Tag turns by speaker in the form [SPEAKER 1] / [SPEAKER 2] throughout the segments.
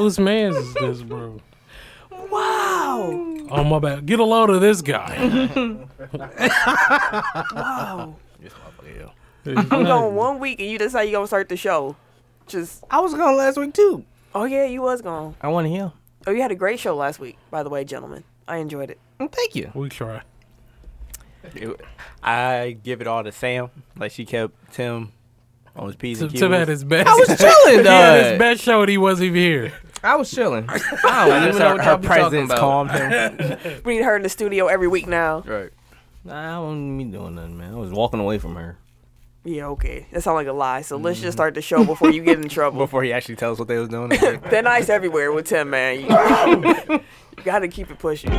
[SPEAKER 1] Whose man is this, bro?
[SPEAKER 2] Wow.
[SPEAKER 1] Oh my bad. Get a load of this guy.
[SPEAKER 2] Wow.
[SPEAKER 3] This motherfucker ill.
[SPEAKER 1] Exactly.
[SPEAKER 4] I'm going Oh. one week and you decide you gonna start the show. Just
[SPEAKER 3] I was gone last week too.
[SPEAKER 4] oh yeah, you was gone.
[SPEAKER 3] I want to hear.
[SPEAKER 4] Oh, you had a great show last week, by the way, gentlemen. I enjoyed it.
[SPEAKER 3] Mm, Thank you.
[SPEAKER 1] We try.
[SPEAKER 3] It- I give it all to Sam. Like she kept Tim on his P's
[SPEAKER 1] Tim,
[SPEAKER 3] and
[SPEAKER 1] Tim had
[SPEAKER 3] Q's.
[SPEAKER 1] his best.
[SPEAKER 3] I was chilling,
[SPEAKER 1] he had his
[SPEAKER 3] dog.
[SPEAKER 1] best show and he wasn't even here.
[SPEAKER 3] I was chilling. I don't even know
[SPEAKER 2] her-
[SPEAKER 3] what
[SPEAKER 2] her
[SPEAKER 3] y'all be talking
[SPEAKER 2] presence
[SPEAKER 3] about.
[SPEAKER 2] calmed
[SPEAKER 3] him.
[SPEAKER 4] We need her in the studio every week now.
[SPEAKER 3] right. Nah, I wasn't me doing nothing, man. I was walking away from her
[SPEAKER 4] Yeah, okay. That sounds like a lie. So let's just start the show before you get in trouble.
[SPEAKER 3] before he actually tells what they was doing.
[SPEAKER 4] They're nice everywhere with Tim, man. You, you gotta keep it pushing.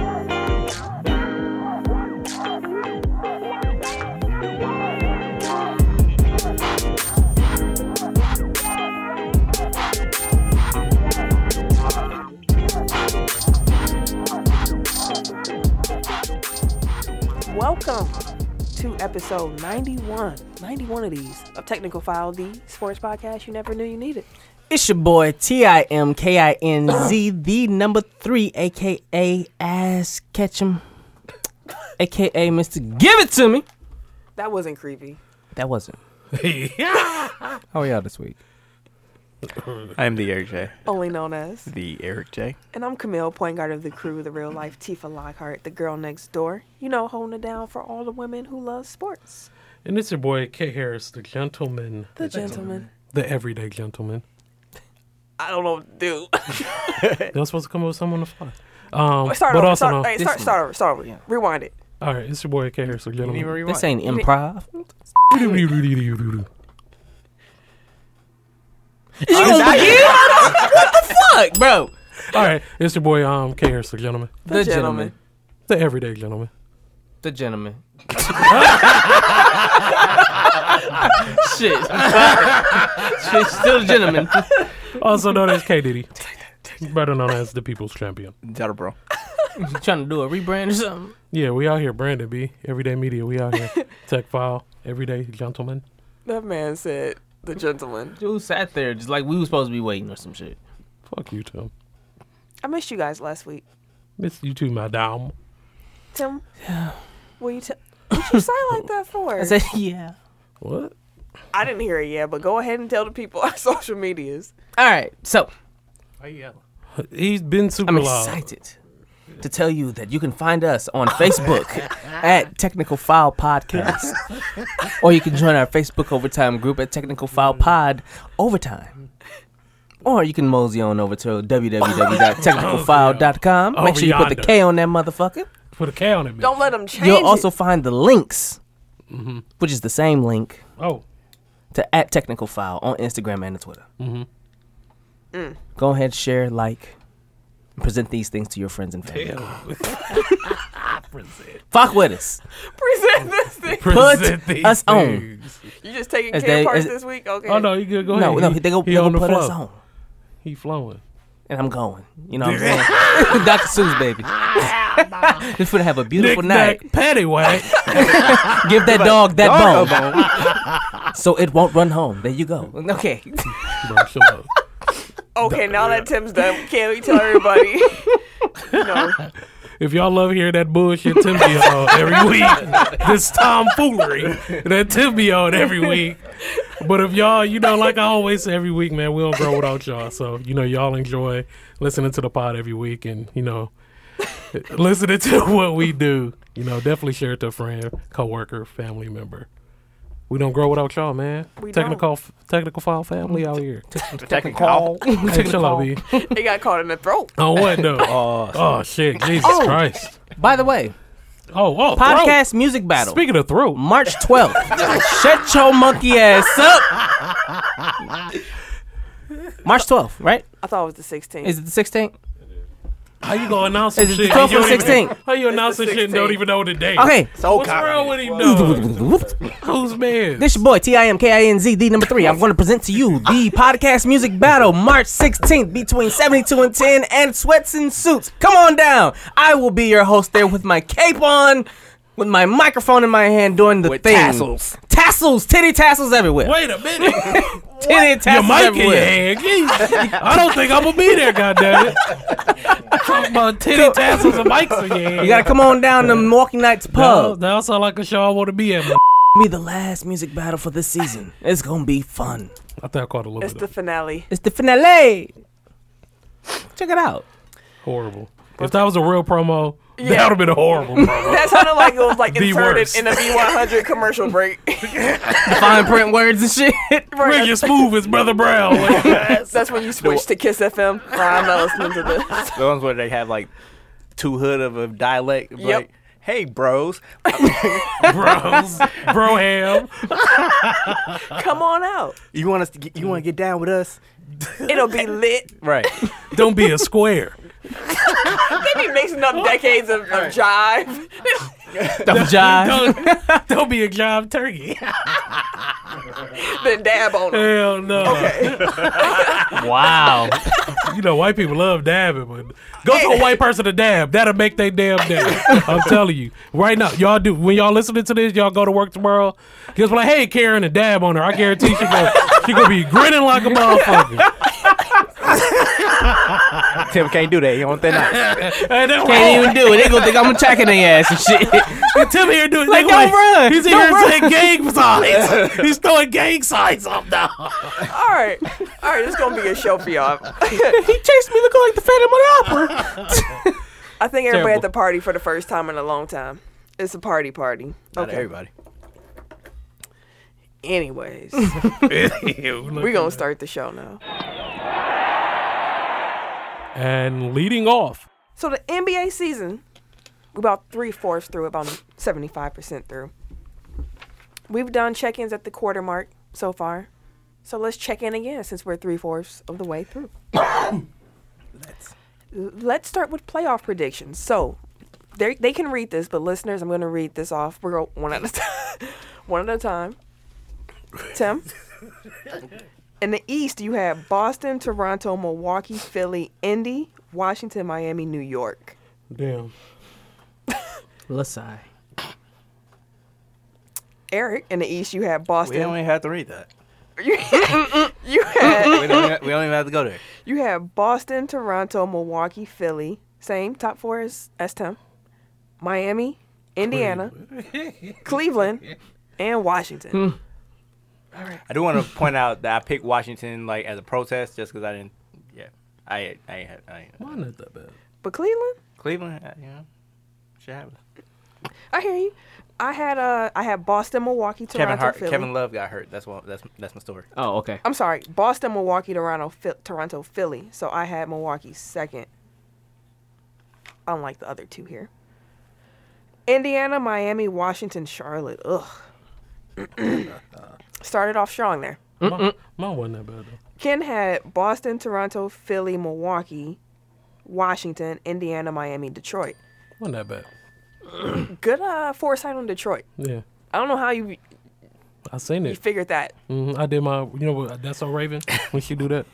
[SPEAKER 4] Welcome to episode 91, 91 of these of Technical File, the sports podcast you never knew you needed.
[SPEAKER 3] it's your boy T I M K I N Z, the number three, aka Ass Ketchum, aka Mister Give It To Me.
[SPEAKER 4] That wasn't creepy.
[SPEAKER 3] That wasn't.
[SPEAKER 1] yeah.
[SPEAKER 3] How are y'all this week? I'm the Eric J.
[SPEAKER 4] Only known as.
[SPEAKER 3] The Eric J.
[SPEAKER 4] And I'm Camille, point guard of the crew, the real life Tifa Lockhart, the girl next door. You know, holding it down for all the women who love sports.
[SPEAKER 1] And it's your boy K Harris, the gentleman,
[SPEAKER 4] The gentleman.
[SPEAKER 1] the everyday gentleman.
[SPEAKER 4] I don't know what to
[SPEAKER 1] They're supposed to come up with something on the fly. Um,
[SPEAKER 4] do. Start
[SPEAKER 1] but
[SPEAKER 4] over.
[SPEAKER 1] also,
[SPEAKER 4] Start,
[SPEAKER 1] no.
[SPEAKER 4] hey, start,
[SPEAKER 3] This
[SPEAKER 4] start over. Start over.
[SPEAKER 3] Yeah.
[SPEAKER 4] Rewind it.
[SPEAKER 1] all right, it's your boy K Harris, the gentleman.
[SPEAKER 3] This ain't improv. You gonna begin? what the fuck, bro?
[SPEAKER 1] all right, it's your boy um, K Harris, the gentleman,
[SPEAKER 3] The,
[SPEAKER 4] gentleman.
[SPEAKER 1] the everyday gentleman.
[SPEAKER 3] The gentleman. Shit. Shit, still a gentleman.
[SPEAKER 1] Also known as K Diddy, better known as the People's Champion.
[SPEAKER 3] That bro. You trying to do a rebrand or something?
[SPEAKER 1] Yeah, we out here, Brandon B. Everyday Media, we out here. Tech File, Everyday Gentleman.
[SPEAKER 4] That man said, the gentleman.
[SPEAKER 3] Dude sat there just like we was supposed to be waiting or some shit.
[SPEAKER 1] Fuck you, Tim.
[SPEAKER 4] I missed you guys last week.
[SPEAKER 1] Miss you too, madame.
[SPEAKER 4] Tim, will you tell. What you say like that for?
[SPEAKER 3] I said, yeah.
[SPEAKER 1] What?
[SPEAKER 4] I didn't hear it yet, but go ahead and tell the people our social medias.
[SPEAKER 3] All right, so
[SPEAKER 1] He's been super
[SPEAKER 3] I'm
[SPEAKER 1] loud.
[SPEAKER 3] excited to tell you that you can find us on Facebook at Technical File Podcast, or you can join our Facebook Overtime group at Technical File Pod Overtime. Or you can mosey on over to www.technicalfile.com. Make sure you put the
[SPEAKER 1] Over yonder.
[SPEAKER 3] K on that motherfucker.
[SPEAKER 1] Put a K on it, man.
[SPEAKER 4] Don't let them change.
[SPEAKER 3] You'll
[SPEAKER 4] it.
[SPEAKER 3] also find the links,
[SPEAKER 1] Mm-hmm.
[SPEAKER 3] which is the same link
[SPEAKER 1] Oh,
[SPEAKER 3] to at Technical File on Instagram and Twitter.
[SPEAKER 1] Mm-hmm.
[SPEAKER 3] Go ahead, share, like, and present these things to your friends and family.
[SPEAKER 1] damn.
[SPEAKER 3] Fuck with us.
[SPEAKER 4] present this thing.
[SPEAKER 1] Present these
[SPEAKER 3] us on.
[SPEAKER 1] things.
[SPEAKER 4] You just taking
[SPEAKER 3] As
[SPEAKER 4] care
[SPEAKER 3] they-
[SPEAKER 4] parts
[SPEAKER 3] as-
[SPEAKER 4] this week? Okay.
[SPEAKER 1] Oh no, you good? Go ahead.
[SPEAKER 3] No, no,
[SPEAKER 1] He-
[SPEAKER 3] they go,
[SPEAKER 1] he
[SPEAKER 3] they go
[SPEAKER 1] on the
[SPEAKER 3] put us
[SPEAKER 1] flow.
[SPEAKER 3] on,
[SPEAKER 1] He flowing.
[SPEAKER 3] and I'm going. You know what I'm saying? Dr. Seuss, baby. Just gonna have a beautiful night.
[SPEAKER 1] Knick-knack, paddywhack.
[SPEAKER 3] Give that dog that bone, so it won't run home. There you go. Okay.
[SPEAKER 1] Bro, shut up.
[SPEAKER 4] Okay, now that Tim's done, can we tell everybody? no.
[SPEAKER 1] If y'all love hearing that bullshit Tim be on every week, this tomfoolery that Tim be on every week. But if y'all, you know, like I always say every week, man, we don't grow without y'all. So, you know, y'all enjoy listening to the pod every week and, you know, listening to what we do. You know, definitely share it to a friend, coworker, family member. We don't grow without y'all, man.
[SPEAKER 4] We don't.
[SPEAKER 1] technical technical file family out here.
[SPEAKER 3] Technical.
[SPEAKER 1] Hey, chill out, B.
[SPEAKER 4] It got caught in the throat.
[SPEAKER 1] On what though?
[SPEAKER 3] Oh,
[SPEAKER 1] Oh shit, Jesus
[SPEAKER 3] Oh.
[SPEAKER 1] Christ.
[SPEAKER 3] By the way,
[SPEAKER 1] Oh, oh, throat.
[SPEAKER 3] podcast music battle.
[SPEAKER 1] Speaking of throat,
[SPEAKER 3] March 12th. Shut your monkey ass up. March 12th, right?
[SPEAKER 4] I thought it was the 16th.
[SPEAKER 3] Is it the 16th?
[SPEAKER 1] How you gonna announce some
[SPEAKER 3] Is it the
[SPEAKER 1] shit?
[SPEAKER 3] 12th
[SPEAKER 1] and you
[SPEAKER 3] or
[SPEAKER 1] don't even-
[SPEAKER 3] 16th?
[SPEAKER 1] How you announcing shit and don't
[SPEAKER 4] 16th.
[SPEAKER 1] even know the date?
[SPEAKER 3] Okay.
[SPEAKER 1] What's wrong with him? though? Who's man?
[SPEAKER 3] This your boy T I M K I N Z D number three. I'm going to present to you the podcast music battle March 16th between 72 and 10 and Sweats and Suits. Come on down. I will be your host there with my cape on, with my microphone in my hand, doing the
[SPEAKER 2] With
[SPEAKER 3] thing.
[SPEAKER 2] tassels.
[SPEAKER 3] tassels, titty tassels everywhere.
[SPEAKER 1] Wait a minute.
[SPEAKER 3] titty
[SPEAKER 1] Your
[SPEAKER 3] tassels
[SPEAKER 1] mic in your
[SPEAKER 3] everywhere.
[SPEAKER 1] hand. Jeez. I don't think I'm gonna be there. Goddamn it. Talking about titty tassels and mics in your hand.
[SPEAKER 3] You gotta come on down to Milwaukee Nights
[SPEAKER 1] No,
[SPEAKER 3] Pub.
[SPEAKER 1] that sound like a show I want to be at.
[SPEAKER 3] Be the last music battle for this season. It's gonna be fun.
[SPEAKER 1] I think I caught a little
[SPEAKER 4] It's
[SPEAKER 1] bit
[SPEAKER 4] the
[SPEAKER 1] of
[SPEAKER 4] finale.
[SPEAKER 3] It's the finale. Check it out.
[SPEAKER 1] horrible. If that was a real promo, that would have been a horrible promo.
[SPEAKER 4] That sounded like it was like
[SPEAKER 1] The
[SPEAKER 4] inserted
[SPEAKER 1] worst.
[SPEAKER 4] in a V100 commercial break.
[SPEAKER 3] Fine print words and shit.
[SPEAKER 1] Bring your smooth as Brother Brown.
[SPEAKER 4] That's when you switch to Kiss FM. Nah, I'm not listening to this.
[SPEAKER 5] The ones where they have like two hood of a dialect.
[SPEAKER 4] Yep.
[SPEAKER 5] Like, hey, bros.
[SPEAKER 1] Bros. Bro ham.
[SPEAKER 4] Come on out.
[SPEAKER 5] You want us to get, you want to get down with us?
[SPEAKER 4] It'll be lit.
[SPEAKER 5] Right.
[SPEAKER 1] Don't be a square.
[SPEAKER 4] They be mixing up decades of, of jive.
[SPEAKER 3] Dumb jive.
[SPEAKER 1] Don't, don't be a job turkey.
[SPEAKER 4] then dab on them.
[SPEAKER 1] Hell no.
[SPEAKER 3] Wow.
[SPEAKER 1] You know, white people love dabbing, but go to a white person to dab. That'll make they damn dab. I'm telling you. Right now, y'all do. When y'all listening to this, y'all go to work tomorrow. Just be like, hey, Karen, and dab on her. I guarantee she gonna, she gonna be grinning like a motherfucker.
[SPEAKER 5] Tim can't do that. He on thin ice.
[SPEAKER 1] Hey, that
[SPEAKER 3] Can't even do it. They gonna think I'm attacking their ass and shit.
[SPEAKER 1] Tim here doing
[SPEAKER 3] Like,
[SPEAKER 1] nigga,
[SPEAKER 3] don't run.
[SPEAKER 1] He's in
[SPEAKER 3] Don't
[SPEAKER 1] here saying gang signs. he's throwing gang signs up now.
[SPEAKER 4] All right. All right. It's going to be a show for y'all.
[SPEAKER 3] He chased me looking like the Phantom of the Opera.
[SPEAKER 4] I think everybody
[SPEAKER 1] Terrible.
[SPEAKER 4] at the party for the first time in a long time. It's a party party.
[SPEAKER 5] Not
[SPEAKER 4] Okay.
[SPEAKER 5] everybody.
[SPEAKER 4] Anyways,
[SPEAKER 1] we
[SPEAKER 4] we're going to start the show now.
[SPEAKER 1] And leading off,
[SPEAKER 4] So the NBA season, we're about three fourths through, about seventy five percent through. We've done check ins at the quarter mark so far. So let's check in again since we're three fourths of the way through. let's let's start with playoff predictions. So they they can read this, but listeners, I'm going to read this off. We're going one at a time. one at a time. Tim. In the East, you have Boston, Toronto, Milwaukee, Philly, Indy, Washington, Miami, New York.
[SPEAKER 1] damn.
[SPEAKER 3] Lasai.
[SPEAKER 4] Eric, in the East, you have
[SPEAKER 5] We don't
[SPEAKER 4] Boston.
[SPEAKER 5] even have to read that.
[SPEAKER 4] You had
[SPEAKER 5] We don't, we don't even have to go there.
[SPEAKER 4] you have Boston, Toronto, Milwaukee, Philly. Same top four is S Tim. Miami, Indiana, Cleveland, and
[SPEAKER 5] Hmm.
[SPEAKER 4] Washington.
[SPEAKER 5] I do want to point out that I picked Washington like as a protest just because I didn't. Yeah. I I ain't had. I ain't,
[SPEAKER 1] Mine not that bad.
[SPEAKER 4] But Cleveland,
[SPEAKER 5] Cleveland, uh, you know, shit happens.
[SPEAKER 4] I hear you. I had uh I had Boston, Milwaukee, Toronto,
[SPEAKER 5] Kevin Hart,
[SPEAKER 4] Philly.
[SPEAKER 5] Kevin Love got hurt. That's what. That's that's my story.
[SPEAKER 3] Oh, okay.
[SPEAKER 4] I'm sorry, Boston, Milwaukee, Toronto, Phil- Toronto, Philly. So I had Milwaukee second, unlike the other two here. Indiana, Miami, Washington, Charlotte. Ugh. Started off strong there.
[SPEAKER 1] Mine, mine wasn't that bad though.
[SPEAKER 4] Ken had Boston, Toronto, Philly, Milwaukee, Washington, Indiana, Miami, Detroit.
[SPEAKER 1] Wasn't that bad.
[SPEAKER 4] Good uh, foresight on Detroit.
[SPEAKER 1] Yeah,
[SPEAKER 4] I don't know how you
[SPEAKER 1] I seen
[SPEAKER 4] you
[SPEAKER 1] it.
[SPEAKER 4] figured that.
[SPEAKER 1] Mhm, I did my. You know what? That's on Raven when she do that.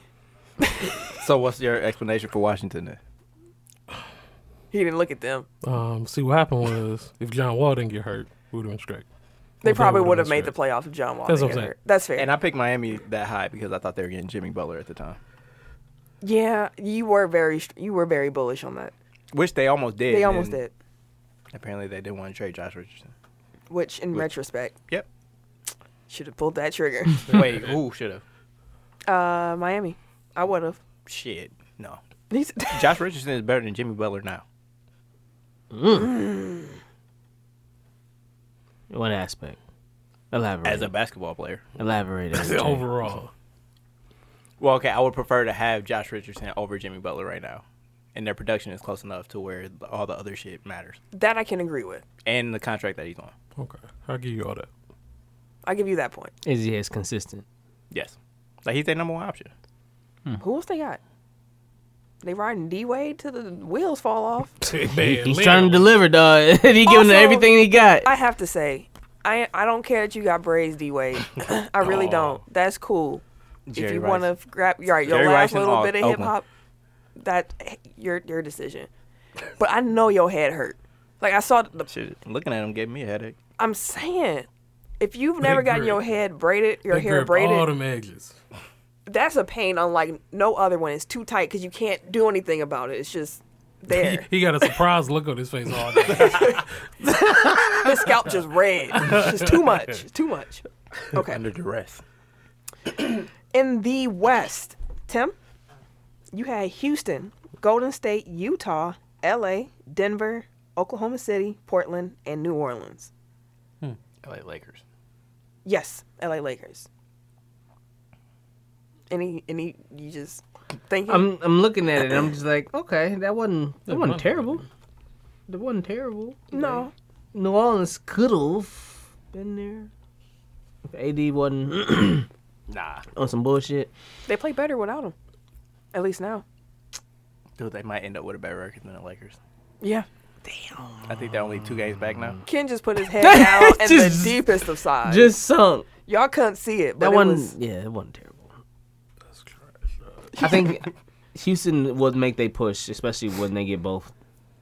[SPEAKER 5] So what's your explanation for Washington then?
[SPEAKER 4] He didn't look at them.
[SPEAKER 1] Um, see what happened was if John Wall didn't get hurt, we would have been straight.
[SPEAKER 4] They
[SPEAKER 1] Well, that
[SPEAKER 4] probably
[SPEAKER 1] would've
[SPEAKER 4] would have
[SPEAKER 1] been
[SPEAKER 4] made the
[SPEAKER 1] straight.
[SPEAKER 4] playoffs if John Wall.
[SPEAKER 1] That's what
[SPEAKER 4] didn't
[SPEAKER 1] I'm
[SPEAKER 4] get
[SPEAKER 1] saying.
[SPEAKER 4] hurt. That's fair.
[SPEAKER 5] And I picked Miami that high because I thought they were getting Jimmy Butler at the time,
[SPEAKER 4] Yeah, you were very str- you were very bullish on that.
[SPEAKER 5] which they almost did.
[SPEAKER 4] They
[SPEAKER 5] and
[SPEAKER 4] almost
[SPEAKER 5] then
[SPEAKER 4] did,
[SPEAKER 5] Apparently they didn't want to trade Josh Richardson.
[SPEAKER 4] which in retrospect
[SPEAKER 5] Yep.
[SPEAKER 4] should have pulled that trigger.
[SPEAKER 5] Wait, who should have?
[SPEAKER 4] uh, Miami, I would have.
[SPEAKER 5] Shit, no.
[SPEAKER 4] He's
[SPEAKER 5] Josh Richardson is better than Jimmy Butler now.
[SPEAKER 3] One aspect. Elaborate.
[SPEAKER 5] As a basketball player.
[SPEAKER 3] Elaborate. SJ.
[SPEAKER 1] Overall,
[SPEAKER 5] Well, okay, I would prefer to have Josh Richardson over Jimmy Butler right now. And their production is close enough to where all the other shit matters.
[SPEAKER 4] that I can agree with.
[SPEAKER 5] And the contract that he's on.
[SPEAKER 1] okay, I'll give you all that.
[SPEAKER 4] I give you that point.
[SPEAKER 3] Is he as consistent?
[SPEAKER 5] Yes. Like he's their number one option. Mm.
[SPEAKER 4] Who else they got? They riding D Wade till the wheels fall off.
[SPEAKER 1] Man,
[SPEAKER 3] He's
[SPEAKER 1] Leo.
[SPEAKER 3] trying to deliver, dog. he giving
[SPEAKER 4] Also-
[SPEAKER 3] them everything he got.
[SPEAKER 4] I have to say, I I don't care that you got braids, D Wade. I really don't. That's cool. if
[SPEAKER 5] Oh. Jerry
[SPEAKER 4] you
[SPEAKER 5] Rice.
[SPEAKER 4] want to grab your, your
[SPEAKER 5] Jerry
[SPEAKER 4] last
[SPEAKER 5] Rice and
[SPEAKER 4] little
[SPEAKER 5] Al-
[SPEAKER 4] bit of
[SPEAKER 5] Oakland.
[SPEAKER 4] hip hop, that eh, your your decision. But I know your head hurt. Like I saw the
[SPEAKER 5] Shit, looking at him gave me a headache.
[SPEAKER 4] I'm saying If you've never gotten
[SPEAKER 1] grip.
[SPEAKER 4] your head braided, your
[SPEAKER 1] They
[SPEAKER 4] hair
[SPEAKER 1] grip all
[SPEAKER 4] braided,
[SPEAKER 1] them edges.
[SPEAKER 4] that's a pain unlike no other one. It's too tight because you can't do anything about it. It's just
[SPEAKER 1] He,
[SPEAKER 4] there.
[SPEAKER 1] he got a surprised look on his face all day.
[SPEAKER 4] His scalp just red. It's just too much. It's too much. Okay.
[SPEAKER 5] Under duress.
[SPEAKER 4] in the West. Tim, you had Houston, Golden State, Utah, LA, Denver, Oklahoma City, Portland, and New Orleans.
[SPEAKER 5] LA Lakers.
[SPEAKER 4] Yes, LA Lakers. Any, any, you just thinking?
[SPEAKER 3] I'm I'm looking at it. and I'm just like, okay, that wasn't that wasn't terrible. That wasn't terrible.
[SPEAKER 4] no.
[SPEAKER 3] New Orleans could have been there. If AD wasn't
[SPEAKER 5] Nah.
[SPEAKER 3] on some bullshit.
[SPEAKER 4] They play better without him. At least now.
[SPEAKER 5] Dude, they might end up with a better record than the Lakers.
[SPEAKER 4] Yeah.
[SPEAKER 5] I think they're only two games back now.
[SPEAKER 4] Ken just put his head down in
[SPEAKER 3] Just-
[SPEAKER 4] the deepest of sides.
[SPEAKER 3] Just sunk.
[SPEAKER 4] Y'all couldn't see it, but
[SPEAKER 3] That
[SPEAKER 4] it
[SPEAKER 3] wasn't.
[SPEAKER 4] was-
[SPEAKER 3] Yeah, it wasn't terrible. I think Houston would make they push, especially when they get both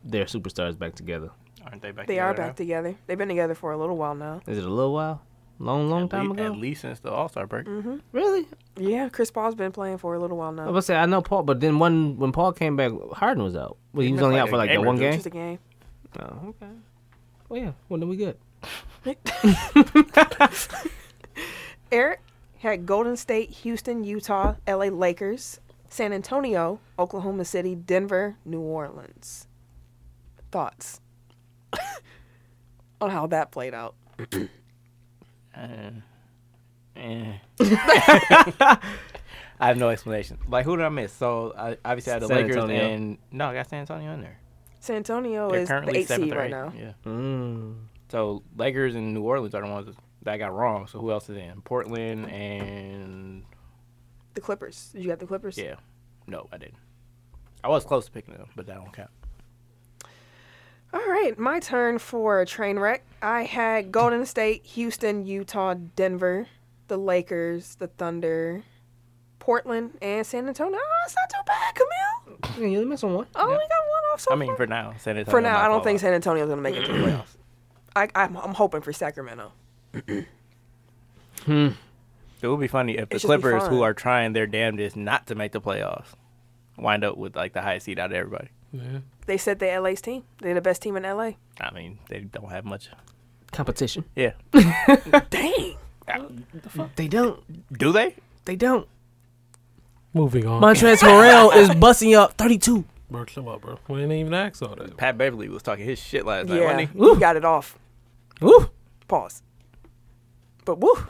[SPEAKER 3] their superstars back together.
[SPEAKER 5] Aren't they back
[SPEAKER 4] they
[SPEAKER 5] together
[SPEAKER 4] are back together. They've been together for a little while now.
[SPEAKER 3] Is it a little while? Long, long
[SPEAKER 5] now?
[SPEAKER 3] time
[SPEAKER 5] Le- At
[SPEAKER 3] ago.
[SPEAKER 5] least since the All Star break.
[SPEAKER 3] Really?
[SPEAKER 4] Yeah, Chris Paul's been playing for a little while
[SPEAKER 3] I
[SPEAKER 4] now.
[SPEAKER 3] was gonna say I know Paul, but then when when Paul came back, Harden was out. Well, he, was
[SPEAKER 5] missed
[SPEAKER 3] only
[SPEAKER 5] like
[SPEAKER 3] out
[SPEAKER 5] a
[SPEAKER 3] for like
[SPEAKER 5] game
[SPEAKER 3] that
[SPEAKER 5] or
[SPEAKER 3] one
[SPEAKER 5] two.
[SPEAKER 3] game.
[SPEAKER 4] Just a game.
[SPEAKER 3] Oh, okay. Well, yeah. Well, then we good.
[SPEAKER 4] Eric had Golden State, Houston, Utah, LA Lakers, San Antonio, Oklahoma City, Denver, New Orleans. Thoughts on how that played out?
[SPEAKER 5] Eh. I have no explanation. Like, who did I miss? So, I, obviously, I had the
[SPEAKER 3] San
[SPEAKER 5] Lakers
[SPEAKER 3] Antonio.
[SPEAKER 5] and. No, I got San Antonio in there.
[SPEAKER 4] San Antonio
[SPEAKER 5] They're
[SPEAKER 4] is the
[SPEAKER 5] currently
[SPEAKER 4] eight
[SPEAKER 5] seventh
[SPEAKER 4] seed
[SPEAKER 5] or
[SPEAKER 4] right
[SPEAKER 5] eighth.
[SPEAKER 4] now.
[SPEAKER 5] Yeah.
[SPEAKER 3] Mm.
[SPEAKER 5] So, Lakers and New Orleans are the ones that I got wrong. So, who else is in? Portland and.
[SPEAKER 4] The Clippers. You got the Clippers.
[SPEAKER 5] Yeah. No, I didn't. I was close to picking them, but that don't count.
[SPEAKER 4] All right, my turn for a train wreck. I had Golden State, Houston, Utah, Denver, the Lakers, the Thunder, Portland, and San Antonio. Oh, it's not too bad, Camille.
[SPEAKER 3] Yeah, you missing one.
[SPEAKER 4] I only got one off so
[SPEAKER 5] I
[SPEAKER 4] far.
[SPEAKER 5] mean, for now, San Antonio.
[SPEAKER 4] For now,
[SPEAKER 5] might
[SPEAKER 4] I don't
[SPEAKER 5] fall
[SPEAKER 4] think
[SPEAKER 5] off.
[SPEAKER 4] San Antonio's gonna make it to the playoffs. I, I'm, I'm hoping for Sacramento.
[SPEAKER 5] It would be funny if the
[SPEAKER 4] should be
[SPEAKER 5] Clippers, who
[SPEAKER 4] fun.
[SPEAKER 5] are trying their damnedest not to make the playoffs, wind up with like the highest seed out of everybody.
[SPEAKER 1] Yeah.
[SPEAKER 4] They said they LA's team. They're the best team in LA.
[SPEAKER 5] I mean, they don't have much.
[SPEAKER 3] Competition.
[SPEAKER 5] Yeah.
[SPEAKER 4] Dang.
[SPEAKER 3] They don't.
[SPEAKER 5] Do they?
[SPEAKER 3] They don't.
[SPEAKER 1] Moving on.
[SPEAKER 3] Montrez Harrell is busting you up 32.
[SPEAKER 1] bro, come up, bro. We didn't even ask all that.
[SPEAKER 5] Pat Beverly was talking his shit last night,
[SPEAKER 4] yeah,
[SPEAKER 5] wasn't he?
[SPEAKER 4] you got it off.
[SPEAKER 3] Woo.
[SPEAKER 4] Pause. But woo,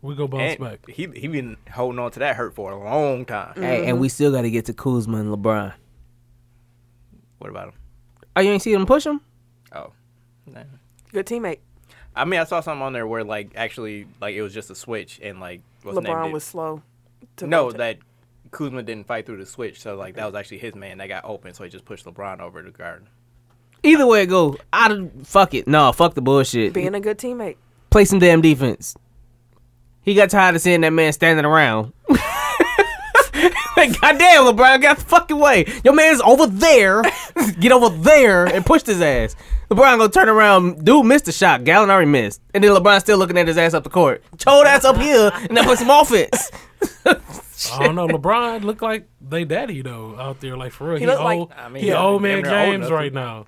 [SPEAKER 1] We go bounce
[SPEAKER 5] And
[SPEAKER 1] back.
[SPEAKER 5] he he been holding on to that hurt for a long time.
[SPEAKER 4] Mm.
[SPEAKER 3] Hey, and we still got to get to Kuzma and LeBron.
[SPEAKER 5] What about him?
[SPEAKER 3] Oh, you ain't see them push him?
[SPEAKER 5] Oh, Nah.
[SPEAKER 4] good teammate.
[SPEAKER 5] I mean, I saw something on there where like actually like it was just a switch and like what's the name
[SPEAKER 4] LeBron
[SPEAKER 5] did-
[SPEAKER 4] was slow. To
[SPEAKER 5] no
[SPEAKER 4] to-
[SPEAKER 5] that Kuzma didn't fight through the switch, so like that was actually his man that got open, so he just pushed LeBron over the guard.
[SPEAKER 3] Either way it go, I don't- fuck it. No, fuck the bullshit.
[SPEAKER 4] being a good teammate.
[SPEAKER 3] Play some damn defense. He got tired of seeing that man standing around. like, goddamn, LeBron, got the fucking way. Your man's over there. Get over there and push his ass. LeBron gonna turn around. Dude missed the shot. Gallon already missed. And then LeBron still looking at his ass up the court. Chode ass up here and then put some offense.
[SPEAKER 1] I don't know. LeBron looked like they daddy though out there, like for real. He,
[SPEAKER 4] looked like-
[SPEAKER 1] old,
[SPEAKER 5] I mean,
[SPEAKER 1] he
[SPEAKER 5] yeah,
[SPEAKER 1] old
[SPEAKER 5] damn
[SPEAKER 1] man
[SPEAKER 5] near old
[SPEAKER 1] James
[SPEAKER 5] enough to-
[SPEAKER 1] right now.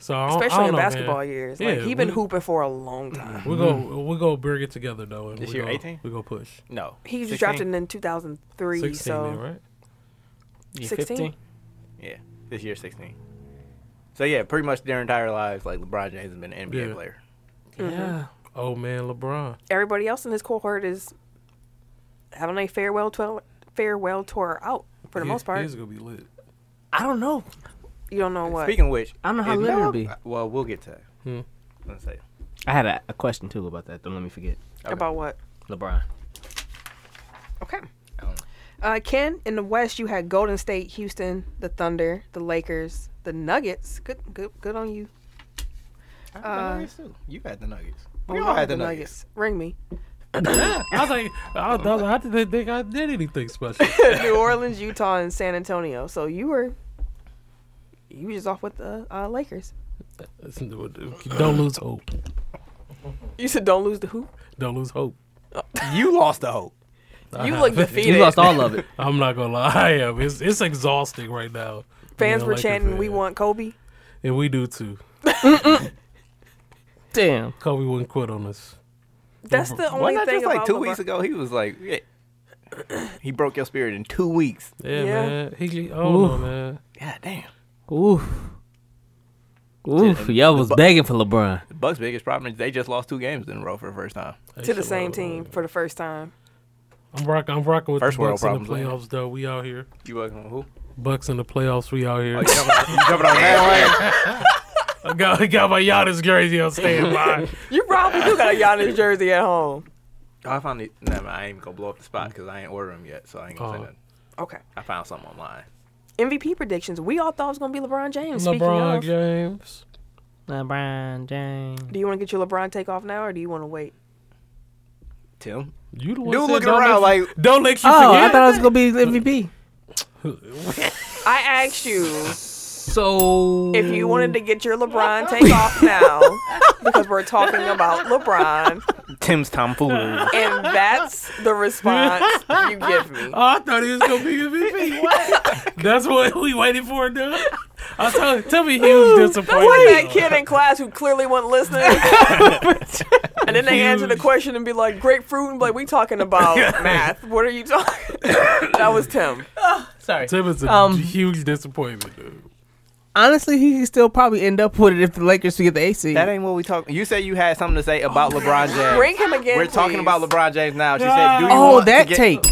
[SPEAKER 1] So I don't, I
[SPEAKER 4] Especially
[SPEAKER 1] don't
[SPEAKER 4] in
[SPEAKER 1] know, man.
[SPEAKER 4] basketball years. Like
[SPEAKER 1] Yeah,
[SPEAKER 4] he been
[SPEAKER 1] we-
[SPEAKER 4] hooping for a long time.
[SPEAKER 1] We go, we go bring it together though. And
[SPEAKER 5] This
[SPEAKER 1] we
[SPEAKER 5] year
[SPEAKER 1] go,
[SPEAKER 5] 18?
[SPEAKER 1] We go push.
[SPEAKER 5] No,
[SPEAKER 4] He just
[SPEAKER 5] 16?
[SPEAKER 4] dropped it in 2003.
[SPEAKER 1] Sixteen,
[SPEAKER 4] so
[SPEAKER 1] then, right?
[SPEAKER 5] Yeah,
[SPEAKER 4] 16?
[SPEAKER 5] 15? Yeah, this year 16. So yeah, pretty much their entire lives, like LeBron James has been an NBA
[SPEAKER 1] Yeah.
[SPEAKER 5] player.
[SPEAKER 3] Yeah.
[SPEAKER 1] Old Oh, man LeBron.
[SPEAKER 4] everybody else in this cohort is having a farewell tour, farewell tour out for the
[SPEAKER 1] He-
[SPEAKER 4] most part.
[SPEAKER 1] he's gonna be lit.
[SPEAKER 3] I don't know.
[SPEAKER 4] You don't know what.
[SPEAKER 5] Speaking of which,
[SPEAKER 3] I don't know how
[SPEAKER 5] is
[SPEAKER 3] lit it'll
[SPEAKER 5] Melo-
[SPEAKER 3] be.
[SPEAKER 5] Well, we'll get to that.
[SPEAKER 1] Hmm.
[SPEAKER 5] Let's say
[SPEAKER 3] I had a, a question too about that. Don't let me forget.
[SPEAKER 4] About what?
[SPEAKER 3] LeBron.
[SPEAKER 4] Okay.
[SPEAKER 5] Um,
[SPEAKER 4] Uh, Ken, in the West, you had Golden State, Houston, the Thunder, the Lakers, the Nuggets. Good, good, good on you. Uh,
[SPEAKER 5] you had the Nuggets.
[SPEAKER 4] Oh,
[SPEAKER 5] We
[SPEAKER 4] no,
[SPEAKER 5] all had the Nuggets.
[SPEAKER 4] Ring me.
[SPEAKER 1] I was like, I, was, I, was, I didn't think I did anything special.
[SPEAKER 4] New Orleans, Utah, and San Antonio. So you were, you were just off with the uh, Lakers.
[SPEAKER 1] Don't lose hope.
[SPEAKER 4] You said don't lose the hoop.
[SPEAKER 1] Don't lose hope.
[SPEAKER 5] You lost the hope.
[SPEAKER 4] You look defeated.
[SPEAKER 3] You lost all of it.
[SPEAKER 1] I'm not gonna lie. I am. It's it's exhausting right now.
[SPEAKER 4] Fans
[SPEAKER 1] Being a
[SPEAKER 4] were
[SPEAKER 1] Laker
[SPEAKER 4] chanting,
[SPEAKER 1] fan.
[SPEAKER 4] "We want Kobe."
[SPEAKER 3] Mm-hmm.
[SPEAKER 1] and we do too.
[SPEAKER 3] Damn.
[SPEAKER 1] Kobe wouldn't quit on us.
[SPEAKER 4] That's the only
[SPEAKER 5] Why not
[SPEAKER 4] thing
[SPEAKER 5] just like
[SPEAKER 4] about
[SPEAKER 5] two
[SPEAKER 4] LeBron.
[SPEAKER 5] weeks ago? He was like, yeah. he broke your spirit in two weeks.
[SPEAKER 1] Yeah,
[SPEAKER 4] Yeah.
[SPEAKER 1] man. He, oh no,
[SPEAKER 3] Oof.
[SPEAKER 1] man.
[SPEAKER 5] God damn.
[SPEAKER 3] Oof. Oof. Y'all was begging for LeBron.
[SPEAKER 5] The Bucks' biggest problem is they just lost two games in a row for the first time.
[SPEAKER 4] to the same team for the first time.
[SPEAKER 1] I'm rocking. I'm rocking with
[SPEAKER 5] First
[SPEAKER 1] the
[SPEAKER 5] world
[SPEAKER 1] Bucks in the
[SPEAKER 5] problems, man.
[SPEAKER 1] playoffs, though. We out here.
[SPEAKER 5] You working on who?
[SPEAKER 1] Bucks in the playoffs. We out here.
[SPEAKER 5] Oh, you jumping on, you jumping on bandwagon?
[SPEAKER 1] I got, I got my Giannis jersey on standby.
[SPEAKER 4] You probably do got a Giannis jersey at home.
[SPEAKER 5] Oh, I found it. Never mind, I ain't gonna blow up the spot because I ain't ordering 'em yet, so I ain't gonna say
[SPEAKER 1] Oh.
[SPEAKER 5] nothing.
[SPEAKER 4] Okay.
[SPEAKER 5] I found something online.
[SPEAKER 4] MVP predictions. We all thought it was gonna be LeBron James. Speaking
[SPEAKER 1] LeBron
[SPEAKER 4] of,
[SPEAKER 1] James.
[SPEAKER 3] LeBron James.
[SPEAKER 4] do you want to get your LeBron take off now, or do you want to wait?
[SPEAKER 5] Tim,
[SPEAKER 1] You the one
[SPEAKER 5] dude,
[SPEAKER 1] said
[SPEAKER 5] looking
[SPEAKER 1] don't
[SPEAKER 5] around
[SPEAKER 1] let,
[SPEAKER 5] like
[SPEAKER 1] don't let you
[SPEAKER 3] Oh, I
[SPEAKER 1] forget.
[SPEAKER 3] thought I was gonna be MVP.
[SPEAKER 4] I asked you
[SPEAKER 3] So
[SPEAKER 4] if you wanted to get your LeBron take off now because we're talking about LeBron,
[SPEAKER 5] Tim's tomfoolery.
[SPEAKER 4] and that's the response you give me.
[SPEAKER 1] Oh, I thought he was gonna be MVP. what? That's what we waiting for, dude. I told, tell me he was disappointed.
[SPEAKER 4] Like that kid in class who clearly wasn't listening. and then they answer the question and be like, grapefruit? And be like, we talking about math. What are you talking That was Tim.
[SPEAKER 3] sorry.
[SPEAKER 1] Tim is a
[SPEAKER 3] Um,
[SPEAKER 1] huge disappointment, dude.
[SPEAKER 3] Honestly, he could still probably end up with it if the Lakers get the AC.
[SPEAKER 5] That ain't what we talking. You said you had something to say about LeBron James.
[SPEAKER 4] Bring him again.
[SPEAKER 5] We're talking
[SPEAKER 4] please.
[SPEAKER 5] about LeBron James now. She said, "Do you
[SPEAKER 3] oh,
[SPEAKER 5] want
[SPEAKER 3] that
[SPEAKER 5] to get-
[SPEAKER 3] take.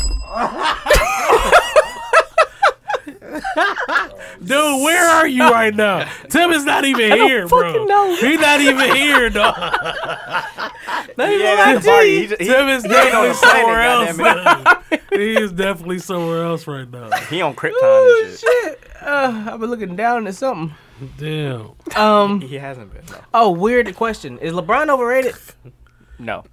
[SPEAKER 1] Dude, where are you right now? Tim is not even here, bro.
[SPEAKER 4] fucking know.
[SPEAKER 1] He's not even here, dog.
[SPEAKER 5] Yeah, that's the party. He, ju- he,
[SPEAKER 1] Tim is
[SPEAKER 5] ain't on
[SPEAKER 1] definitely
[SPEAKER 5] the planet,
[SPEAKER 1] somewhere else. man. he is definitely somewhere else right now.
[SPEAKER 5] he on Krypton and shit.
[SPEAKER 3] Shit. Uh, I've been looking down at something.
[SPEAKER 1] Damn.
[SPEAKER 3] Um.
[SPEAKER 5] He hasn't been. No.
[SPEAKER 3] Oh, weird question. Is LeBron overrated?
[SPEAKER 5] No.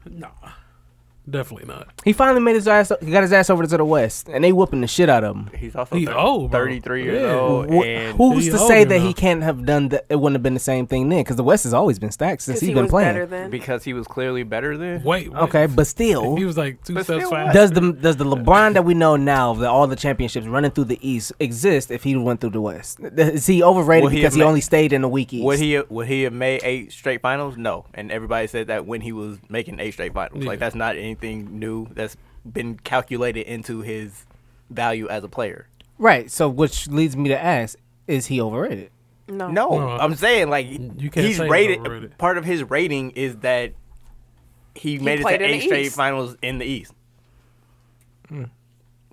[SPEAKER 1] Definitely not.
[SPEAKER 3] He finally made his ass. He got his ass over to the West, and they whooping the shit out of him.
[SPEAKER 5] He's also
[SPEAKER 1] He
[SPEAKER 5] thir-
[SPEAKER 1] old, bro.
[SPEAKER 5] 33 years
[SPEAKER 1] Yeah.
[SPEAKER 5] old.
[SPEAKER 3] Wh-
[SPEAKER 5] and
[SPEAKER 3] Who's
[SPEAKER 1] he
[SPEAKER 3] to
[SPEAKER 1] older
[SPEAKER 3] say that
[SPEAKER 1] now.
[SPEAKER 3] he can't have done that? It wouldn't have been the same thing then, because the West has always been stacked since
[SPEAKER 4] Because
[SPEAKER 3] he's
[SPEAKER 4] he
[SPEAKER 3] been
[SPEAKER 4] was
[SPEAKER 3] playing.
[SPEAKER 4] better than.
[SPEAKER 5] because he was clearly better than.
[SPEAKER 1] Wait. wait.
[SPEAKER 3] Okay, but still,
[SPEAKER 1] He was like two
[SPEAKER 5] But
[SPEAKER 1] steps
[SPEAKER 5] still what?
[SPEAKER 1] faster.
[SPEAKER 3] does the does the LeBron that we know now, of the, all the championships running through the East, exist if he went through the West? Is he overrated
[SPEAKER 5] Would he
[SPEAKER 3] because
[SPEAKER 5] have
[SPEAKER 3] he
[SPEAKER 5] ma-
[SPEAKER 3] only stayed in the weak East?
[SPEAKER 5] Would he would he have made eight straight finals? No. And everybody said that when he was making eight straight finals.
[SPEAKER 1] Yeah.
[SPEAKER 5] Like that's not anything new. That's been calculated into his value as a player.
[SPEAKER 3] right. So, which leads me to ask: Is he overrated?
[SPEAKER 4] No.
[SPEAKER 5] No,
[SPEAKER 1] No, I-
[SPEAKER 5] I'm saying like
[SPEAKER 1] you can't
[SPEAKER 5] he's
[SPEAKER 1] say he's
[SPEAKER 5] rated.
[SPEAKER 1] overrated.
[SPEAKER 5] Part of his rating is that he, made it
[SPEAKER 4] played
[SPEAKER 5] to
[SPEAKER 4] in the
[SPEAKER 5] eight straight
[SPEAKER 4] East.
[SPEAKER 5] finals in the East.
[SPEAKER 1] Hmm.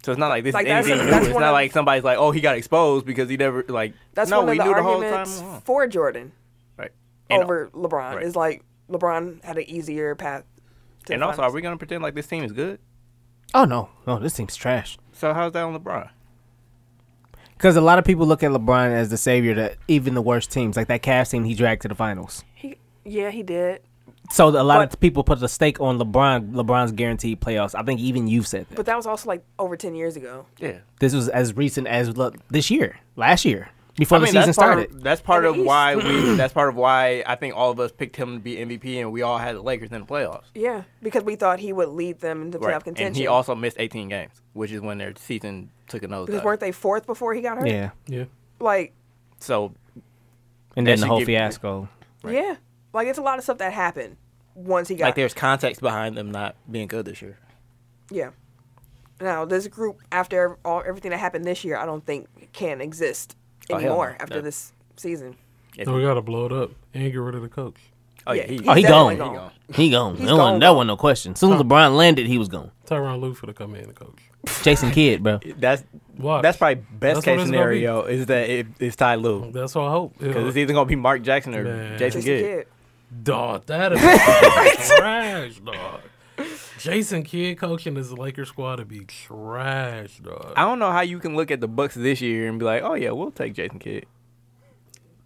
[SPEAKER 5] So it's not like this
[SPEAKER 4] Like,
[SPEAKER 5] is
[SPEAKER 4] that's-
[SPEAKER 5] anything
[SPEAKER 4] that's
[SPEAKER 5] new. It's
[SPEAKER 4] one
[SPEAKER 5] not
[SPEAKER 4] of-
[SPEAKER 5] like somebody's like, oh, he got exposed because he never like.
[SPEAKER 4] That's
[SPEAKER 5] no,
[SPEAKER 4] one of
[SPEAKER 5] we
[SPEAKER 4] the
[SPEAKER 5] knew the whole time.
[SPEAKER 4] arguments
[SPEAKER 5] along.
[SPEAKER 4] for Jordan
[SPEAKER 5] Right. And,
[SPEAKER 4] over LeBron.
[SPEAKER 5] right.
[SPEAKER 4] Is like LeBron had an easier path. To
[SPEAKER 5] and
[SPEAKER 4] the
[SPEAKER 5] also, are
[SPEAKER 4] finals.
[SPEAKER 5] we gonna pretend like this team is good?
[SPEAKER 3] Oh no, no, this team's trash.
[SPEAKER 5] So how's that on LeBron?
[SPEAKER 3] Because a lot of people look at LeBron as the savior to even the worst teams, like that Cavs team he dragged to the finals.
[SPEAKER 4] He, yeah, he did.
[SPEAKER 3] So a lot
[SPEAKER 4] But-
[SPEAKER 3] of people put the stake on LeBron. LeBron's guaranteed playoffs. I think even you've said that.
[SPEAKER 4] But that was also like over 10 years ago.
[SPEAKER 5] Yeah.
[SPEAKER 3] this was as recent as le- this year, last year, before
[SPEAKER 5] I mean,
[SPEAKER 3] the season
[SPEAKER 5] that's part
[SPEAKER 3] started.
[SPEAKER 5] of, that's part
[SPEAKER 4] In
[SPEAKER 5] of
[SPEAKER 4] the
[SPEAKER 5] why we. That's part of why I think all of us picked him to be MVP, and we all had the Lakers in the playoffs.
[SPEAKER 4] Yeah, because we thought he would lead them into playoff contention.
[SPEAKER 5] And he also missed 18 games, which is when their season took a
[SPEAKER 4] because
[SPEAKER 5] nosedive.
[SPEAKER 4] weren't they fourth before he got hurt?
[SPEAKER 3] yeah,
[SPEAKER 1] yeah.
[SPEAKER 4] Like,
[SPEAKER 5] So
[SPEAKER 3] and then
[SPEAKER 5] That
[SPEAKER 3] the
[SPEAKER 5] should
[SPEAKER 3] whole
[SPEAKER 5] give-
[SPEAKER 3] fiasco.
[SPEAKER 4] yeah, like it's a lot of stuff that happened once he got.
[SPEAKER 5] like there's context behind them not being good this
[SPEAKER 1] Oh,
[SPEAKER 5] year.
[SPEAKER 4] Yeah. Now this group, after all everything that happened this year, I don't think can exist
[SPEAKER 5] Oh, hell
[SPEAKER 4] anymore
[SPEAKER 5] no.
[SPEAKER 4] after
[SPEAKER 5] No.
[SPEAKER 4] this season.
[SPEAKER 5] If-
[SPEAKER 1] So we gotta blow it up and get rid of the coach.
[SPEAKER 5] oh yeah,
[SPEAKER 4] yeah,
[SPEAKER 5] he,
[SPEAKER 4] he-
[SPEAKER 3] Oh, he
[SPEAKER 4] definitely
[SPEAKER 3] gone.
[SPEAKER 4] gone.
[SPEAKER 3] He gone.
[SPEAKER 4] He's
[SPEAKER 3] That wasn't-
[SPEAKER 4] gone,
[SPEAKER 3] That
[SPEAKER 4] gone.
[SPEAKER 3] wasn't no question. As soon as LeBron landed, he was gone.
[SPEAKER 1] Tyron Lue for to come in and coach.
[SPEAKER 3] Jason Kidd, bro.
[SPEAKER 5] that's
[SPEAKER 1] Watch.
[SPEAKER 5] that's probably best
[SPEAKER 1] That's what
[SPEAKER 5] case
[SPEAKER 1] it's gonna
[SPEAKER 5] scenario is that it, it's Ty Lue
[SPEAKER 1] That's all I hope.
[SPEAKER 5] because it's either gonna be Mark Jackson or
[SPEAKER 1] Man.
[SPEAKER 5] Jason
[SPEAKER 4] Just
[SPEAKER 5] Kidd.
[SPEAKER 4] a kid.
[SPEAKER 1] Dog, that is trash, dog. Jason Kidd coaching this Lakers squad to be trash, dog.
[SPEAKER 5] I don't know how you can look at the Bucks this year and be like, oh yeah, we'll take Jason Kidd.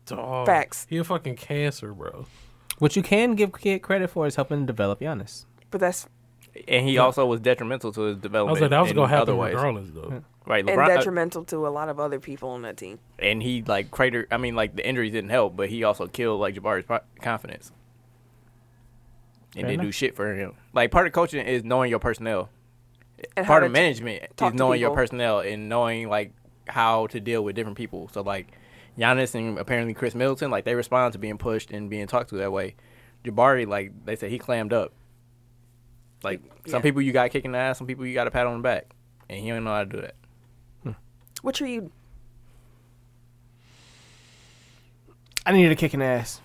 [SPEAKER 1] Dog.
[SPEAKER 4] Facts.
[SPEAKER 1] He a fucking cancer, bro.
[SPEAKER 3] What you can give Kidd credit for is helping develop Giannis.
[SPEAKER 4] But that's
[SPEAKER 5] And he also was detrimental to his
[SPEAKER 1] I
[SPEAKER 5] development.
[SPEAKER 1] was like, that was
[SPEAKER 5] in
[SPEAKER 1] gonna
[SPEAKER 5] other
[SPEAKER 1] happen
[SPEAKER 5] ways.
[SPEAKER 1] regardless, though.
[SPEAKER 5] Right,
[SPEAKER 4] and
[SPEAKER 5] LeBron, uh,
[SPEAKER 4] detrimental to a lot of other people on that team.
[SPEAKER 5] and he like crater. I mean, like the injuries didn't help, but he also killed like Jabari's pro- confidence. and didn't do shit for him. Like part of coaching is knowing your personnel.
[SPEAKER 4] And how
[SPEAKER 5] part of
[SPEAKER 4] to-
[SPEAKER 5] management
[SPEAKER 4] talk
[SPEAKER 5] is
[SPEAKER 4] to
[SPEAKER 5] knowing your
[SPEAKER 4] people.
[SPEAKER 5] personnel and knowing like how to deal with different people. So like Giannis and apparently Chris Middleton, like they respond to being pushed and being talked to that way. Jabari, like they said, he clammed up. Like some people you got kicking the ass, some people you got to pat on the back, and he don't know how to do that.
[SPEAKER 4] What are you?
[SPEAKER 2] I needed a kicking ass.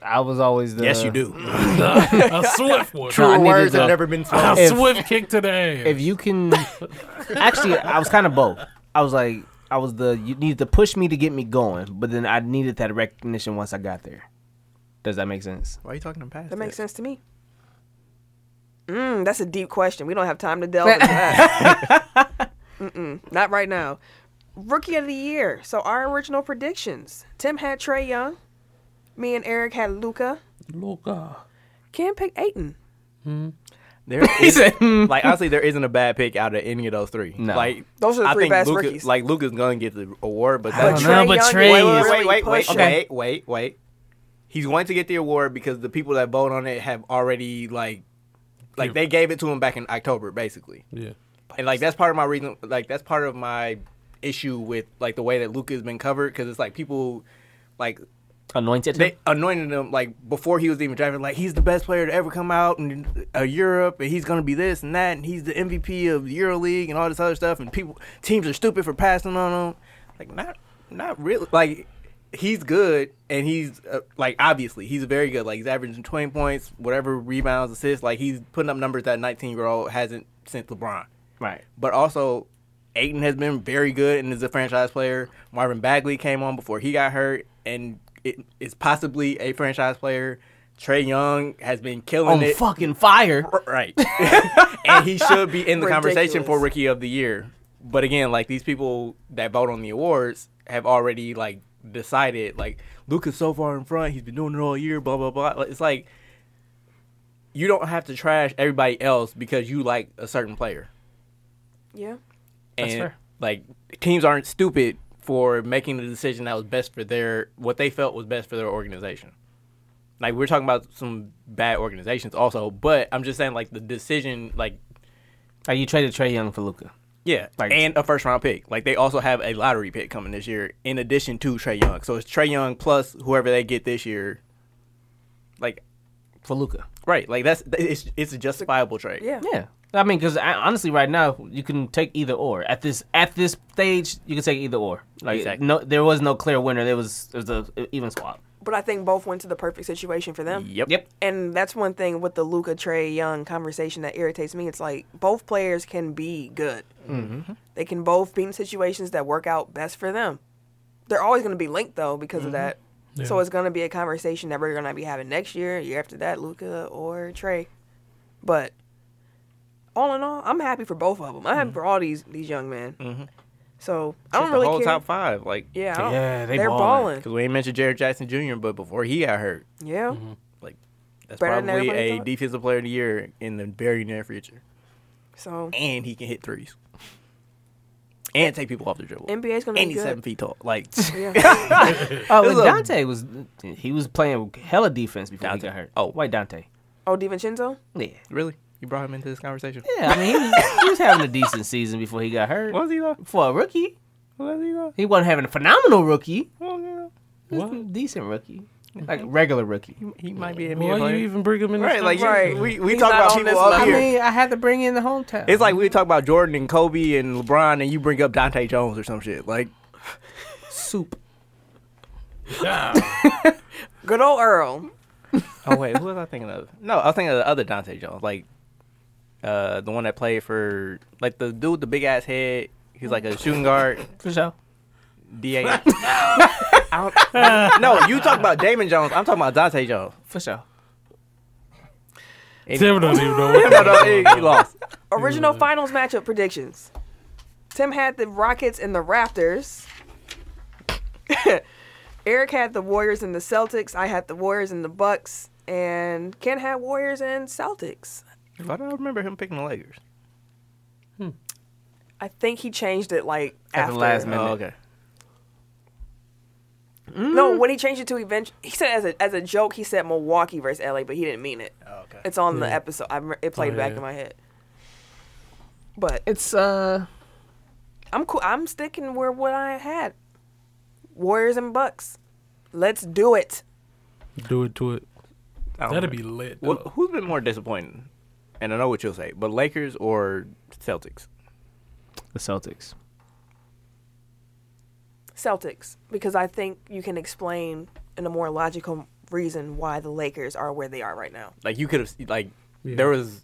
[SPEAKER 2] I was always the
[SPEAKER 5] do.
[SPEAKER 1] a swift one.
[SPEAKER 2] True. I
[SPEAKER 1] A
[SPEAKER 2] needed the-
[SPEAKER 5] been
[SPEAKER 2] Uh,
[SPEAKER 5] spoken.
[SPEAKER 2] If-
[SPEAKER 1] swift kick to the ass.
[SPEAKER 2] If you can, actually, I was kind of both. I was like, I was the you needed to push me to get me going, but then I needed that recognition once I got there. Does that make sense?
[SPEAKER 5] Why are you talking to past?
[SPEAKER 4] That makes sense to me. Mm, that's a deep question. We don't have time to delve into that. Mm-mm, not right now. Rookie of the year. So our original predictions. Tim had Trey Young. Me and Eric had Luca.
[SPEAKER 1] Luka.
[SPEAKER 4] Cam picked Aiton.
[SPEAKER 5] There is,
[SPEAKER 4] hmm.
[SPEAKER 5] like honestly, there isn't a bad pick out of any of those three.
[SPEAKER 2] No.
[SPEAKER 5] Like
[SPEAKER 4] Those are the
[SPEAKER 5] I
[SPEAKER 4] three
[SPEAKER 5] think
[SPEAKER 4] best
[SPEAKER 5] Luka-
[SPEAKER 4] rookies.
[SPEAKER 5] Like Luca's gonna get the award, Oh, but
[SPEAKER 4] But
[SPEAKER 5] that's
[SPEAKER 2] know,
[SPEAKER 4] Trey
[SPEAKER 2] but
[SPEAKER 4] Young
[SPEAKER 2] Trey
[SPEAKER 4] is
[SPEAKER 2] is-
[SPEAKER 4] really
[SPEAKER 5] wait, wait, wait,
[SPEAKER 4] pushing.
[SPEAKER 5] wait, wait, wait. He's going to get the award because the people that vote on it have already like, like they gave it to him back in October, basically.
[SPEAKER 1] Yeah.
[SPEAKER 5] And like that's part of my reason, like that's part of my issue with like the way that Luca has been covered because it's like people, like
[SPEAKER 2] Anointed.
[SPEAKER 5] they anointed him like before he was even driving. Like he's the best player to ever come out in uh, Europe, and he's gonna be this and that, and he's the MVP of the EuroLeague and all this other stuff. And people teams are stupid for passing on him. Like not not really. Like he's good, and he's uh, like obviously he's very good. Like he's averaging twenty points, whatever rebounds, assists. Like he's putting up numbers that nineteen year old hasn't since LeBron
[SPEAKER 2] right.
[SPEAKER 5] but also Aiton has been very good and is a franchise player. Marvin Bagley came on before he got hurt and it is possibly a franchise player. Trey Young has been killing
[SPEAKER 2] On
[SPEAKER 3] Oh,
[SPEAKER 5] it.
[SPEAKER 2] fucking fire.
[SPEAKER 5] Right. and he should be in the conversation for
[SPEAKER 4] Ridiculous.
[SPEAKER 5] rookie of the year. But again, like these people that vote on the awards have already like decided like Luca's so far in front, he's been doing it all year, blah blah blah. Like, It's like you don't have to trash everybody else because you like a certain player
[SPEAKER 4] Yeah.
[SPEAKER 5] and
[SPEAKER 2] fair.
[SPEAKER 5] like teams aren't stupid for making the decision that was best for their what they felt was best for their organization. Like we're talking about some bad organizations also, but I'm just saying like the decision like
[SPEAKER 2] Like you traded Trey Young for Luca.
[SPEAKER 5] yeah,
[SPEAKER 2] Like-
[SPEAKER 5] and a first round pick. Like they also have a lottery pick coming this year in addition to Trey Young. So it's Trey Young plus whoever they get this year. Like
[SPEAKER 2] For Luca.
[SPEAKER 5] right, like that's it's it's a justifiable trade.
[SPEAKER 4] Yeah.
[SPEAKER 2] Yeah. I mean, because honestly, right now you can take either or at this at this stage you can take either or. Like
[SPEAKER 5] Exactly.
[SPEAKER 2] no, there was no clear winner. There was there was a even swap.
[SPEAKER 4] But I think both went to the perfect situation for them.
[SPEAKER 5] Yep.
[SPEAKER 2] Yep.
[SPEAKER 4] And that's one thing with the Luca Trey Young conversation that irritates me. It's like both players can be good. They can both be in situations that work out best for them. They're always going to be linked though because of that. So
[SPEAKER 1] Yeah.
[SPEAKER 4] it's going to be a conversation that we're going to be having next year, year after that, Luca or Trey. But all in all, I'm happy for both of them. I'm happy for all these these young men. So I don't
[SPEAKER 5] The
[SPEAKER 4] really
[SPEAKER 5] whole
[SPEAKER 4] care.
[SPEAKER 5] top five, like
[SPEAKER 4] yeah, I don't-
[SPEAKER 2] Yeah, they
[SPEAKER 4] are
[SPEAKER 2] balling.
[SPEAKER 4] balling.
[SPEAKER 5] because we ain't mentioned Jared Jackson Jr. But before he got hurt,
[SPEAKER 4] Yeah.
[SPEAKER 5] like that's
[SPEAKER 4] Better than
[SPEAKER 5] probably
[SPEAKER 4] everybody
[SPEAKER 5] a
[SPEAKER 4] thought.
[SPEAKER 5] defensive player of the year in the very near future.
[SPEAKER 4] So
[SPEAKER 5] And he can hit threes. And take people off the dribble. And,
[SPEAKER 4] NBA's going to be
[SPEAKER 5] he's seven
[SPEAKER 4] good.
[SPEAKER 5] feet tall. Like
[SPEAKER 4] Yeah.
[SPEAKER 2] Oh, and
[SPEAKER 5] There's a-
[SPEAKER 2] Dante was he was playing hella defense before
[SPEAKER 5] Dante.
[SPEAKER 2] he got hurt.
[SPEAKER 5] Oh.
[SPEAKER 2] why Dante?
[SPEAKER 4] oh, DiVincenzo?
[SPEAKER 2] Yeah,
[SPEAKER 5] really? You brought him into this conversation?
[SPEAKER 2] yeah. I mean, he was, he was having a decent season before he got hurt.
[SPEAKER 5] Was he though?
[SPEAKER 2] For a rookie,
[SPEAKER 5] Was he though?
[SPEAKER 2] he wasn't having a phenomenal rookie.
[SPEAKER 5] Well, you
[SPEAKER 2] He was a decent rookie, like regular rookie.
[SPEAKER 5] know, he might be a
[SPEAKER 1] Why
[SPEAKER 5] NBA
[SPEAKER 1] you
[SPEAKER 5] player.
[SPEAKER 1] even bring him in? this
[SPEAKER 5] right, like you-
[SPEAKER 4] Right.
[SPEAKER 5] we, we
[SPEAKER 4] He's
[SPEAKER 5] talk
[SPEAKER 4] not
[SPEAKER 5] about
[SPEAKER 4] on
[SPEAKER 5] people
[SPEAKER 4] this
[SPEAKER 5] up
[SPEAKER 4] level.
[SPEAKER 5] here.
[SPEAKER 2] I mean, I had to bring in the hometown.
[SPEAKER 5] it's like we talk about Jordan and Kobe and LeBron, and you bring up Dante Jones or some shit. Like
[SPEAKER 2] soup.
[SPEAKER 4] Good old Earl.
[SPEAKER 5] Oh wait, who was I thinking of? No, I was thinking of the other Dante Jones, like uh, the one that played for like the dude with the big ass head. He's like a shooting guard.
[SPEAKER 2] For sure.
[SPEAKER 5] Da. I don't- no, you talk about Damon Jones. I'm talking about Dante Jones.
[SPEAKER 2] For sure.
[SPEAKER 5] And-
[SPEAKER 1] Tim don't even know.
[SPEAKER 5] No, no, he- he lost.
[SPEAKER 4] Original finals matchup predictions. Tim had the Rockets and the Raptors. Eric had the Warriors and the Celtics. I had the Warriors and the Bucks. And Ken had Warriors and Celtics.
[SPEAKER 5] Why do I remember him picking the Lakers?
[SPEAKER 4] I think he changed it like
[SPEAKER 2] At the
[SPEAKER 4] after.
[SPEAKER 2] last minute.
[SPEAKER 5] Oh, okay.
[SPEAKER 4] No, when he changed it to event, he said as a as a joke, he said Milwaukee versus LA, but he didn't mean it.
[SPEAKER 5] Oh, okay.
[SPEAKER 4] It's on the episode. I rem- it played
[SPEAKER 1] Oh,
[SPEAKER 4] back
[SPEAKER 1] yeah.
[SPEAKER 4] in my head. But
[SPEAKER 6] It's uh
[SPEAKER 4] I'm cool. I'm sticking where what I had. Warriors and Bucks. Let's do it.
[SPEAKER 1] Do it to it.
[SPEAKER 5] I don't
[SPEAKER 1] That'd
[SPEAKER 5] know.
[SPEAKER 1] be lit.
[SPEAKER 5] Well,
[SPEAKER 1] though.
[SPEAKER 5] who's been more disappointing? And I know what you'll say, but Lakers or Celtics?
[SPEAKER 3] The Celtics.
[SPEAKER 4] Celtics because I think you can explain in a more logical reason why the Lakers are where they are right now.
[SPEAKER 5] Like you could have like
[SPEAKER 1] Yeah.
[SPEAKER 5] there was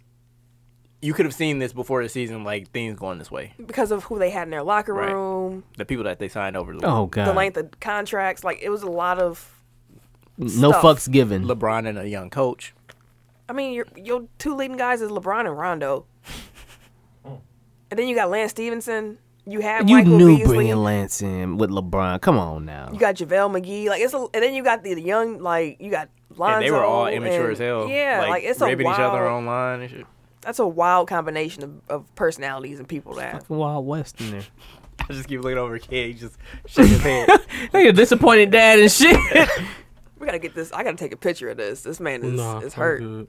[SPEAKER 5] you could have seen this before the season, like things going this way.
[SPEAKER 4] Because of who they had in their locker
[SPEAKER 5] Right.
[SPEAKER 4] room,
[SPEAKER 5] The people that they signed over the
[SPEAKER 3] Oh God.
[SPEAKER 1] Uh-huh.
[SPEAKER 4] the length of contracts, like it was a lot of
[SPEAKER 3] no
[SPEAKER 4] stuff.
[SPEAKER 3] fucks given.
[SPEAKER 5] LeBron and a young coach.
[SPEAKER 4] I mean, your your two leading guys is LeBron and Rondo.
[SPEAKER 5] Mm.
[SPEAKER 4] and then you got Lance Stevenson, you have
[SPEAKER 3] you
[SPEAKER 4] Michael
[SPEAKER 3] knew
[SPEAKER 4] Beasley,
[SPEAKER 3] bringing Lance in with LeBron. Come on now.
[SPEAKER 4] you got JaVale McGee, like it's a, and then you got the young like you got Lonzo.
[SPEAKER 5] and they were all immature
[SPEAKER 4] and-
[SPEAKER 5] as hell.
[SPEAKER 4] Yeah, like, it's a
[SPEAKER 5] ribbing
[SPEAKER 4] wild,
[SPEAKER 5] each other online and shit.
[SPEAKER 4] that's a wild combination of, of personalities and people that
[SPEAKER 3] Fucking Wild West in there.
[SPEAKER 5] I just keep looking over Kid, he just shaking his head.
[SPEAKER 3] Like a disappointed dad and shit.
[SPEAKER 4] We gotta get this. I gotta take a picture of this. This man is,
[SPEAKER 1] Nah,
[SPEAKER 4] is
[SPEAKER 1] I'm
[SPEAKER 4] hurt.
[SPEAKER 1] good.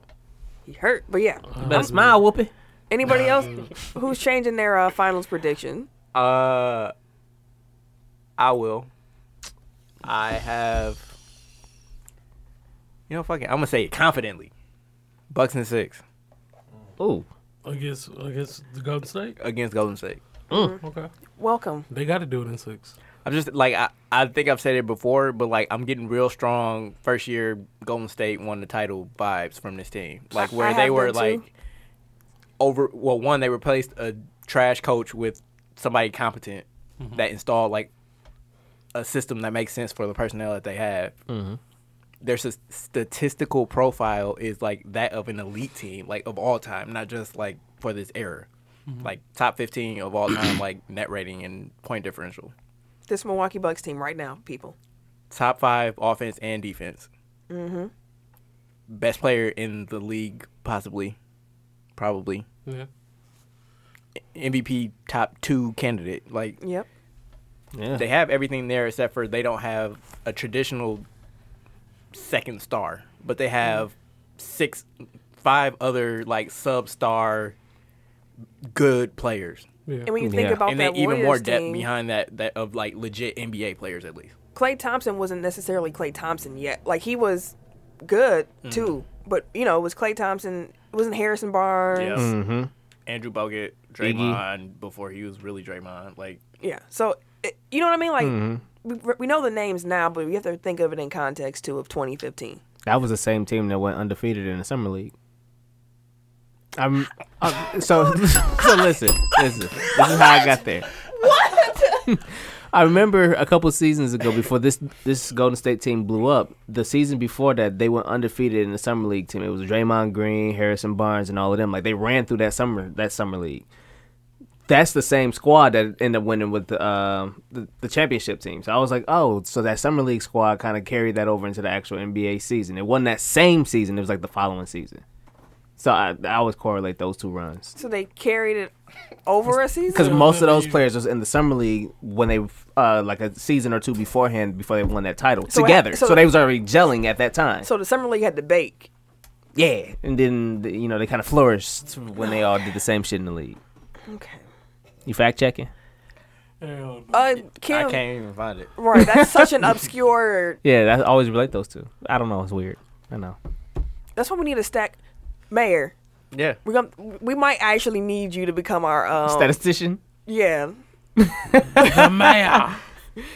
[SPEAKER 4] He hurt. But yeah.
[SPEAKER 6] better
[SPEAKER 5] Um,
[SPEAKER 6] smile, Whoopi.
[SPEAKER 4] Anybody else who's changing their uh, finals prediction?
[SPEAKER 5] Uh, I will. I have. You know, fucking. I'm gonna say it confidently. Bucks and six
[SPEAKER 3] Ooh.
[SPEAKER 1] I guess I guess the Golden State.
[SPEAKER 5] against Golden State.
[SPEAKER 1] Okay,
[SPEAKER 4] Welcome.
[SPEAKER 1] they got to do it in six.
[SPEAKER 5] I'm just like I. I think I've said it before, but like I'm getting real strong first year Golden State won the title vibes from this team. Like
[SPEAKER 4] I-
[SPEAKER 5] where
[SPEAKER 4] I
[SPEAKER 5] they
[SPEAKER 4] have
[SPEAKER 5] were
[SPEAKER 4] them, too.
[SPEAKER 5] like over. Well, one they replaced a trash coach with somebody competent that installed like a system that makes sense for the personnel that they have. Their s- statistical profile is like that of an elite team, like of all time, not just like for this era. Like top 15 of all time, like net rating and point differential
[SPEAKER 4] This Milwaukee Bucks team right now, people.
[SPEAKER 5] top five offense and defense. Mm-hmm. Best player in the league, possibly, probably
[SPEAKER 1] Yeah,
[SPEAKER 5] MVP top two candidate. Like
[SPEAKER 4] Yep.
[SPEAKER 3] Yeah.
[SPEAKER 5] they have everything there except for they don't have a traditional second star, but they have six, five other like sub star good players,
[SPEAKER 1] yeah.
[SPEAKER 4] And when you think
[SPEAKER 3] Yeah.
[SPEAKER 4] about
[SPEAKER 5] and
[SPEAKER 4] that
[SPEAKER 5] then even more
[SPEAKER 4] Warriors
[SPEAKER 5] depth
[SPEAKER 4] team,
[SPEAKER 5] behind that that of like legit NBA players at least.
[SPEAKER 4] Clay Thompson wasn't necessarily Clay Thompson yet. Like he was good too, but you know it was Clay Thompson. It wasn't Harrison Barnes.
[SPEAKER 5] Yeah. Andrew Bogut, Draymond before he was really Draymond. Like
[SPEAKER 4] Yeah. So it, you know what I mean? Like
[SPEAKER 5] Mm-hmm.
[SPEAKER 4] we, we know the names now, but we have to think of it in context too of 2015.
[SPEAKER 3] That was the same team that went undefeated in the summer league. I'm uh, so so. Listen, listen. This is how I got there. What? I remember a couple seasons ago, before this this Golden State team blew up. The season before that, they went undefeated in the summer league team. It was Draymond Green, Harrison Barnes, and all of them. Like they ran through that summer that summer league. That's the same squad that ended up winning with the, uh, the the championship team. So I was like, oh, so that summer league squad kind of carried that over into the actual NBA season. It wasn't that same season. It was like the following season. So I, I always correlate those two runs.
[SPEAKER 4] So they carried it over a season.
[SPEAKER 3] Because
[SPEAKER 1] Yeah,
[SPEAKER 3] most of
[SPEAKER 1] remember
[SPEAKER 3] those
[SPEAKER 1] you-
[SPEAKER 3] players was in the summer league when they uh, like a season or two beforehand before they won that title
[SPEAKER 4] So it-
[SPEAKER 3] together.
[SPEAKER 4] so-
[SPEAKER 3] so, they was already gelling at that time.
[SPEAKER 4] So the summer league had to bake.
[SPEAKER 3] yeah, and then the- you know they kind of flourished when they all did the same shit in the league.
[SPEAKER 4] Okay.
[SPEAKER 3] You fact checking?
[SPEAKER 1] Hell no.
[SPEAKER 4] Uh, Kim,
[SPEAKER 5] I can't even find it.
[SPEAKER 4] right? That's such an obscure.
[SPEAKER 3] Yeah, I always relate those two. I don't know. It's weird. I know.
[SPEAKER 4] That's why we need a stack mayor.
[SPEAKER 5] Yeah.
[SPEAKER 4] We're gonna. We might actually need you to become our. Um,
[SPEAKER 3] Oh. Statistician.
[SPEAKER 4] yeah.
[SPEAKER 1] the mayor.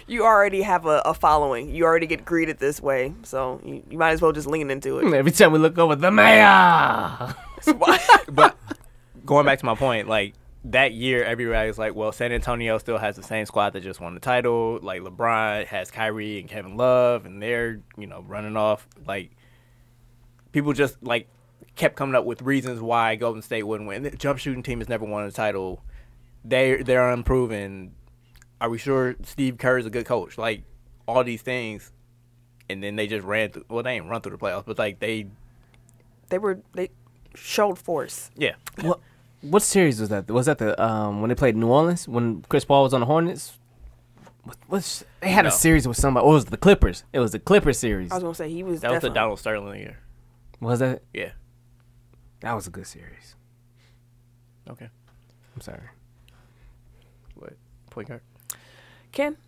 [SPEAKER 4] You already have a, a following. You already get greeted this way, so you, you might as well just lean into it.
[SPEAKER 3] Every time we look over, the mayor.
[SPEAKER 5] But going back to my point, like that year, everybody was like, "Well, San Antonio still has the same squad that just won the title. Like LeBron has Kyrie and Kevin Love, and they're you know running off. Like people just like kept coming up with reasons why Golden State wouldn't win. The jump shooting team has never won a title. They they're unproven. Are we sure Steve Kerr is a good coach? Like all these things, and then they just ran through. Well, they ain't run through the playoffs, but like they
[SPEAKER 4] They were they showed force.
[SPEAKER 5] yeah.
[SPEAKER 3] what? What series was that? Was that the um, when they played New Orleans when Chris Paul was on the Hornets? Let's, they had
[SPEAKER 5] No.
[SPEAKER 3] a series with somebody. Or was it the Clippers? It was the Clippers series.
[SPEAKER 4] I was gonna say he was.
[SPEAKER 5] That was the
[SPEAKER 4] definitely-
[SPEAKER 5] Donald Sterling year.
[SPEAKER 3] was that?
[SPEAKER 5] Yeah.
[SPEAKER 3] That was a good series.
[SPEAKER 5] Okay.
[SPEAKER 3] I'm sorry.
[SPEAKER 5] What point guard?
[SPEAKER 4] Ken,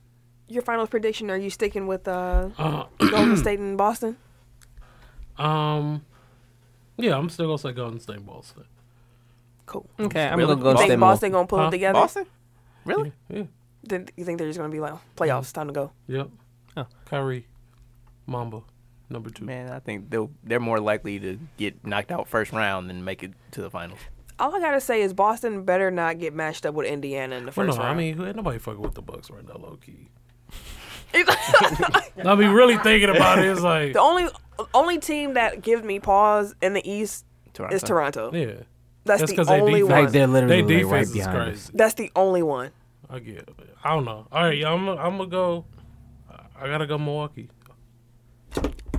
[SPEAKER 4] your finals prediction? Are you sticking with uh,
[SPEAKER 1] Uh,
[SPEAKER 4] Golden State and Boston?
[SPEAKER 1] um, yeah, I'm still gonna say Golden State Boston.
[SPEAKER 4] Cool.
[SPEAKER 3] Okay, I'm
[SPEAKER 5] Really?
[SPEAKER 3] gonna go
[SPEAKER 5] Boston
[SPEAKER 4] Think
[SPEAKER 3] stem
[SPEAKER 4] Boston gonna pull
[SPEAKER 1] Huh?
[SPEAKER 4] it together?
[SPEAKER 5] Boston? Really?
[SPEAKER 1] Yeah,
[SPEAKER 4] Then you think they're just gonna be like "Oh, playoffs? Time to go.
[SPEAKER 1] yeah. yep.
[SPEAKER 3] Oh.
[SPEAKER 1] Kyrie, Mamba, number two.
[SPEAKER 5] Man, I think they'll they're more likely to get knocked out first round than make it to the finals.
[SPEAKER 4] All I gotta say is Boston better not get matched up with Indiana in the
[SPEAKER 1] Well,
[SPEAKER 4] first
[SPEAKER 1] no, I
[SPEAKER 4] round.
[SPEAKER 1] mean, who- ain't nobody fucking with the Bucks right now, low key.
[SPEAKER 4] the
[SPEAKER 1] I mean, really thinking about it, it's like,
[SPEAKER 4] only only team that gives me pause in the East
[SPEAKER 5] Toronto.
[SPEAKER 4] is Toronto.
[SPEAKER 1] yeah,
[SPEAKER 4] That's,
[SPEAKER 1] That's
[SPEAKER 4] the
[SPEAKER 1] 'cause they
[SPEAKER 4] only
[SPEAKER 1] defense-
[SPEAKER 4] one.
[SPEAKER 3] Like they're literally
[SPEAKER 1] they
[SPEAKER 3] like,
[SPEAKER 1] defense
[SPEAKER 3] right
[SPEAKER 1] is
[SPEAKER 3] behind us.
[SPEAKER 1] crazy.
[SPEAKER 4] That's the only one.
[SPEAKER 1] I get, it. I don't know. All right, yeah, I'm, I'm gonna go. I gotta go Milwaukee.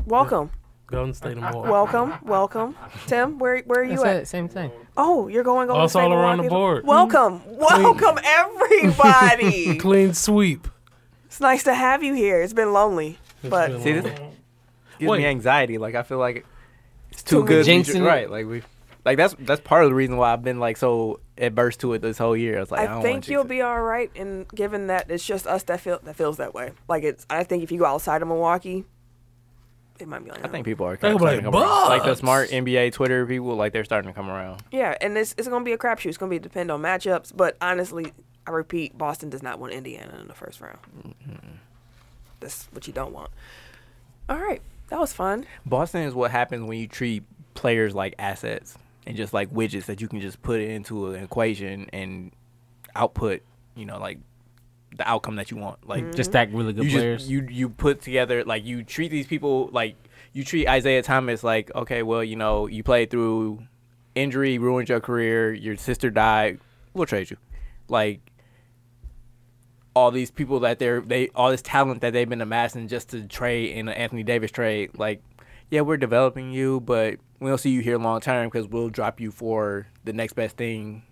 [SPEAKER 4] Welcome,
[SPEAKER 1] Golden State and Milwaukee.
[SPEAKER 4] welcome, welcome. Tim, where where are you at?
[SPEAKER 3] Same thing.
[SPEAKER 4] Oh, you're going Golden
[SPEAKER 1] Oh, it's
[SPEAKER 4] State
[SPEAKER 1] all around the
[SPEAKER 4] Milwaukee.
[SPEAKER 1] board. Mm.
[SPEAKER 4] Welcome, welcome everybody.
[SPEAKER 1] clean sweep.
[SPEAKER 4] it's nice to have you here. It's been lonely, but
[SPEAKER 1] It's
[SPEAKER 5] See,
[SPEAKER 1] been
[SPEAKER 5] this-
[SPEAKER 1] long.
[SPEAKER 5] gives
[SPEAKER 1] Wait.
[SPEAKER 5] me anxiety. Like I feel like it's
[SPEAKER 4] Too
[SPEAKER 5] too,
[SPEAKER 4] much.
[SPEAKER 5] good. to be
[SPEAKER 7] Jinxing
[SPEAKER 5] true.
[SPEAKER 7] it.
[SPEAKER 5] right? Like we, like that's that's part of the reason why I've been like so adverse to it this whole year. I was like, I,
[SPEAKER 4] I,
[SPEAKER 5] don't
[SPEAKER 4] think
[SPEAKER 5] wanna
[SPEAKER 4] you'll
[SPEAKER 5] jinx it.
[SPEAKER 4] be all right. And given that it's just us that feel that feels that way, like it's. I think if you go outside of Milwaukee, it might be. Like
[SPEAKER 5] I think people are
[SPEAKER 1] They
[SPEAKER 5] kinda
[SPEAKER 1] gonna be
[SPEAKER 5] starting
[SPEAKER 1] like,
[SPEAKER 5] to come around. like the
[SPEAKER 1] "Bucks!"
[SPEAKER 5] smart NBA Twitter people. Like they're starting to come around.
[SPEAKER 4] Yeah, and it's it's gonna be a crapshoot. It's gonna be depend on matchups. But honestly, I repeat, Boston does not want Indiana in the first round. That's what you don't want. All right, that was fun.
[SPEAKER 5] Boston is what happens when you treat players like assets and just like widgets that you can just put into an equation and output. You know, like the outcome that you want. Like
[SPEAKER 3] Just stack really good
[SPEAKER 5] you
[SPEAKER 3] players.
[SPEAKER 5] Just, you you put together like you treat these people like you treat Isaiah Thomas like okay, well you know you played through injury, ruined your career, your sister died, we'll trade you. Like all these people that they're they all this talent that they've been amassing just to trade in an Anthony Davis trade, like yeah, we're developing you, but we don't see you here long term because we'll drop you for the next best thing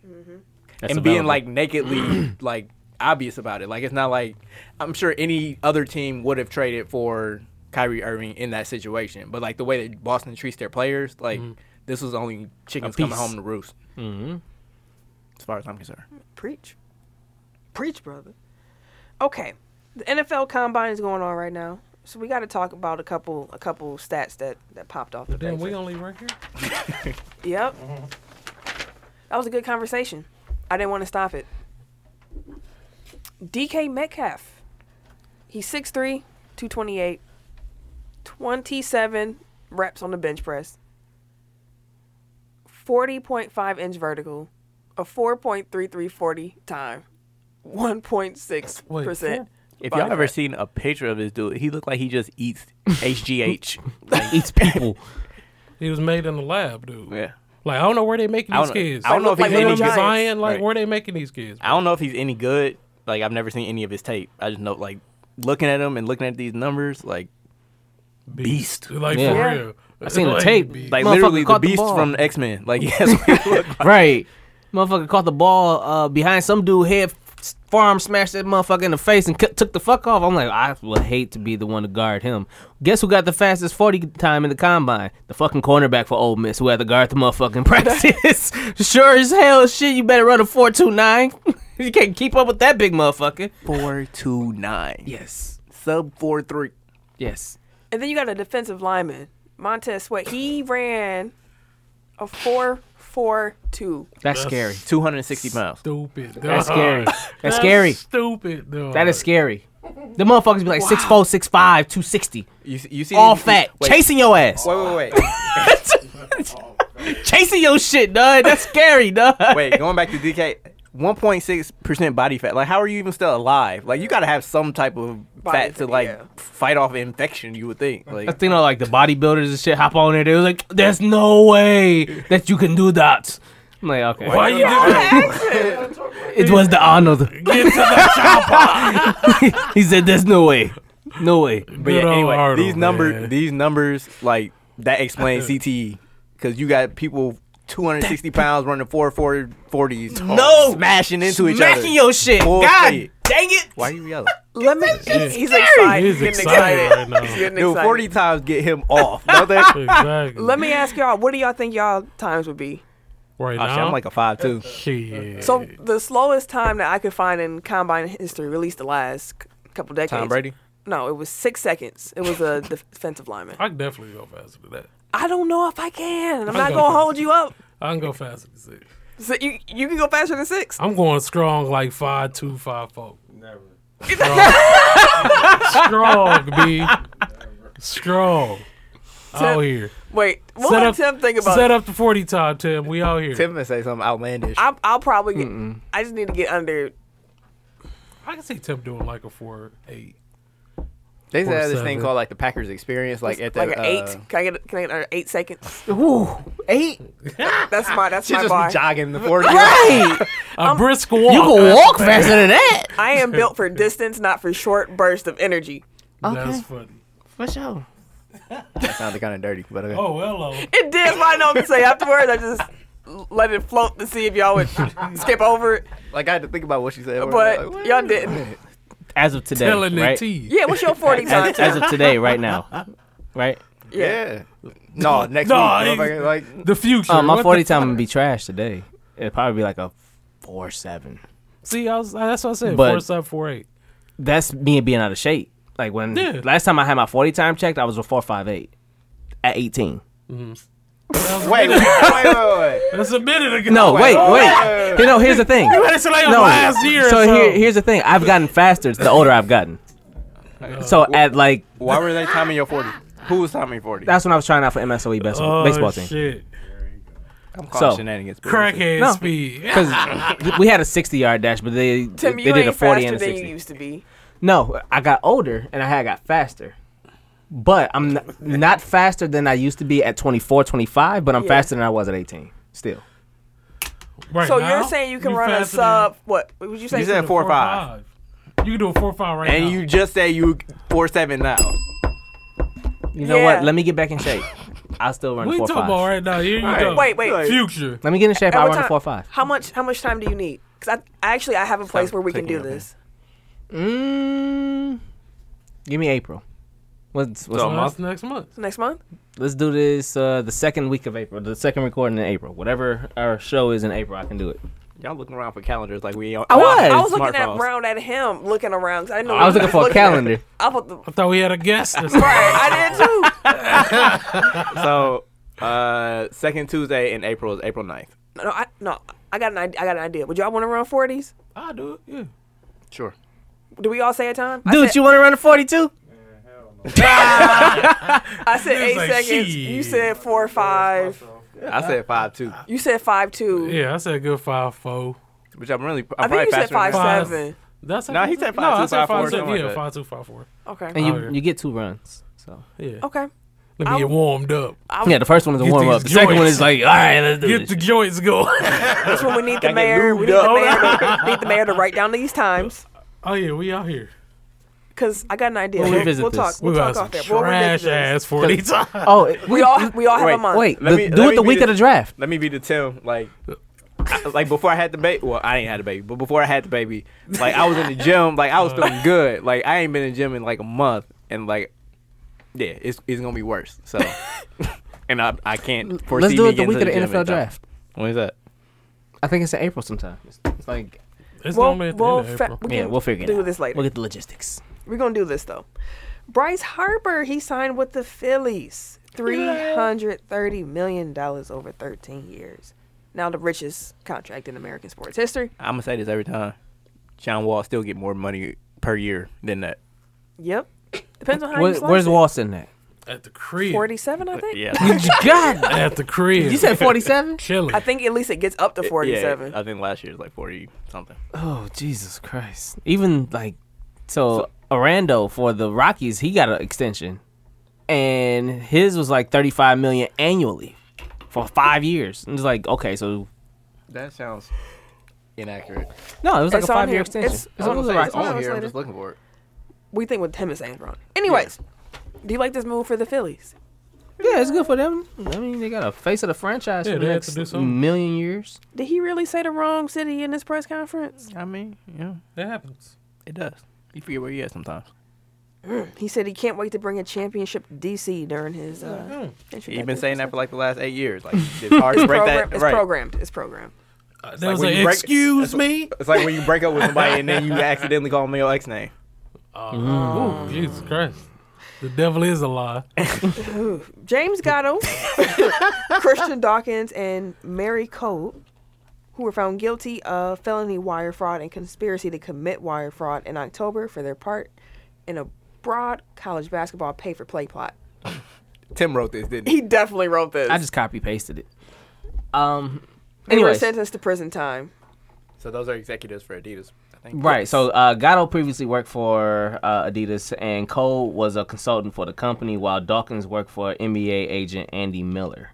[SPEAKER 3] That's
[SPEAKER 5] and being
[SPEAKER 3] available.
[SPEAKER 5] like nakedly like obvious about it. Like it's not like I'm sure any other team would have traded for Kyrie Irving in that situation, but like the way that Boston treats their players, like this was only chickens coming
[SPEAKER 3] piece.
[SPEAKER 5] home to roost. Mm-hmm. As far as I'm concerned,
[SPEAKER 4] Preach, preach, brother. Okay, the NFL Combine is going on right now, so we got to talk about a couple a couple stats that that popped off the
[SPEAKER 1] Damn,
[SPEAKER 4] page.
[SPEAKER 1] we only right here.
[SPEAKER 4] Yep, that was a good conversation. I didn't want to stop it. DK Metcalf. He's 6'3", 228, 27 reps on the bench press, 40.5 inch vertical, a 4.3340 time, 1.6%.
[SPEAKER 5] if
[SPEAKER 4] body
[SPEAKER 5] y'all ever
[SPEAKER 4] fat.
[SPEAKER 5] seen a picture of this dude, he looked like he just eats HGH.
[SPEAKER 3] eats people.
[SPEAKER 1] He was made in the lab, dude.
[SPEAKER 5] yeah.
[SPEAKER 1] Like I don't know where they making
[SPEAKER 5] I
[SPEAKER 1] these
[SPEAKER 5] don't,
[SPEAKER 1] kids.
[SPEAKER 5] I don't know if
[SPEAKER 4] They
[SPEAKER 5] he's
[SPEAKER 1] Them
[SPEAKER 4] look like
[SPEAKER 5] any
[SPEAKER 4] little
[SPEAKER 5] good.
[SPEAKER 4] giants.
[SPEAKER 1] Zion, like
[SPEAKER 5] Right.
[SPEAKER 1] where they making these kids?
[SPEAKER 5] I don't know if he's any good. Like I've never seen any of his tape. I just know like looking at him and looking at these numbers, like beast.
[SPEAKER 1] Like
[SPEAKER 3] Yeah.
[SPEAKER 1] for
[SPEAKER 3] Yeah.
[SPEAKER 1] real.
[SPEAKER 3] I seen the
[SPEAKER 1] Like,
[SPEAKER 3] tape.
[SPEAKER 1] beast.
[SPEAKER 5] like
[SPEAKER 3] Motherfucker
[SPEAKER 5] literally the
[SPEAKER 3] caught the
[SPEAKER 5] beast
[SPEAKER 3] ball.
[SPEAKER 5] from X Men. Like yes, we look like-
[SPEAKER 3] right. Motherfucker caught the ball uh, behind some dude head s- forearm smashed that motherfucker in the face and c- took the fuck off. I'm like, I would hate to be the one to guard him. Guess who got the fastest 40 time in the combine? The fucking cornerback for Ole Miss who had to guard the motherfucking practice. sure as hell, shit, you better run a 429. you can't keep up with that big motherfucker.
[SPEAKER 5] four two nine.
[SPEAKER 3] Yes.
[SPEAKER 5] sub four three.
[SPEAKER 3] Yes.
[SPEAKER 4] And then you got a defensive lineman, Montez Sweat. He ran a four four two.
[SPEAKER 3] That's scary.
[SPEAKER 5] Two hundred and sixty pounds.
[SPEAKER 1] Stupid. Dog.
[SPEAKER 3] That's scary. That's, scary.
[SPEAKER 1] Stupid. Dog.
[SPEAKER 3] That is scary. The motherfuckers be like six four, six five, two sixty,
[SPEAKER 5] You, s- you see
[SPEAKER 3] all
[SPEAKER 5] these-
[SPEAKER 3] fat,
[SPEAKER 5] Wait,
[SPEAKER 3] chasing your ass,
[SPEAKER 5] Wait, wait, wait.
[SPEAKER 3] chasing your shit, dog. That's scary, dog.
[SPEAKER 5] wait, going back to DK. 1.6% body fat. Like, how are you even still alive? Like, you got to have some type of
[SPEAKER 4] Body
[SPEAKER 5] fat to,
[SPEAKER 4] fat,
[SPEAKER 5] like,
[SPEAKER 4] yeah.
[SPEAKER 5] fight off infection, you would think.
[SPEAKER 3] I
[SPEAKER 5] Like,
[SPEAKER 3] think all like the bodybuilders and shit hop on there. They was like, "There's no way that you can do that." I'm like, okay,
[SPEAKER 1] Why you do that?
[SPEAKER 3] it was the Arnold.
[SPEAKER 1] Get to the
[SPEAKER 3] he said, "There's no way, no way."
[SPEAKER 5] But
[SPEAKER 1] Good
[SPEAKER 5] yeah,
[SPEAKER 1] old
[SPEAKER 5] anyway,
[SPEAKER 1] Arnold,
[SPEAKER 5] these numbers,
[SPEAKER 1] man.
[SPEAKER 5] these numbers, like that explains CTE, because you got people 260 pounds running four four forties,
[SPEAKER 3] No!
[SPEAKER 5] smashing into each other.
[SPEAKER 3] Smacking your shit.
[SPEAKER 5] Full
[SPEAKER 3] God
[SPEAKER 5] speed.
[SPEAKER 3] dang it!
[SPEAKER 5] Why are you yelling? Let me.
[SPEAKER 1] Shit.
[SPEAKER 4] He's excited.
[SPEAKER 1] He's
[SPEAKER 4] getting
[SPEAKER 1] excited right now.
[SPEAKER 4] He's getting
[SPEAKER 5] Dude,
[SPEAKER 4] excited.
[SPEAKER 5] forty times get him off. Know that?
[SPEAKER 1] Exactly.
[SPEAKER 4] Let me ask y'all, what do y'all think y'all times would be?
[SPEAKER 1] right
[SPEAKER 5] Oh, shit,
[SPEAKER 1] now.
[SPEAKER 5] I'm like a five two.
[SPEAKER 1] shit.
[SPEAKER 4] So the slowest time that I could find in combine history, at least the last c- couple decades.
[SPEAKER 5] Tom Brady.
[SPEAKER 4] No, it was six seconds. It was a defensive lineman.
[SPEAKER 1] I can definitely go faster than that.
[SPEAKER 4] I don't know if I can. I'm not
[SPEAKER 1] go
[SPEAKER 4] gonna
[SPEAKER 1] first.
[SPEAKER 4] hold you up.
[SPEAKER 1] I can go faster than six.
[SPEAKER 4] So you you can go faster than six.
[SPEAKER 1] I'm going strong like five two five four.
[SPEAKER 8] Never.
[SPEAKER 1] Strong, B. Strong. Out here.
[SPEAKER 4] Wait, what
[SPEAKER 1] Set
[SPEAKER 4] would
[SPEAKER 1] up-
[SPEAKER 4] Tim think about?
[SPEAKER 1] Set up the forty time, Tim. We out here.
[SPEAKER 5] Tim gonna say something outlandish.
[SPEAKER 4] I'm, I'll probably. Get, I just need to get under.
[SPEAKER 1] I can see Tim doing like a four eight.
[SPEAKER 5] They used to
[SPEAKER 1] Or
[SPEAKER 5] have this thing
[SPEAKER 1] seven.
[SPEAKER 5] called like the Packers experience, like at the
[SPEAKER 4] like an
[SPEAKER 5] uh,
[SPEAKER 4] eight. Can I get? Can I get under eight seconds?
[SPEAKER 3] Ooh, eight.
[SPEAKER 4] That's my. That's
[SPEAKER 5] She
[SPEAKER 4] my
[SPEAKER 5] just
[SPEAKER 4] bar.
[SPEAKER 5] jogging the forty.
[SPEAKER 3] Hey,
[SPEAKER 1] A brisk walk.
[SPEAKER 3] Um, you can walk faster than that.
[SPEAKER 4] I am built for distance, not for short bursts of energy.
[SPEAKER 1] That's funny.
[SPEAKER 3] For sure.
[SPEAKER 5] that sounded kind of dirty, but okay.
[SPEAKER 1] Oh hello.
[SPEAKER 4] It did. What I know what to say afterwards. I just l- let it float to see if y'all would skip over it.
[SPEAKER 5] like I had to think about what she said.
[SPEAKER 4] But
[SPEAKER 5] Like,
[SPEAKER 4] y'all didn't.
[SPEAKER 3] As of today,
[SPEAKER 1] Telling
[SPEAKER 3] right?
[SPEAKER 1] the T.
[SPEAKER 4] Yeah. What's your forty time?
[SPEAKER 3] As, as of today, right now, right?
[SPEAKER 5] yeah. No, next
[SPEAKER 1] No,
[SPEAKER 5] week.
[SPEAKER 1] it's-
[SPEAKER 5] motherfucker, Like
[SPEAKER 1] The future.
[SPEAKER 3] Um,
[SPEAKER 1] What
[SPEAKER 3] my
[SPEAKER 1] the-
[SPEAKER 3] forty time would be trash today. It'd probably be like a four seven.
[SPEAKER 1] See, I was, that's what I said.
[SPEAKER 3] But-
[SPEAKER 1] four seven four eight.
[SPEAKER 3] That's me being out of shape. Like when
[SPEAKER 1] Yeah.
[SPEAKER 3] last time I had my forty time checked, I was a four five eight at eighteen.
[SPEAKER 5] wait, wait, wait, wait, wait.
[SPEAKER 1] That's a minute ago.
[SPEAKER 3] No, wait,
[SPEAKER 5] wait.
[SPEAKER 3] wait. You know, here's the thing.
[SPEAKER 1] That's like
[SPEAKER 3] No.
[SPEAKER 1] last year. or
[SPEAKER 3] So here,
[SPEAKER 1] so.
[SPEAKER 3] here's the thing. I've gotten faster the older I've gotten.
[SPEAKER 1] Oh.
[SPEAKER 3] So at like
[SPEAKER 5] Why were they timing your forty? Who was timing your forty?
[SPEAKER 3] that's when I was trying out for MSOE
[SPEAKER 1] oh,
[SPEAKER 3] baseball, E baseball team
[SPEAKER 1] Shit.
[SPEAKER 5] I'm calling
[SPEAKER 3] so-
[SPEAKER 5] shenanigans. but-
[SPEAKER 1] Crackhead
[SPEAKER 3] No.
[SPEAKER 1] speed.
[SPEAKER 3] because we had a sixty yard dash, but they
[SPEAKER 4] Tim,
[SPEAKER 3] they
[SPEAKER 4] you
[SPEAKER 3] did
[SPEAKER 4] ain't
[SPEAKER 3] a forty
[SPEAKER 4] faster
[SPEAKER 3] and a
[SPEAKER 4] than
[SPEAKER 3] sixty.
[SPEAKER 4] you used to be.
[SPEAKER 3] No, I got older and I had got faster. But I'm not, not faster than I used to be at 24, 25, but I'm
[SPEAKER 4] Yeah.
[SPEAKER 3] faster than I was at 18 still.
[SPEAKER 1] Right
[SPEAKER 4] So
[SPEAKER 1] now,
[SPEAKER 4] you're saying you can run a
[SPEAKER 1] faster than-
[SPEAKER 4] sub? What? What would you say?
[SPEAKER 5] You said
[SPEAKER 1] a
[SPEAKER 5] four
[SPEAKER 1] or
[SPEAKER 5] five.
[SPEAKER 1] five. You can do a four five right now.
[SPEAKER 5] And you just say you four seven now.
[SPEAKER 3] You know what?
[SPEAKER 4] Yeah.
[SPEAKER 3] Let me get back in shape. I'll still run
[SPEAKER 1] we
[SPEAKER 3] 4
[SPEAKER 1] talking about
[SPEAKER 3] 5.
[SPEAKER 1] right now. Here you go.
[SPEAKER 4] Wait, wait.
[SPEAKER 1] Future.
[SPEAKER 3] Let me get in shape.
[SPEAKER 4] At
[SPEAKER 3] I'll
[SPEAKER 4] what
[SPEAKER 3] run a
[SPEAKER 4] time-
[SPEAKER 3] 4 5.
[SPEAKER 4] How much? How much time do you need? Because I actually I have a place where we can
[SPEAKER 5] clicking
[SPEAKER 4] do
[SPEAKER 5] your
[SPEAKER 4] this.
[SPEAKER 3] Mm, give me April. What's, what's
[SPEAKER 5] So-
[SPEAKER 1] Well, that's next month.
[SPEAKER 4] Next month.
[SPEAKER 3] Let's do this uh, the second week of April, the second recording in April. Whatever our show is in April, I can do it.
[SPEAKER 5] Y'all looking around for calendars like we.
[SPEAKER 3] I was.
[SPEAKER 4] I was looking
[SPEAKER 5] Smartphones.
[SPEAKER 4] at round at him, looking around. 'cause I know
[SPEAKER 3] I was looking for a calendar.
[SPEAKER 4] I put the
[SPEAKER 1] I thought we had a guest. Or
[SPEAKER 4] right.
[SPEAKER 1] something.
[SPEAKER 4] I did too.
[SPEAKER 5] So, uh, second Tuesday in April is April 9th.
[SPEAKER 4] No, I no. I got an idea. I got an idea. Would y'all want to run forties?
[SPEAKER 1] I do it. Yeah.
[SPEAKER 5] Sure.
[SPEAKER 4] Do we all say a time? I
[SPEAKER 3] Dude,
[SPEAKER 4] said,
[SPEAKER 3] you want to run a 42?
[SPEAKER 8] Man, hell no.
[SPEAKER 4] I said eight
[SPEAKER 1] like,
[SPEAKER 4] seconds. You
[SPEAKER 1] shit.
[SPEAKER 4] said four five.
[SPEAKER 5] I said five two,
[SPEAKER 4] You said five two.
[SPEAKER 1] Yeah, I said a good five four.
[SPEAKER 5] which I'm really.
[SPEAKER 4] I
[SPEAKER 5] I'm
[SPEAKER 4] think
[SPEAKER 5] probably
[SPEAKER 4] you said
[SPEAKER 5] faster than
[SPEAKER 4] five
[SPEAKER 5] that.
[SPEAKER 1] Five.
[SPEAKER 4] seven.
[SPEAKER 1] That's
[SPEAKER 5] No, he said
[SPEAKER 1] no, I
[SPEAKER 5] 5'2",,
[SPEAKER 1] said
[SPEAKER 5] 5'4",,
[SPEAKER 1] five,
[SPEAKER 5] something like
[SPEAKER 1] yeah,
[SPEAKER 5] that.
[SPEAKER 1] five two five four.
[SPEAKER 4] Okay.
[SPEAKER 3] And you,
[SPEAKER 1] Oh, yeah.
[SPEAKER 3] you get two runs. So
[SPEAKER 1] Yeah.
[SPEAKER 4] okay.
[SPEAKER 1] Let me
[SPEAKER 4] Oh, I-
[SPEAKER 1] get warmed up.
[SPEAKER 3] Yeah, the first one is a
[SPEAKER 1] Get
[SPEAKER 3] warm up. The
[SPEAKER 1] these
[SPEAKER 3] second one
[SPEAKER 1] joints.
[SPEAKER 3] is like, all right, let's do
[SPEAKER 1] Get
[SPEAKER 3] this.
[SPEAKER 1] the joints going.
[SPEAKER 4] That's when we need the mayor. We need the mayor, to, need the mayor to write down these times.
[SPEAKER 1] oh yeah, we out here.
[SPEAKER 4] Cause I got an idea.
[SPEAKER 3] We'll
[SPEAKER 4] We'll,
[SPEAKER 3] revisit
[SPEAKER 4] we'll talk.
[SPEAKER 3] this.
[SPEAKER 1] We
[SPEAKER 4] We'll
[SPEAKER 1] got
[SPEAKER 4] talk
[SPEAKER 1] some
[SPEAKER 4] off air. We'll
[SPEAKER 1] trash
[SPEAKER 4] revisit this.
[SPEAKER 1] ass forty time.
[SPEAKER 3] oh, it-
[SPEAKER 4] We all we all have a
[SPEAKER 5] Wait,
[SPEAKER 4] month.
[SPEAKER 3] wait,
[SPEAKER 5] Let
[SPEAKER 3] the-
[SPEAKER 5] me-
[SPEAKER 3] do
[SPEAKER 5] let
[SPEAKER 3] it
[SPEAKER 5] me
[SPEAKER 3] the
[SPEAKER 5] be
[SPEAKER 3] week
[SPEAKER 5] the-
[SPEAKER 3] of the draft.
[SPEAKER 5] Let me be the Tim. Like, I- like before I had the baby. Well, I ain't had a baby, but before I had the baby, like I was in the gym. Like I was feeling good. Like I ain't been in the gym in like a month, and like, yeah, it's it's gonna be worse. So, and I I can't
[SPEAKER 3] Let's
[SPEAKER 5] foresee.
[SPEAKER 3] do
[SPEAKER 5] me
[SPEAKER 3] it the
[SPEAKER 5] getting
[SPEAKER 3] week
[SPEAKER 5] to
[SPEAKER 3] of the
[SPEAKER 5] gym in
[SPEAKER 3] NFL
[SPEAKER 5] time.
[SPEAKER 3] draft.
[SPEAKER 5] When is that?
[SPEAKER 3] I think it's in April sometime. It's, it's like,
[SPEAKER 1] It's
[SPEAKER 4] We'll,
[SPEAKER 1] normally at the
[SPEAKER 4] we'll
[SPEAKER 1] end of
[SPEAKER 4] fa-
[SPEAKER 1] April.
[SPEAKER 4] we
[SPEAKER 3] yeah,
[SPEAKER 4] can
[SPEAKER 3] we'll figure it out.
[SPEAKER 4] do this later.
[SPEAKER 3] We'll get the logistics.
[SPEAKER 4] We're gonna do this though. Bryce Harper, he signed with the Phillies. Three hundred thirty million dollars over thirteen years. Now the richest contract in American sports history.
[SPEAKER 5] I'm gonna say this every time. John Wall still get more money per year than that.
[SPEAKER 4] Yep. Depends on how
[SPEAKER 3] Where,
[SPEAKER 4] you slice
[SPEAKER 3] where's
[SPEAKER 4] it.
[SPEAKER 3] Walson at?
[SPEAKER 1] at the crib.
[SPEAKER 4] Forty-seven, I think.
[SPEAKER 5] Uh, Yeah.
[SPEAKER 3] God,
[SPEAKER 1] At the crib.
[SPEAKER 3] you said 47?
[SPEAKER 1] chilling.
[SPEAKER 4] I think at least it gets up to forty-seven.
[SPEAKER 5] Yeah, uh, I think last year's like forty something.
[SPEAKER 3] oh, Jesus Christ. Even like, so, Orlando for the Rockies, he got an extension. And his was like 35 million annually for five years. And it's like, okay, so,
[SPEAKER 5] That sounds inaccurate.
[SPEAKER 3] no, it was like
[SPEAKER 4] It's
[SPEAKER 3] a
[SPEAKER 4] on
[SPEAKER 3] five year
[SPEAKER 4] here.
[SPEAKER 3] extension.
[SPEAKER 4] It's-
[SPEAKER 3] It's on the Rockies.
[SPEAKER 4] on here, I'm just
[SPEAKER 5] looking for it.
[SPEAKER 4] We think what Tim is saying is wrong. Anyways, do you like this move for the Phillies?
[SPEAKER 3] Yeah, it's good for them. I mean, they got a face of the franchise
[SPEAKER 1] Yeah,
[SPEAKER 3] for the
[SPEAKER 1] they had to do
[SPEAKER 3] next
[SPEAKER 1] something.
[SPEAKER 3] million years.
[SPEAKER 4] Did he really say the wrong city in this press conference?
[SPEAKER 5] I mean, yeah,
[SPEAKER 1] That happens.
[SPEAKER 5] it does. You forget where you at sometimes.
[SPEAKER 4] He said he can't wait to bring a championship to DC during his. Uh,
[SPEAKER 5] He's been saying that for like the last eight years. Like it's hard to break
[SPEAKER 4] program,
[SPEAKER 5] that.
[SPEAKER 4] It's
[SPEAKER 5] right.
[SPEAKER 4] programmed. It's programmed.
[SPEAKER 1] Uh,
[SPEAKER 5] like
[SPEAKER 1] That was
[SPEAKER 5] when you
[SPEAKER 1] like,
[SPEAKER 5] break-
[SPEAKER 1] excuse me.
[SPEAKER 5] It's like when you break up with somebody and then you accidentally call them your ex name.
[SPEAKER 1] Oh, Jesus Christ. The devil is a lie.
[SPEAKER 4] James Gatto, Christian Dawkins, and Mary Coate, who were found guilty of felony wire fraud and conspiracy to commit wire fraud in October for their part in a broad college basketball pay for play plot.
[SPEAKER 5] Tim wrote this, didn't he?
[SPEAKER 4] He definitely wrote this.
[SPEAKER 3] I just copy pasted it. Um.
[SPEAKER 4] they were
[SPEAKER 3] Anyways,
[SPEAKER 4] sentenced to prison time.
[SPEAKER 5] So those are executives for Adidas. I think.
[SPEAKER 3] right. So uh, Gatto previously worked for uh, Adidas, and Cole was a consultant for the company, while Dawkins worked for NBA agent Andy Miller.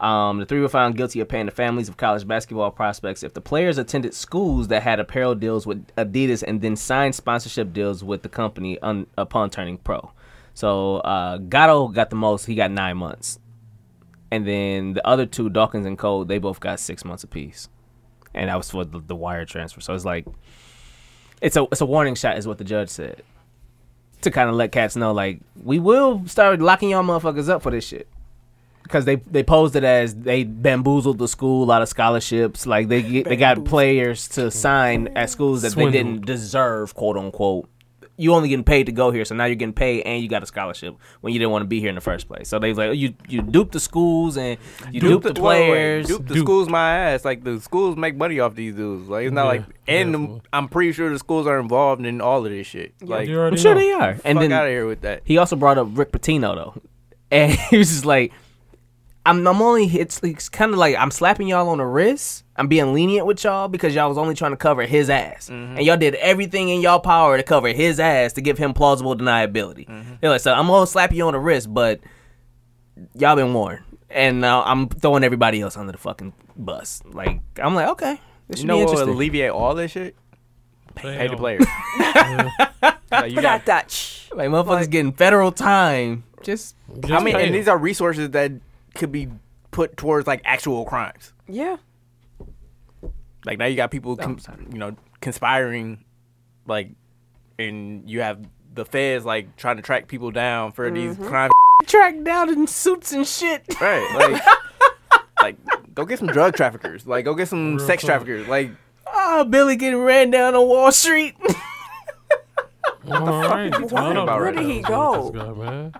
[SPEAKER 3] Um, the three were found guilty of paying the families of college basketball prospects if the players attended schools that had apparel deals with Adidas and then signed sponsorship deals with the company un- upon turning pro. So uh, Gatto got the most; he got nine months, and then the other two, Dawkins and Cole, they both got six months apiece, and that was for the, the wire transfer. So it's like it's a it's a warning shot, is what the judge said, to kind of let cats know like we will start locking y'all motherfuckers up for this shit because they they posed it as they bamboozled the school, a lot of scholarships. Like they get, they got players to sign at schools that
[SPEAKER 1] Swindled.
[SPEAKER 3] they didn't deserve, quote unquote. You only getting paid to go here, so now you're getting paid and you got a scholarship when you didn't want to be here in the first place. So they was like oh, you you duped the schools and you duped, the
[SPEAKER 5] Wait, wait,
[SPEAKER 3] players.
[SPEAKER 5] Duke, the
[SPEAKER 1] Duke.
[SPEAKER 5] schools my ass. Like the schools make money off these dudes. Like it's not
[SPEAKER 1] Yeah,
[SPEAKER 5] like, and
[SPEAKER 1] definitely.
[SPEAKER 5] I'm pretty sure the schools are involved in all of this shit. Like,
[SPEAKER 1] You
[SPEAKER 5] fuck
[SPEAKER 1] already
[SPEAKER 3] I'm sure
[SPEAKER 1] know.
[SPEAKER 3] they are. And then
[SPEAKER 5] out of here with that.
[SPEAKER 3] he also brought up Rick Pitino though, and he was just like, "I'm, I'm only it's, it's kind of like I'm slapping y'all on the wrist. I'm being lenient with y'all because y'all was only trying to cover his ass,
[SPEAKER 5] Mm-hmm.
[SPEAKER 3] and y'all did everything in y'all power to cover his ass to give him plausible deniability.
[SPEAKER 5] Mm-hmm.
[SPEAKER 3] They're like, so I'm gonna slap you on the wrist, but y'all been warned, and now I'm throwing everybody else under the fucking bus. Like I'm like, okay, this should
[SPEAKER 5] You know
[SPEAKER 3] be
[SPEAKER 5] what would
[SPEAKER 3] interesting.
[SPEAKER 5] alleviate all this shit? Pay the
[SPEAKER 1] Damn.
[SPEAKER 5] players. Like, you
[SPEAKER 4] But I
[SPEAKER 5] got-
[SPEAKER 4] thought, shh.
[SPEAKER 3] like motherfuckers getting federal time. Just
[SPEAKER 1] Just
[SPEAKER 5] I mean,
[SPEAKER 1] pay
[SPEAKER 5] and
[SPEAKER 1] 'em.
[SPEAKER 5] these are resources that could be put towards like actual crimes.
[SPEAKER 4] Yeah.
[SPEAKER 5] Like now you got people,
[SPEAKER 3] I'm
[SPEAKER 5] con-
[SPEAKER 3] sorry.
[SPEAKER 5] you know, conspiring, like, and you have the feds like trying to track people down for these crimes.
[SPEAKER 3] tracked down in suits and shit.
[SPEAKER 5] Right. Like, like, go get some drug traffickers. Like, go get some
[SPEAKER 1] Real
[SPEAKER 5] sex
[SPEAKER 1] talk.
[SPEAKER 5] traffickers. Like,
[SPEAKER 3] Oh, Billy getting ran down on Wall Street.
[SPEAKER 1] All right. Hold
[SPEAKER 5] talking
[SPEAKER 1] up.
[SPEAKER 5] about right
[SPEAKER 4] Where did he
[SPEAKER 1] Let's
[SPEAKER 4] go?
[SPEAKER 1] go, man.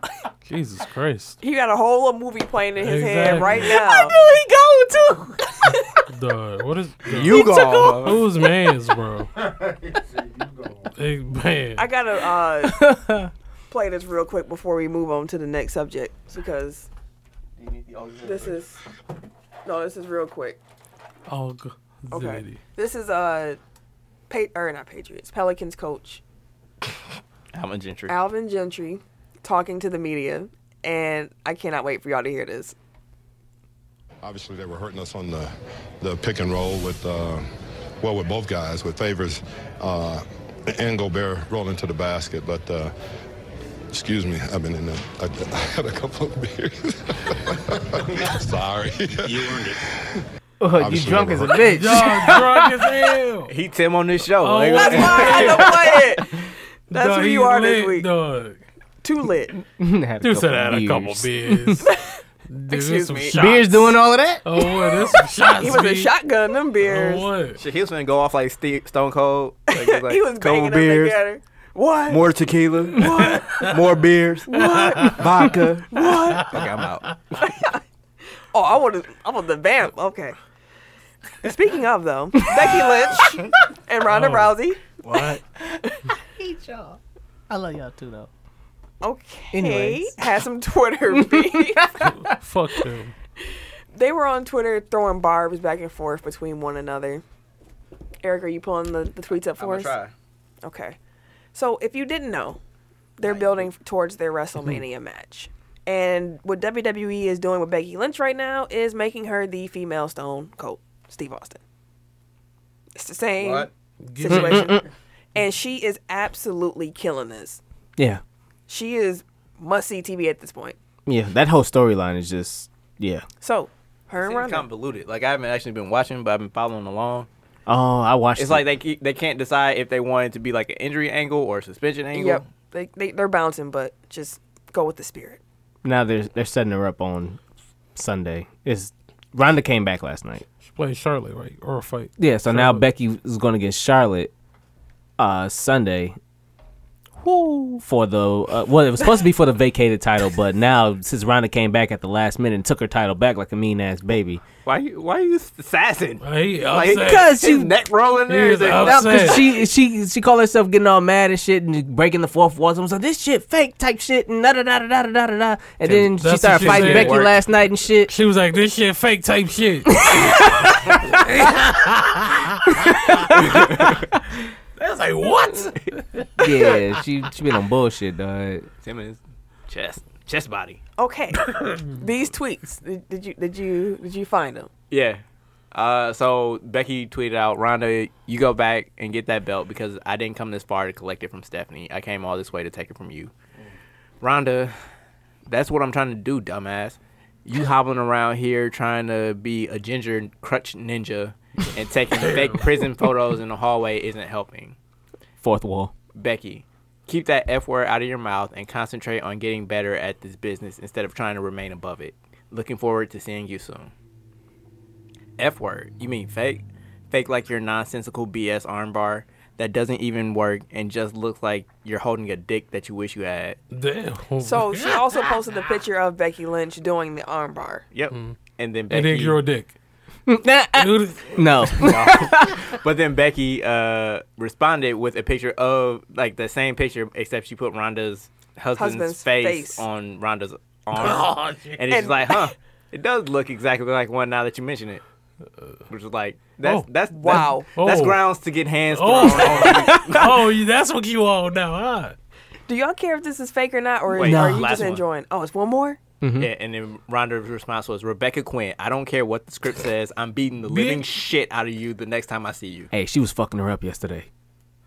[SPEAKER 1] Jesus Christ.
[SPEAKER 4] He got a whole little movie playing in his head
[SPEAKER 1] Exactly.
[SPEAKER 4] right now.
[SPEAKER 3] he go
[SPEAKER 2] Oh,
[SPEAKER 3] too.
[SPEAKER 1] The, what is the,
[SPEAKER 5] you go.
[SPEAKER 1] who's man's, bro? hey, man.
[SPEAKER 4] I gotta uh, play this real quick before we move on to the next subject because this is no, this is real quick.
[SPEAKER 1] oh, God.
[SPEAKER 4] Okay, this is uh, pa- or not Patriots, Pelicans coach
[SPEAKER 5] I'm a gentry.
[SPEAKER 4] Alvin Gentry talking to the media, and I cannot wait for y'all to hear this.
[SPEAKER 8] Obviously, they were hurting us on the, the pick and roll with, uh, well, with both guys, with Favors uh, and Gobert rolling to the basket. But, uh, excuse me, I've been in the, I, I had a couple of beers. Sorry.
[SPEAKER 3] you
[SPEAKER 8] Obviously
[SPEAKER 3] drunk as
[SPEAKER 8] never
[SPEAKER 3] a bitch.
[SPEAKER 1] Y'all drunk as hell.
[SPEAKER 5] He Tim on this show.
[SPEAKER 1] Oh,
[SPEAKER 5] Like,
[SPEAKER 1] that's
[SPEAKER 4] That's why I had to play it. That's
[SPEAKER 1] Dog,
[SPEAKER 4] who you
[SPEAKER 1] he's
[SPEAKER 4] are this
[SPEAKER 1] lit,
[SPEAKER 4] week.
[SPEAKER 1] Dog.
[SPEAKER 4] Too lit.
[SPEAKER 3] Had a
[SPEAKER 1] Dude said
[SPEAKER 3] couple
[SPEAKER 1] I had a couple
[SPEAKER 3] beers.
[SPEAKER 1] beers. Dude,
[SPEAKER 4] Excuse
[SPEAKER 1] some
[SPEAKER 4] me.
[SPEAKER 1] Shots.
[SPEAKER 3] Beers doing all of that?
[SPEAKER 1] Oh, what? There's some shots.
[SPEAKER 4] He was
[SPEAKER 1] B.
[SPEAKER 4] a shotgun them
[SPEAKER 1] Oh,
[SPEAKER 4] beers.
[SPEAKER 1] what?
[SPEAKER 5] shit, he was gonna go off like Steve, Stone Cold. Like, he was, like,
[SPEAKER 4] he was
[SPEAKER 5] couple
[SPEAKER 4] banging them
[SPEAKER 5] beers,
[SPEAKER 4] together. What?
[SPEAKER 5] more tequila, more beers, vodka. What? Okay, I'm out.
[SPEAKER 4] Oh, I want to. I want the vamp. Okay. Speaking of though, Becky Lynch and Ronda Rousey.
[SPEAKER 1] What?
[SPEAKER 3] I love y'all too though.
[SPEAKER 4] Okay.
[SPEAKER 3] Anyways.
[SPEAKER 4] Had some Twitter beef.
[SPEAKER 1] Fuck them.
[SPEAKER 4] they were on Twitter throwing barbs back and forth between one another. Eric, are you pulling the, the tweets up for us? Okay. So if you didn't know, they're building towards their WrestleMania match. And what WWE is doing with Becky Lynch right now is making her the female Stone Cold Steve Austin. It's the same
[SPEAKER 5] What?
[SPEAKER 4] situation. and she is absolutely killing this.
[SPEAKER 3] Yeah.
[SPEAKER 4] She is must see TV at this point.
[SPEAKER 2] Yeah, that whole storyline is just yeah.
[SPEAKER 4] So her and
[SPEAKER 5] Seems
[SPEAKER 4] Ronda.
[SPEAKER 5] convoluted. Like I haven't actually been watching, but I've been following along.
[SPEAKER 2] Oh, I watched.
[SPEAKER 5] It's
[SPEAKER 2] it.
[SPEAKER 5] like they ke- they can't decide if they want it to be like an injury angle or a suspension angle.
[SPEAKER 4] Yep. They, they they're bouncing, but just go with the spirit.
[SPEAKER 2] now they're they're setting her up on Sunday. Is Rhonda came back last night?
[SPEAKER 1] She played Charlotte, right? Or a fight.
[SPEAKER 3] Yeah, so now
[SPEAKER 1] Charlotte.
[SPEAKER 3] Becky is going to get Charlotte uh, Sunday. Woo. For the uh, well, it was supposed to be for the vacated title, but now since Ronda came back at the last minute and took her title back like a mean ass baby,
[SPEAKER 5] Why you why you assassin?
[SPEAKER 1] Hey,
[SPEAKER 5] Like,
[SPEAKER 1] upset.
[SPEAKER 3] Cause
[SPEAKER 5] his
[SPEAKER 3] you-
[SPEAKER 5] neck rolling there.
[SPEAKER 1] He
[SPEAKER 5] is
[SPEAKER 1] was
[SPEAKER 5] it-
[SPEAKER 1] upset.
[SPEAKER 3] No, cause she she she called herself getting all mad and shit and breaking the fourth wall. So I was like, this shit fake type shit and da da da da da da da. da. And then
[SPEAKER 1] That's
[SPEAKER 3] she
[SPEAKER 1] what
[SPEAKER 3] started
[SPEAKER 1] she
[SPEAKER 3] fighting
[SPEAKER 1] said.
[SPEAKER 3] Becky
[SPEAKER 1] Work.
[SPEAKER 3] last night and shit.
[SPEAKER 1] She was like, "This shit fake type shit." That's like what?
[SPEAKER 3] Yeah, she she been on bullshit, dog.
[SPEAKER 5] Tim is chest chest body.
[SPEAKER 4] Okay. These tweets. Did, did you did you did you find them?
[SPEAKER 5] Yeah. Uh, so Becky tweeted out, Rhonda, you go back and get that belt because I didn't come this far to collect it from Stephanie. I came all this way to take it from you. Rhonda, that's what I'm trying to do, dumbass. You hobbling around here trying to be a ginger crutch ninja and taking fake prison photos in the hallway isn't helping.
[SPEAKER 3] Fourth wall.
[SPEAKER 5] Becky, keep that F word out of your mouth and concentrate on getting better at this business instead of trying to remain above it. Looking forward to seeing you soon. F word, you mean fake? Fake like your nonsensical BS armbar that doesn't even work and just looks like you're holding a dick that you wish you had.
[SPEAKER 1] Damn.
[SPEAKER 4] So she also posted a picture of Becky Lynch doing the armbar.
[SPEAKER 5] Yep. And then
[SPEAKER 1] and
[SPEAKER 5] Becky.
[SPEAKER 1] then you're a dick. Dude,
[SPEAKER 3] No,
[SPEAKER 5] but then Becky uh, responded with a picture of like the same picture, except she put Rhonda's husband's,
[SPEAKER 4] Husband's
[SPEAKER 5] face,
[SPEAKER 4] face.
[SPEAKER 5] on Rhonda's
[SPEAKER 1] Oh,
[SPEAKER 5] arm, and it's
[SPEAKER 4] And-
[SPEAKER 5] just like, huh, it does look exactly like one now that you mention it. Which is like that's
[SPEAKER 1] Oh.
[SPEAKER 5] that's
[SPEAKER 4] Wow.
[SPEAKER 5] That's, that's
[SPEAKER 1] Oh.
[SPEAKER 5] grounds to get hands
[SPEAKER 1] Oh.
[SPEAKER 5] thrown. on you.
[SPEAKER 1] oh, you- that's what you all know, huh?
[SPEAKER 4] Do y'all care if this is fake or not, or
[SPEAKER 5] Wait,
[SPEAKER 4] are
[SPEAKER 5] no.
[SPEAKER 4] you
[SPEAKER 5] Last
[SPEAKER 4] just
[SPEAKER 5] one.
[SPEAKER 4] enjoying? Oh, it's one more.
[SPEAKER 3] Mm-hmm.
[SPEAKER 5] yeah, and then Rhonda's response was Rebecca Quinn. I don't care what the script says. I'm beating the living shit out of you the next time I see you.
[SPEAKER 3] hey, she was fucking her up yesterday.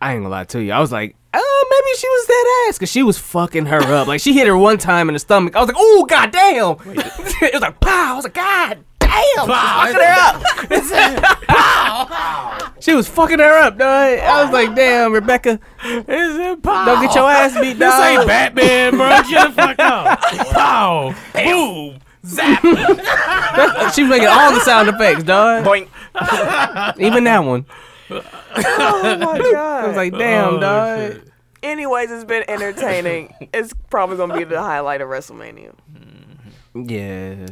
[SPEAKER 3] I ain't gonna lie to you. I was like, oh, maybe she was that ass, cause she was fucking her up. Like she hit her one time in the stomach. I was like, oh goddamn. it was like pow. I was like, god damn.
[SPEAKER 1] Pow.
[SPEAKER 3] She was fucking her up. Pow. She was fucking her up, dog. I was like, damn, Rebecca,
[SPEAKER 1] Is it pow?
[SPEAKER 3] don't get your ass beat,
[SPEAKER 4] Oh.
[SPEAKER 1] This ain't
[SPEAKER 3] dog.
[SPEAKER 1] Batman, bro. Get the fuck out. Pow. Boom. Zap.
[SPEAKER 3] She was making all the sound effects, dog.
[SPEAKER 5] Boink.
[SPEAKER 3] Even that one.
[SPEAKER 4] Oh my
[SPEAKER 3] I was
[SPEAKER 4] god.
[SPEAKER 3] like, damn,
[SPEAKER 1] Oh,
[SPEAKER 3] dog.
[SPEAKER 1] shit.
[SPEAKER 4] Anyways, it's been entertaining. it's probably gonna be the highlight of WrestleMania.
[SPEAKER 3] Yeah.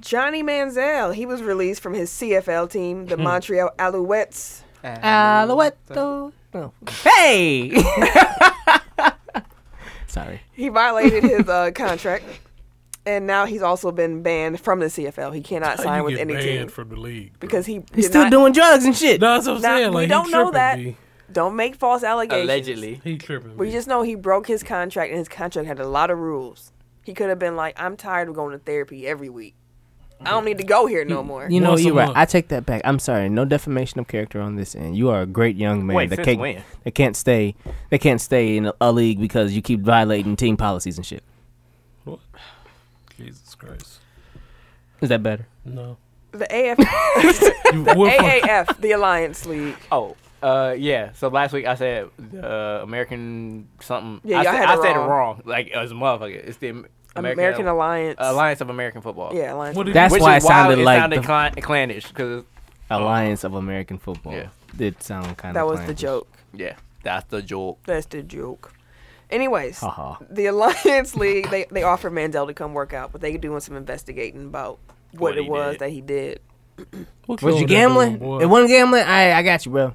[SPEAKER 4] Johnny Manziel, he was released from his CFL team,
[SPEAKER 5] Hmm.
[SPEAKER 4] the Montreal Alouettes.
[SPEAKER 3] Alouette. Hey. Sorry.
[SPEAKER 4] He violated his uh, contract, and now he's also been banned from the CFL. He cannot
[SPEAKER 1] How
[SPEAKER 4] sign
[SPEAKER 1] you
[SPEAKER 4] with
[SPEAKER 1] get
[SPEAKER 4] any
[SPEAKER 1] banned
[SPEAKER 4] team
[SPEAKER 1] from the league. bro?
[SPEAKER 4] because he did
[SPEAKER 3] He's still
[SPEAKER 4] not-
[SPEAKER 3] doing drugs and shit.
[SPEAKER 1] No, that's what I'm
[SPEAKER 4] Nah,
[SPEAKER 1] saying.
[SPEAKER 4] we
[SPEAKER 1] Like, he
[SPEAKER 4] don't know
[SPEAKER 1] tripping,
[SPEAKER 4] that.
[SPEAKER 1] B.
[SPEAKER 4] Don't make false allegations.
[SPEAKER 5] Allegedly.
[SPEAKER 1] He tripping.
[SPEAKER 4] We
[SPEAKER 1] B.
[SPEAKER 4] just know he broke his contract, and his contract had a lot of rules. He could have been like, "I'm tired of going to therapy every week. I don't need to go here no more."
[SPEAKER 3] You know,
[SPEAKER 1] Once a
[SPEAKER 3] you're right.
[SPEAKER 1] month.
[SPEAKER 3] I take that back. I'm sorry. No defamation of character on this end. You are a great young man.
[SPEAKER 5] Wait,
[SPEAKER 3] that
[SPEAKER 5] since
[SPEAKER 3] can't,
[SPEAKER 5] when?
[SPEAKER 3] They can't stay. They can't stay in a, a league because you keep violating team policies and shit.
[SPEAKER 1] What? Jesus Christ.
[SPEAKER 3] Is that better?
[SPEAKER 1] No.
[SPEAKER 4] The AF,
[SPEAKER 1] You, we're fuck-
[SPEAKER 4] AAF, the Alliance League.
[SPEAKER 5] Oh, uh, yeah. So last week I said uh, American something.
[SPEAKER 4] Yeah,
[SPEAKER 5] I,
[SPEAKER 4] y'all
[SPEAKER 5] said,
[SPEAKER 4] had it
[SPEAKER 5] I said it
[SPEAKER 4] wrong.
[SPEAKER 5] wrong. Like as a motherfucker, it's the Am- American,
[SPEAKER 4] American, Alliance.
[SPEAKER 5] Alliance of American Football.
[SPEAKER 4] Yeah, Alliance.
[SPEAKER 1] what did
[SPEAKER 3] That's
[SPEAKER 1] you,
[SPEAKER 5] Which
[SPEAKER 3] why
[SPEAKER 5] is
[SPEAKER 3] it sounded
[SPEAKER 5] why
[SPEAKER 3] like
[SPEAKER 5] it sounded
[SPEAKER 3] the-
[SPEAKER 5] clan- clannish because
[SPEAKER 3] Alliance of American Football.
[SPEAKER 5] Uh-huh. Yeah.
[SPEAKER 3] Did sound kind
[SPEAKER 4] that
[SPEAKER 3] of.
[SPEAKER 4] was the joke.
[SPEAKER 5] yeah, that's the joke.
[SPEAKER 4] That's the joke. Anyways,
[SPEAKER 3] Haha.
[SPEAKER 4] the Alliance League they they offered Mandel to come work out, but they doing some investigating about what,
[SPEAKER 5] What
[SPEAKER 4] it
[SPEAKER 5] he
[SPEAKER 4] was
[SPEAKER 5] did.
[SPEAKER 4] that he did.
[SPEAKER 1] what
[SPEAKER 3] Was
[SPEAKER 1] over
[SPEAKER 3] you
[SPEAKER 1] there doing,
[SPEAKER 3] gambling?
[SPEAKER 1] boy?
[SPEAKER 3] It wasn't gambling. I I got you, bro.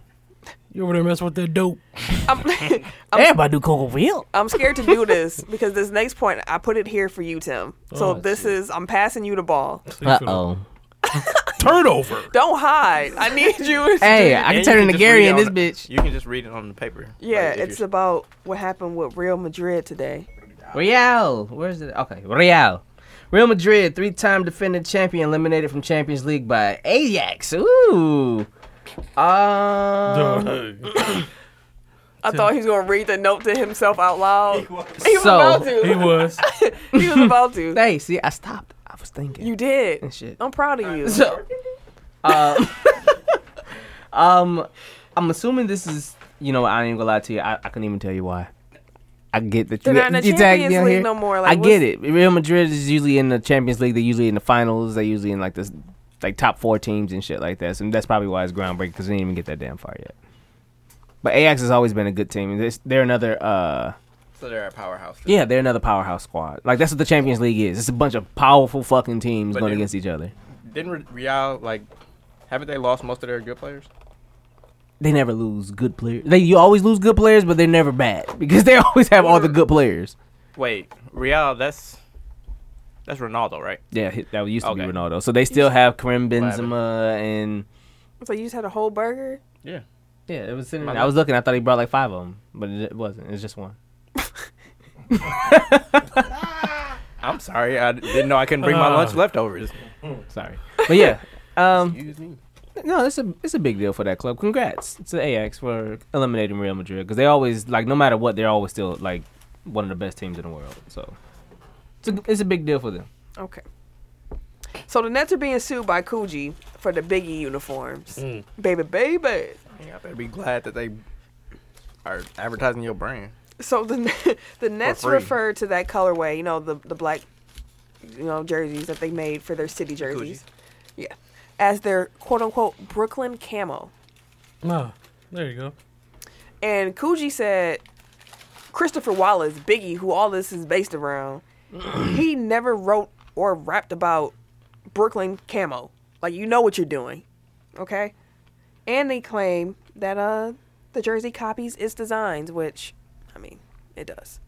[SPEAKER 1] You over there messing with that dope?
[SPEAKER 4] I'm,
[SPEAKER 3] Everybody do coca real.
[SPEAKER 4] I'm scared to do this because this next point I put it here for you, Tim. So this is I'm passing you the ball.
[SPEAKER 3] Uh oh.
[SPEAKER 1] Turnover.
[SPEAKER 4] Don't hide. I need you.
[SPEAKER 3] Hey, I
[SPEAKER 5] And
[SPEAKER 3] can
[SPEAKER 5] you
[SPEAKER 3] turn into
[SPEAKER 5] just
[SPEAKER 3] Gary
[SPEAKER 5] read
[SPEAKER 3] in
[SPEAKER 5] it
[SPEAKER 3] this
[SPEAKER 5] on-
[SPEAKER 3] bitch.
[SPEAKER 5] You can just read it on the paper.
[SPEAKER 4] yeah,
[SPEAKER 5] Like, if
[SPEAKER 4] it's
[SPEAKER 5] you're-
[SPEAKER 4] about what happened with Real Madrid today.
[SPEAKER 3] Real. Where's it? Okay, Real. Real Madrid, three-time defending champion, eliminated from Champions League by Ajax. Ooh. Um,
[SPEAKER 4] I thought he was gonna read the note to himself out loud. He was,
[SPEAKER 3] So-
[SPEAKER 4] about to.
[SPEAKER 1] he was.
[SPEAKER 4] He was about to.
[SPEAKER 3] hey, see, I stopped. I was thinking.
[SPEAKER 4] You did.
[SPEAKER 3] shit.
[SPEAKER 4] I'm proud of you.
[SPEAKER 3] So, um, Um, I'm assuming this is. You know, what, I ain't gonna lie to you. I, I couldn't even tell you why. I get that
[SPEAKER 4] They're
[SPEAKER 3] you
[SPEAKER 4] not in the
[SPEAKER 3] you tag me
[SPEAKER 4] Champions
[SPEAKER 3] out
[SPEAKER 4] League
[SPEAKER 3] here.
[SPEAKER 4] no more, like,
[SPEAKER 3] I get
[SPEAKER 4] what's-
[SPEAKER 3] it. Real Madrid is usually in the Champions League. They're usually in the finals. They're usually in like this, like top four teams and shit like that. So that's probably why it's groundbreaking because they didn't even get that damn far yet. But Ajax has always been a good team. They're, they're another. uh
[SPEAKER 5] So they're a powerhouse.
[SPEAKER 3] yeah, they're another powerhouse squad. Like that's what the Champions League is. It's a bunch of powerful fucking teams
[SPEAKER 5] But
[SPEAKER 3] going
[SPEAKER 5] then-
[SPEAKER 3] against each other.
[SPEAKER 5] Didn't Re- Real like? Haven't they lost most of their good players?
[SPEAKER 3] They never lose good players. They you always lose good players, but they're never bad because they always have all the good players.
[SPEAKER 5] Wait, Real, that's that's Ronaldo, right?
[SPEAKER 3] Yeah, he- that used to be
[SPEAKER 5] Okay.
[SPEAKER 3] Ronaldo. So they still have Karim
[SPEAKER 5] Lavish.
[SPEAKER 3] Benzema and
[SPEAKER 4] So you just had a whole burger?
[SPEAKER 5] Yeah.
[SPEAKER 3] yeah, it was.
[SPEAKER 5] there.
[SPEAKER 3] I was looking. I thought he brought like five of them, but it wasn't. It's just one.
[SPEAKER 5] I'm sorry, I didn't know I couldn't bring my lunch
[SPEAKER 3] Uh.
[SPEAKER 5] leftovers.
[SPEAKER 3] Sorry, but yeah. Um,
[SPEAKER 5] Excuse me.
[SPEAKER 3] no, it's a it's a big deal for that club. Congrats to Ajax for eliminating Real Madrid because they always like no matter what they're always still like one of the best teams in the world. So it's a, it's a big deal for them.
[SPEAKER 4] Okay. So the Nets are being sued by Coogee for the Biggie uniforms. Baby, baby.
[SPEAKER 5] Yeah, I better be glad that they are advertising your brand.
[SPEAKER 4] So the the Nets
[SPEAKER 5] free.
[SPEAKER 4] refer to that colorway, you know, the the black, you know, jerseys that they made for their city jerseys, yeah, as their quote unquote Brooklyn camo.
[SPEAKER 1] Nah, there you go.
[SPEAKER 4] And Coogee said, Christopher Wallace, Biggie, who all this is based around, he never wrote or rapped about Brooklyn camo. Like you know what you're doing, okay? And they claim that uh the jersey copies its designs, which I mean it does.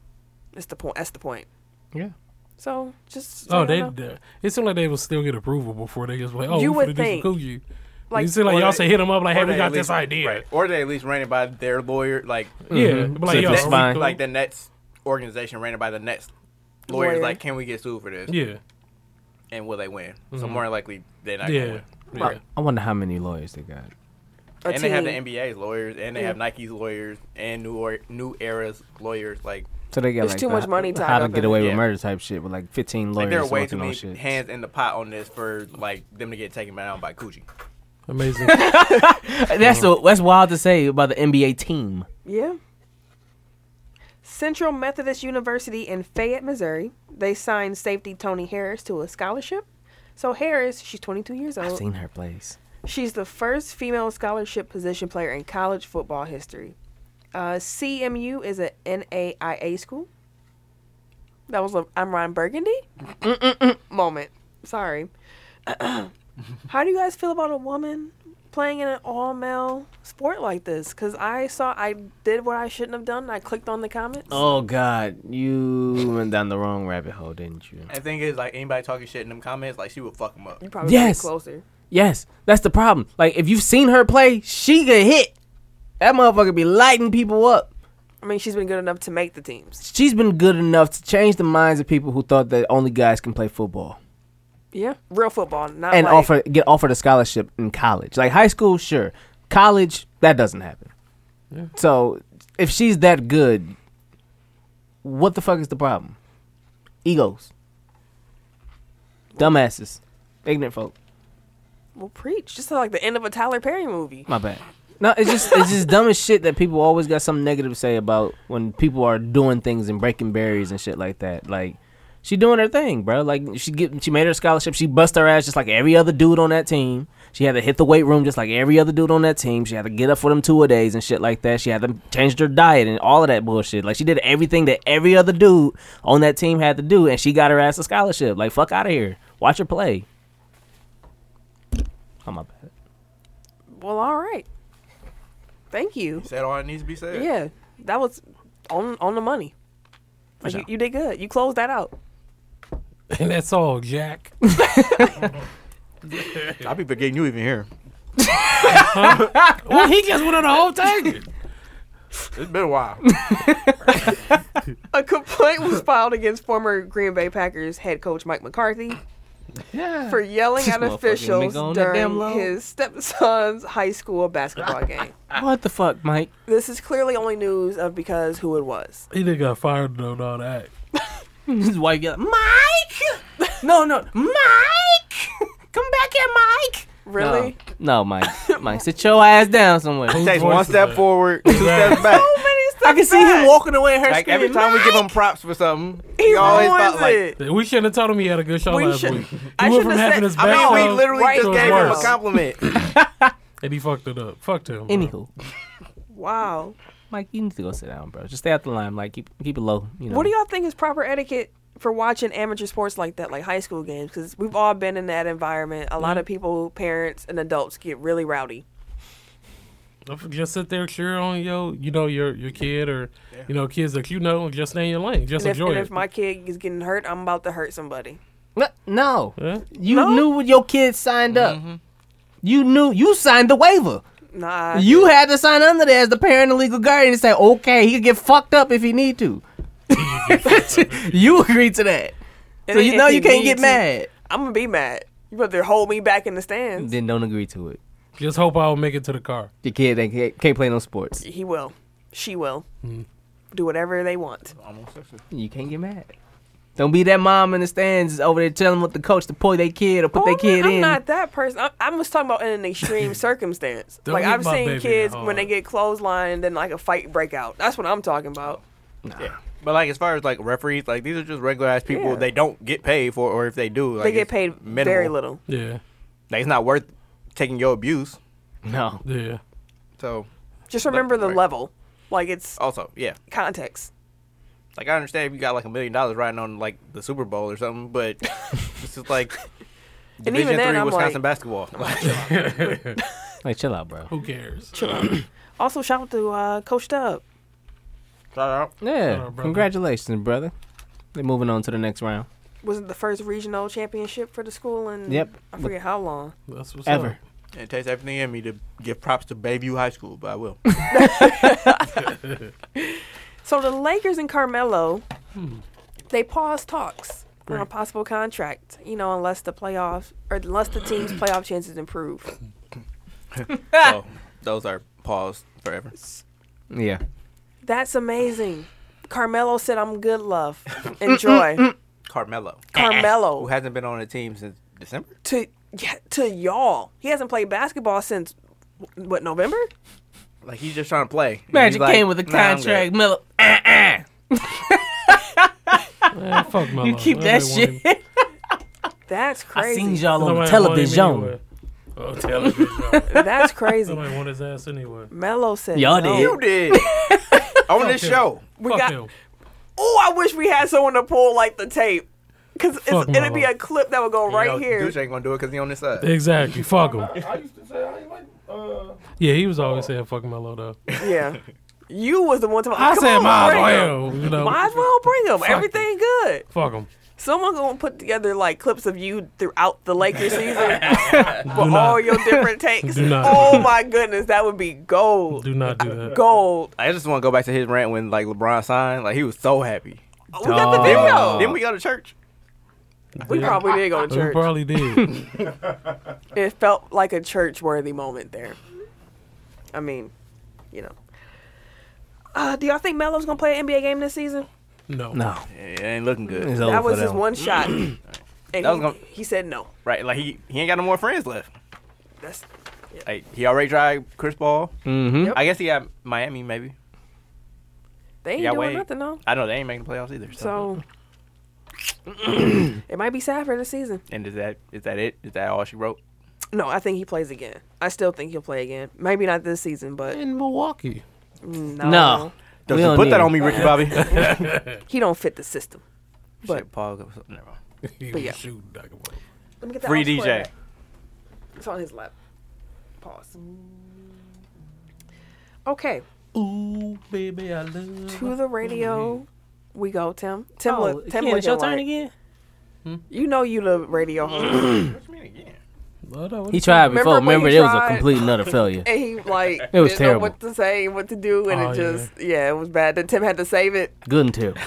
[SPEAKER 4] It's the point. That's the point.
[SPEAKER 2] Yeah.
[SPEAKER 4] So just
[SPEAKER 1] Oh,
[SPEAKER 4] I don't
[SPEAKER 1] they.
[SPEAKER 4] know.
[SPEAKER 1] they- It seemed like they would still get approval before they just like, oh,
[SPEAKER 4] You
[SPEAKER 1] we
[SPEAKER 4] would
[SPEAKER 1] finna
[SPEAKER 4] think.
[SPEAKER 1] do some Coogee.
[SPEAKER 4] Like-
[SPEAKER 1] Like, you seem like
[SPEAKER 5] Or
[SPEAKER 1] y'all
[SPEAKER 5] they-
[SPEAKER 1] say hit them up like, hey,
[SPEAKER 5] Or
[SPEAKER 1] we
[SPEAKER 5] they
[SPEAKER 1] got
[SPEAKER 5] at
[SPEAKER 1] this
[SPEAKER 5] least-
[SPEAKER 1] idea.
[SPEAKER 5] right, Mm-hmm. Or they at least ran it by their lawyer, like
[SPEAKER 1] Yeah, but like,
[SPEAKER 3] So
[SPEAKER 1] yo,
[SPEAKER 3] that's
[SPEAKER 1] are we
[SPEAKER 3] fine.
[SPEAKER 1] cool?
[SPEAKER 5] like the Nets organization ran it by the Nets lawyers.
[SPEAKER 4] Lawyer.
[SPEAKER 5] Like, can we get sued for this?
[SPEAKER 1] yeah, Mm-hmm.
[SPEAKER 5] And will they win? So more than likely they're not gonna
[SPEAKER 1] yeah,
[SPEAKER 5] win.
[SPEAKER 1] yeah.
[SPEAKER 3] I wonder how many lawyers they got.
[SPEAKER 4] A
[SPEAKER 5] and they have the
[SPEAKER 4] team.
[SPEAKER 5] NBA's lawyers, and they have Nike's lawyers, and New or- New Era's lawyers. Like,
[SPEAKER 3] So they got
[SPEAKER 4] There's
[SPEAKER 3] like
[SPEAKER 4] too
[SPEAKER 3] the
[SPEAKER 4] much
[SPEAKER 3] h-
[SPEAKER 4] money tied
[SPEAKER 3] How to
[SPEAKER 4] up
[SPEAKER 3] get
[SPEAKER 4] in
[SPEAKER 3] away
[SPEAKER 5] it.
[SPEAKER 3] with
[SPEAKER 5] Yeah.
[SPEAKER 3] murder type shit with like 15
[SPEAKER 5] like
[SPEAKER 3] lawyers
[SPEAKER 5] there are way too
[SPEAKER 3] working on
[SPEAKER 5] many
[SPEAKER 3] shit.
[SPEAKER 5] hands in the pot on this for like them to get taken down by Coochie.
[SPEAKER 1] Amazing.
[SPEAKER 3] That's so that's wild to say about the NBA team.
[SPEAKER 4] Yeah. Central Methodist University in Fayette, Missouri. They signed safety Tony Harris to a scholarship. So Harris, she's 22 years
[SPEAKER 3] I've
[SPEAKER 4] old.
[SPEAKER 3] seen her plays.
[SPEAKER 4] She's the first female scholarship position player in college football history. Uh, CMU is a NAIA school. That was a I'm Ron Burgundy moment. Sorry. How do you guys feel about a woman playing in an all male sport like this? Because I saw I did what I shouldn't have done. I clicked on the comments.
[SPEAKER 2] Oh God, you went down the wrong rabbit hole, didn't you?
[SPEAKER 5] And the thing is, like anybody talking shit in them comments, like she would fuck them up.
[SPEAKER 4] You probably yes.
[SPEAKER 3] yes.
[SPEAKER 4] closer.
[SPEAKER 3] Yes, that's the problem. Like if you've seen her play, she could hit. That motherfucker be lighting people up.
[SPEAKER 4] I mean, she's been good enough to make the teams.
[SPEAKER 3] She's been good enough to change the minds of people who thought that only guys can play football
[SPEAKER 4] Yeah, real football, not
[SPEAKER 3] and
[SPEAKER 4] like,
[SPEAKER 3] offer get offered a scholarship in college. Like high school, sure. College, that doesn't happen. So if she's that good, what the fuck is the problem? Egos, dumbasses, ignorant folk.
[SPEAKER 4] Well, preach. Just like the end of a Tyler Perry movie.
[SPEAKER 3] My bad. No, it's just it's just dumb as shit that people always got something negative to say about when people are doing things and breaking barriers and shit like that. Like she doing her thing, bro. Like she get she made her scholarship. She bust her ass just like every other dude on that team. She had to hit the weight room just like every other dude on that team. She had to get up for them two a days and shit like that. She had to change her diet and all of that bullshit. Like she did everything that every other dude on that team had to do, and she got her ass a scholarship. Like fuck out of here. Watch her play. Oh my bad.
[SPEAKER 4] Well, all right. Thank you.
[SPEAKER 5] Said all that needs to be said.
[SPEAKER 4] Yeah, that was on on the money. Like, you, you did good. You closed that out.
[SPEAKER 1] and that's all, Jack.
[SPEAKER 5] I'll be forgetting you even here.
[SPEAKER 1] well, he gets one of the whole thing.
[SPEAKER 5] It's been a while.
[SPEAKER 4] A complaint was filed against former Green Bay Packers head coach Mike McCarthy for yelling at
[SPEAKER 3] motherfucking
[SPEAKER 4] officials
[SPEAKER 3] nigga on that damn
[SPEAKER 4] during
[SPEAKER 3] load.
[SPEAKER 4] his stepson's high school basketball game.
[SPEAKER 3] What the fuck, Mike?
[SPEAKER 4] This is clearly only news of because who it was.
[SPEAKER 1] He did got fired though, and all that.
[SPEAKER 3] His wife yelled, "Mike! No, no, Mike! Come back here, Mike!"
[SPEAKER 4] Really?
[SPEAKER 3] No, Mike. Mike, sit your ass down somewhere.
[SPEAKER 5] Takes one
[SPEAKER 1] voice is
[SPEAKER 5] step
[SPEAKER 1] that?
[SPEAKER 5] forward, two steps back.
[SPEAKER 3] I can see him walking away in her
[SPEAKER 5] Like
[SPEAKER 3] screen.
[SPEAKER 5] every time we give him props for something,
[SPEAKER 4] He
[SPEAKER 5] he always
[SPEAKER 4] ruins
[SPEAKER 5] felt like.
[SPEAKER 4] it.
[SPEAKER 1] We shouldn't have told him he had a good show
[SPEAKER 4] We
[SPEAKER 1] last
[SPEAKER 4] should-
[SPEAKER 1] week. He
[SPEAKER 4] I
[SPEAKER 1] went
[SPEAKER 4] shouldn't
[SPEAKER 1] from having
[SPEAKER 4] have said-
[SPEAKER 1] his
[SPEAKER 4] I
[SPEAKER 1] back
[SPEAKER 4] mean,
[SPEAKER 5] I mean,
[SPEAKER 4] No,
[SPEAKER 5] we literally
[SPEAKER 4] right
[SPEAKER 5] just
[SPEAKER 1] to
[SPEAKER 5] gave him a
[SPEAKER 1] worse.
[SPEAKER 5] compliment.
[SPEAKER 1] and he fucked it up. Fucked him. bro.
[SPEAKER 3] Anywho,
[SPEAKER 4] Wow.
[SPEAKER 3] Mike, you need to go sit down, bro. Just stay out the line. Like keep keep it low. You know.
[SPEAKER 4] What do y'all think is proper etiquette for watching amateur sports like that, like high school games? Because we've all been in that environment. A
[SPEAKER 3] Mm-hmm.
[SPEAKER 4] lot of people, parents, and adults get really rowdy.
[SPEAKER 1] Just sit there, cheer on your, you know, your your kid or you know kids that you know. and Just stay in your lane. Just
[SPEAKER 4] And if,
[SPEAKER 1] enjoy
[SPEAKER 4] and
[SPEAKER 1] it.
[SPEAKER 4] if my kid is getting hurt, I'm about to hurt somebody.
[SPEAKER 3] No, no.
[SPEAKER 1] Yeah.
[SPEAKER 3] you
[SPEAKER 4] No?
[SPEAKER 3] knew what your kids signed up.
[SPEAKER 4] Mm-hmm.
[SPEAKER 3] You knew you signed the waiver.
[SPEAKER 4] Nah.
[SPEAKER 3] You had to sign under there as the parent and legal guardian and say, okay, he can get fucked up if he need to. you agreed to that,
[SPEAKER 4] And
[SPEAKER 3] so
[SPEAKER 4] then
[SPEAKER 3] you
[SPEAKER 4] if
[SPEAKER 3] know
[SPEAKER 4] he
[SPEAKER 3] you can't
[SPEAKER 4] needs
[SPEAKER 3] get
[SPEAKER 4] to,
[SPEAKER 3] mad.
[SPEAKER 4] I'm gonna be mad. You better hold me back in the stands.
[SPEAKER 3] Then don't agree to it.
[SPEAKER 1] Just hope I will make it to the car.
[SPEAKER 3] Your kid ain't can't, can't play no sports.
[SPEAKER 4] He will. She will.
[SPEAKER 3] Mm.
[SPEAKER 4] Do whatever they want.
[SPEAKER 3] You can't get mad. Don't be that mom in the stands over there telling what the coach to pull their kid or put
[SPEAKER 4] Oh,
[SPEAKER 3] their
[SPEAKER 4] I'm
[SPEAKER 3] kid
[SPEAKER 4] not,
[SPEAKER 3] in.
[SPEAKER 4] I'm not that person. I, I was talking about in an extreme circumstance.
[SPEAKER 1] Don't
[SPEAKER 4] like
[SPEAKER 1] hit
[SPEAKER 4] I've
[SPEAKER 1] my
[SPEAKER 4] seen
[SPEAKER 1] baby
[SPEAKER 4] kids
[SPEAKER 1] hard.
[SPEAKER 4] when they get clotheslined and then like a fight break out. That's what I'm talking about.
[SPEAKER 5] But like as far as like referees, like these are just regular ass people.
[SPEAKER 4] Yeah.
[SPEAKER 5] They don't get paid for, or if they do, like,
[SPEAKER 4] they get
[SPEAKER 5] it's
[SPEAKER 4] paid
[SPEAKER 5] minimal.
[SPEAKER 4] very little.
[SPEAKER 1] Yeah,
[SPEAKER 5] Like it's not worth taking your abuse.
[SPEAKER 3] No.
[SPEAKER 1] yeah.
[SPEAKER 5] So
[SPEAKER 4] Just remember the
[SPEAKER 5] right. Oh.
[SPEAKER 4] level. Like it's
[SPEAKER 5] also, yeah,
[SPEAKER 4] context.
[SPEAKER 5] like I understand if you got like a million dollars riding on like the Super Bowl or something, but this is like
[SPEAKER 4] even
[SPEAKER 5] Division
[SPEAKER 4] then,
[SPEAKER 5] Three
[SPEAKER 4] I'm
[SPEAKER 5] Wisconsin
[SPEAKER 4] like-
[SPEAKER 5] basketball.
[SPEAKER 3] Like, chill out, bro.
[SPEAKER 1] Who cares?
[SPEAKER 4] Also, shout out to uh, Coach Dub.
[SPEAKER 5] Shout out.
[SPEAKER 3] Yeah.
[SPEAKER 1] brother.
[SPEAKER 3] Congratulations, brother. They're moving on to the next round.
[SPEAKER 4] Was it the first regional championship for the school? And
[SPEAKER 3] Yep.
[SPEAKER 4] I forget how long.
[SPEAKER 1] That's what's
[SPEAKER 3] Ever.
[SPEAKER 1] up.
[SPEAKER 5] It takes everything in me to give props to Bayview High School, but I will.
[SPEAKER 4] So the Lakers and Carmelo,
[SPEAKER 3] Hmm.
[SPEAKER 4] they paused talks on a possible contract. You know, unless the playoffs or unless the team's playoff chances improve.
[SPEAKER 5] so those are paused forever.
[SPEAKER 3] Yeah.
[SPEAKER 4] That's amazing. Carmelo said, "I'm good, love. Enjoy."
[SPEAKER 5] Carmelo, who
[SPEAKER 4] Carmelo
[SPEAKER 5] hasn't been on a team since December.
[SPEAKER 4] to yeah, to y'all. He hasn't played basketball since what November?
[SPEAKER 5] Like he's just trying to play. And he's
[SPEAKER 3] Magic
[SPEAKER 5] like,
[SPEAKER 3] came with a
[SPEAKER 5] "Nah, I'm good."
[SPEAKER 3] contract. Miller,
[SPEAKER 1] Man, fuck my
[SPEAKER 3] you
[SPEAKER 4] Oh,
[SPEAKER 1] life.
[SPEAKER 3] keep that
[SPEAKER 1] Nobody want
[SPEAKER 3] shit.
[SPEAKER 1] him-
[SPEAKER 4] That's
[SPEAKER 3] I
[SPEAKER 4] crazy.
[SPEAKER 3] seen y'all on
[SPEAKER 1] nobody want him
[SPEAKER 3] television.
[SPEAKER 1] anyway. Oh, television.
[SPEAKER 4] That's crazy.
[SPEAKER 1] Somebody want his ass anyway.
[SPEAKER 4] Melo said,
[SPEAKER 3] Y'all
[SPEAKER 4] no.
[SPEAKER 5] You did on this
[SPEAKER 1] him.
[SPEAKER 5] show.
[SPEAKER 4] We
[SPEAKER 1] fuck
[SPEAKER 4] got.
[SPEAKER 1] him.
[SPEAKER 4] Oh, I wish we had someone to pull like the tape, cause
[SPEAKER 1] Fuck
[SPEAKER 4] it's, it'd be
[SPEAKER 1] Melo.
[SPEAKER 4] a clip that would go right
[SPEAKER 5] You know,
[SPEAKER 4] here.
[SPEAKER 5] Dooch ain't gonna do it because he on this side.
[SPEAKER 1] Exactly. Fuck him.
[SPEAKER 9] I used to say I ain't like uh
[SPEAKER 1] Yeah, he was always saying fuck Melo though.
[SPEAKER 4] Yeah, you was the one to.
[SPEAKER 1] I
[SPEAKER 4] Come
[SPEAKER 1] said
[SPEAKER 4] on,
[SPEAKER 1] might as
[SPEAKER 4] bring 'em.
[SPEAKER 1] well. You know,
[SPEAKER 4] Might as well bring them.
[SPEAKER 1] Fuck
[SPEAKER 4] Everything good.
[SPEAKER 1] fuck him.
[SPEAKER 4] Someone gonna put together like clips of you throughout the Lakers season for
[SPEAKER 1] Do
[SPEAKER 4] all
[SPEAKER 1] not,
[SPEAKER 4] your different takes.
[SPEAKER 1] Do not.
[SPEAKER 4] Oh my goodness, that would be gold.
[SPEAKER 1] do not do that.
[SPEAKER 4] Gold.
[SPEAKER 5] I just want to go back to his rant when like LeBron signed. Like he was so happy.
[SPEAKER 4] Oh, we got the
[SPEAKER 5] Then we,
[SPEAKER 4] video.
[SPEAKER 5] then we go to church.
[SPEAKER 4] we probably did go to
[SPEAKER 1] We
[SPEAKER 4] church.
[SPEAKER 1] probably did.
[SPEAKER 4] it felt like a church worthy moment there. I mean, you know. Uh, do y'all think Melo's gonna play an NBA game this season?
[SPEAKER 1] No.
[SPEAKER 3] No,
[SPEAKER 5] It ain't looking good.
[SPEAKER 3] it's over
[SPEAKER 4] That
[SPEAKER 3] for
[SPEAKER 4] was
[SPEAKER 3] them.
[SPEAKER 4] his one shot, and he,
[SPEAKER 5] was gonna-
[SPEAKER 4] he said no.
[SPEAKER 5] Right? Like he he ain't got no more friends left.
[SPEAKER 4] That's
[SPEAKER 5] Like he already tried Chris Paul.
[SPEAKER 4] Mm-hmm.
[SPEAKER 3] Mhm.
[SPEAKER 5] I guess he got Miami maybe.
[SPEAKER 4] they ain't
[SPEAKER 5] Yeah,
[SPEAKER 4] doing
[SPEAKER 5] wait.
[SPEAKER 4] nothing though.
[SPEAKER 5] I know they ain't making the playoffs either. So,
[SPEAKER 4] So it might be sad for the season.
[SPEAKER 5] and is that is that it? Is that all she wrote?
[SPEAKER 4] No, I think he plays again. I still think he'll play again. Maybe not this season, but
[SPEAKER 1] In Milwaukee.
[SPEAKER 4] no,
[SPEAKER 3] No.
[SPEAKER 5] Don't
[SPEAKER 3] We
[SPEAKER 5] you
[SPEAKER 3] don't
[SPEAKER 5] put
[SPEAKER 3] need
[SPEAKER 5] that
[SPEAKER 3] it.
[SPEAKER 5] on me, Ricky Bobby. Shit,
[SPEAKER 4] he don't fit the system. But-
[SPEAKER 5] Paul goes. Never mind.
[SPEAKER 1] He
[SPEAKER 4] yeah.
[SPEAKER 1] was shooting like a
[SPEAKER 4] Let me get that
[SPEAKER 5] Free
[SPEAKER 4] off square
[SPEAKER 5] DJ.
[SPEAKER 4] back. It's on his lap. Pause. Okay,
[SPEAKER 1] Ooh, baby, I love.
[SPEAKER 4] to the radio. We go, Tim. Tim,
[SPEAKER 3] Mm-hmm. Oh,
[SPEAKER 4] look, Tim,
[SPEAKER 3] Ken,
[SPEAKER 4] look
[SPEAKER 3] it's your turn
[SPEAKER 4] again.
[SPEAKER 3] again.
[SPEAKER 4] You know you the radio host,
[SPEAKER 5] What you mean again?
[SPEAKER 1] What the- what
[SPEAKER 3] He
[SPEAKER 1] the-
[SPEAKER 3] tried
[SPEAKER 4] Remember
[SPEAKER 3] before.
[SPEAKER 4] when
[SPEAKER 3] Remember,
[SPEAKER 4] he
[SPEAKER 3] it was a
[SPEAKER 4] tried?
[SPEAKER 3] complete and utter failure.
[SPEAKER 4] and he like
[SPEAKER 3] It
[SPEAKER 4] didn't
[SPEAKER 3] was
[SPEAKER 4] know
[SPEAKER 3] terrible.
[SPEAKER 4] what to say, and what to do, and
[SPEAKER 1] Oh,
[SPEAKER 4] it just yeah, it was bad. Then Tim had to save it.
[SPEAKER 3] Good and terrible.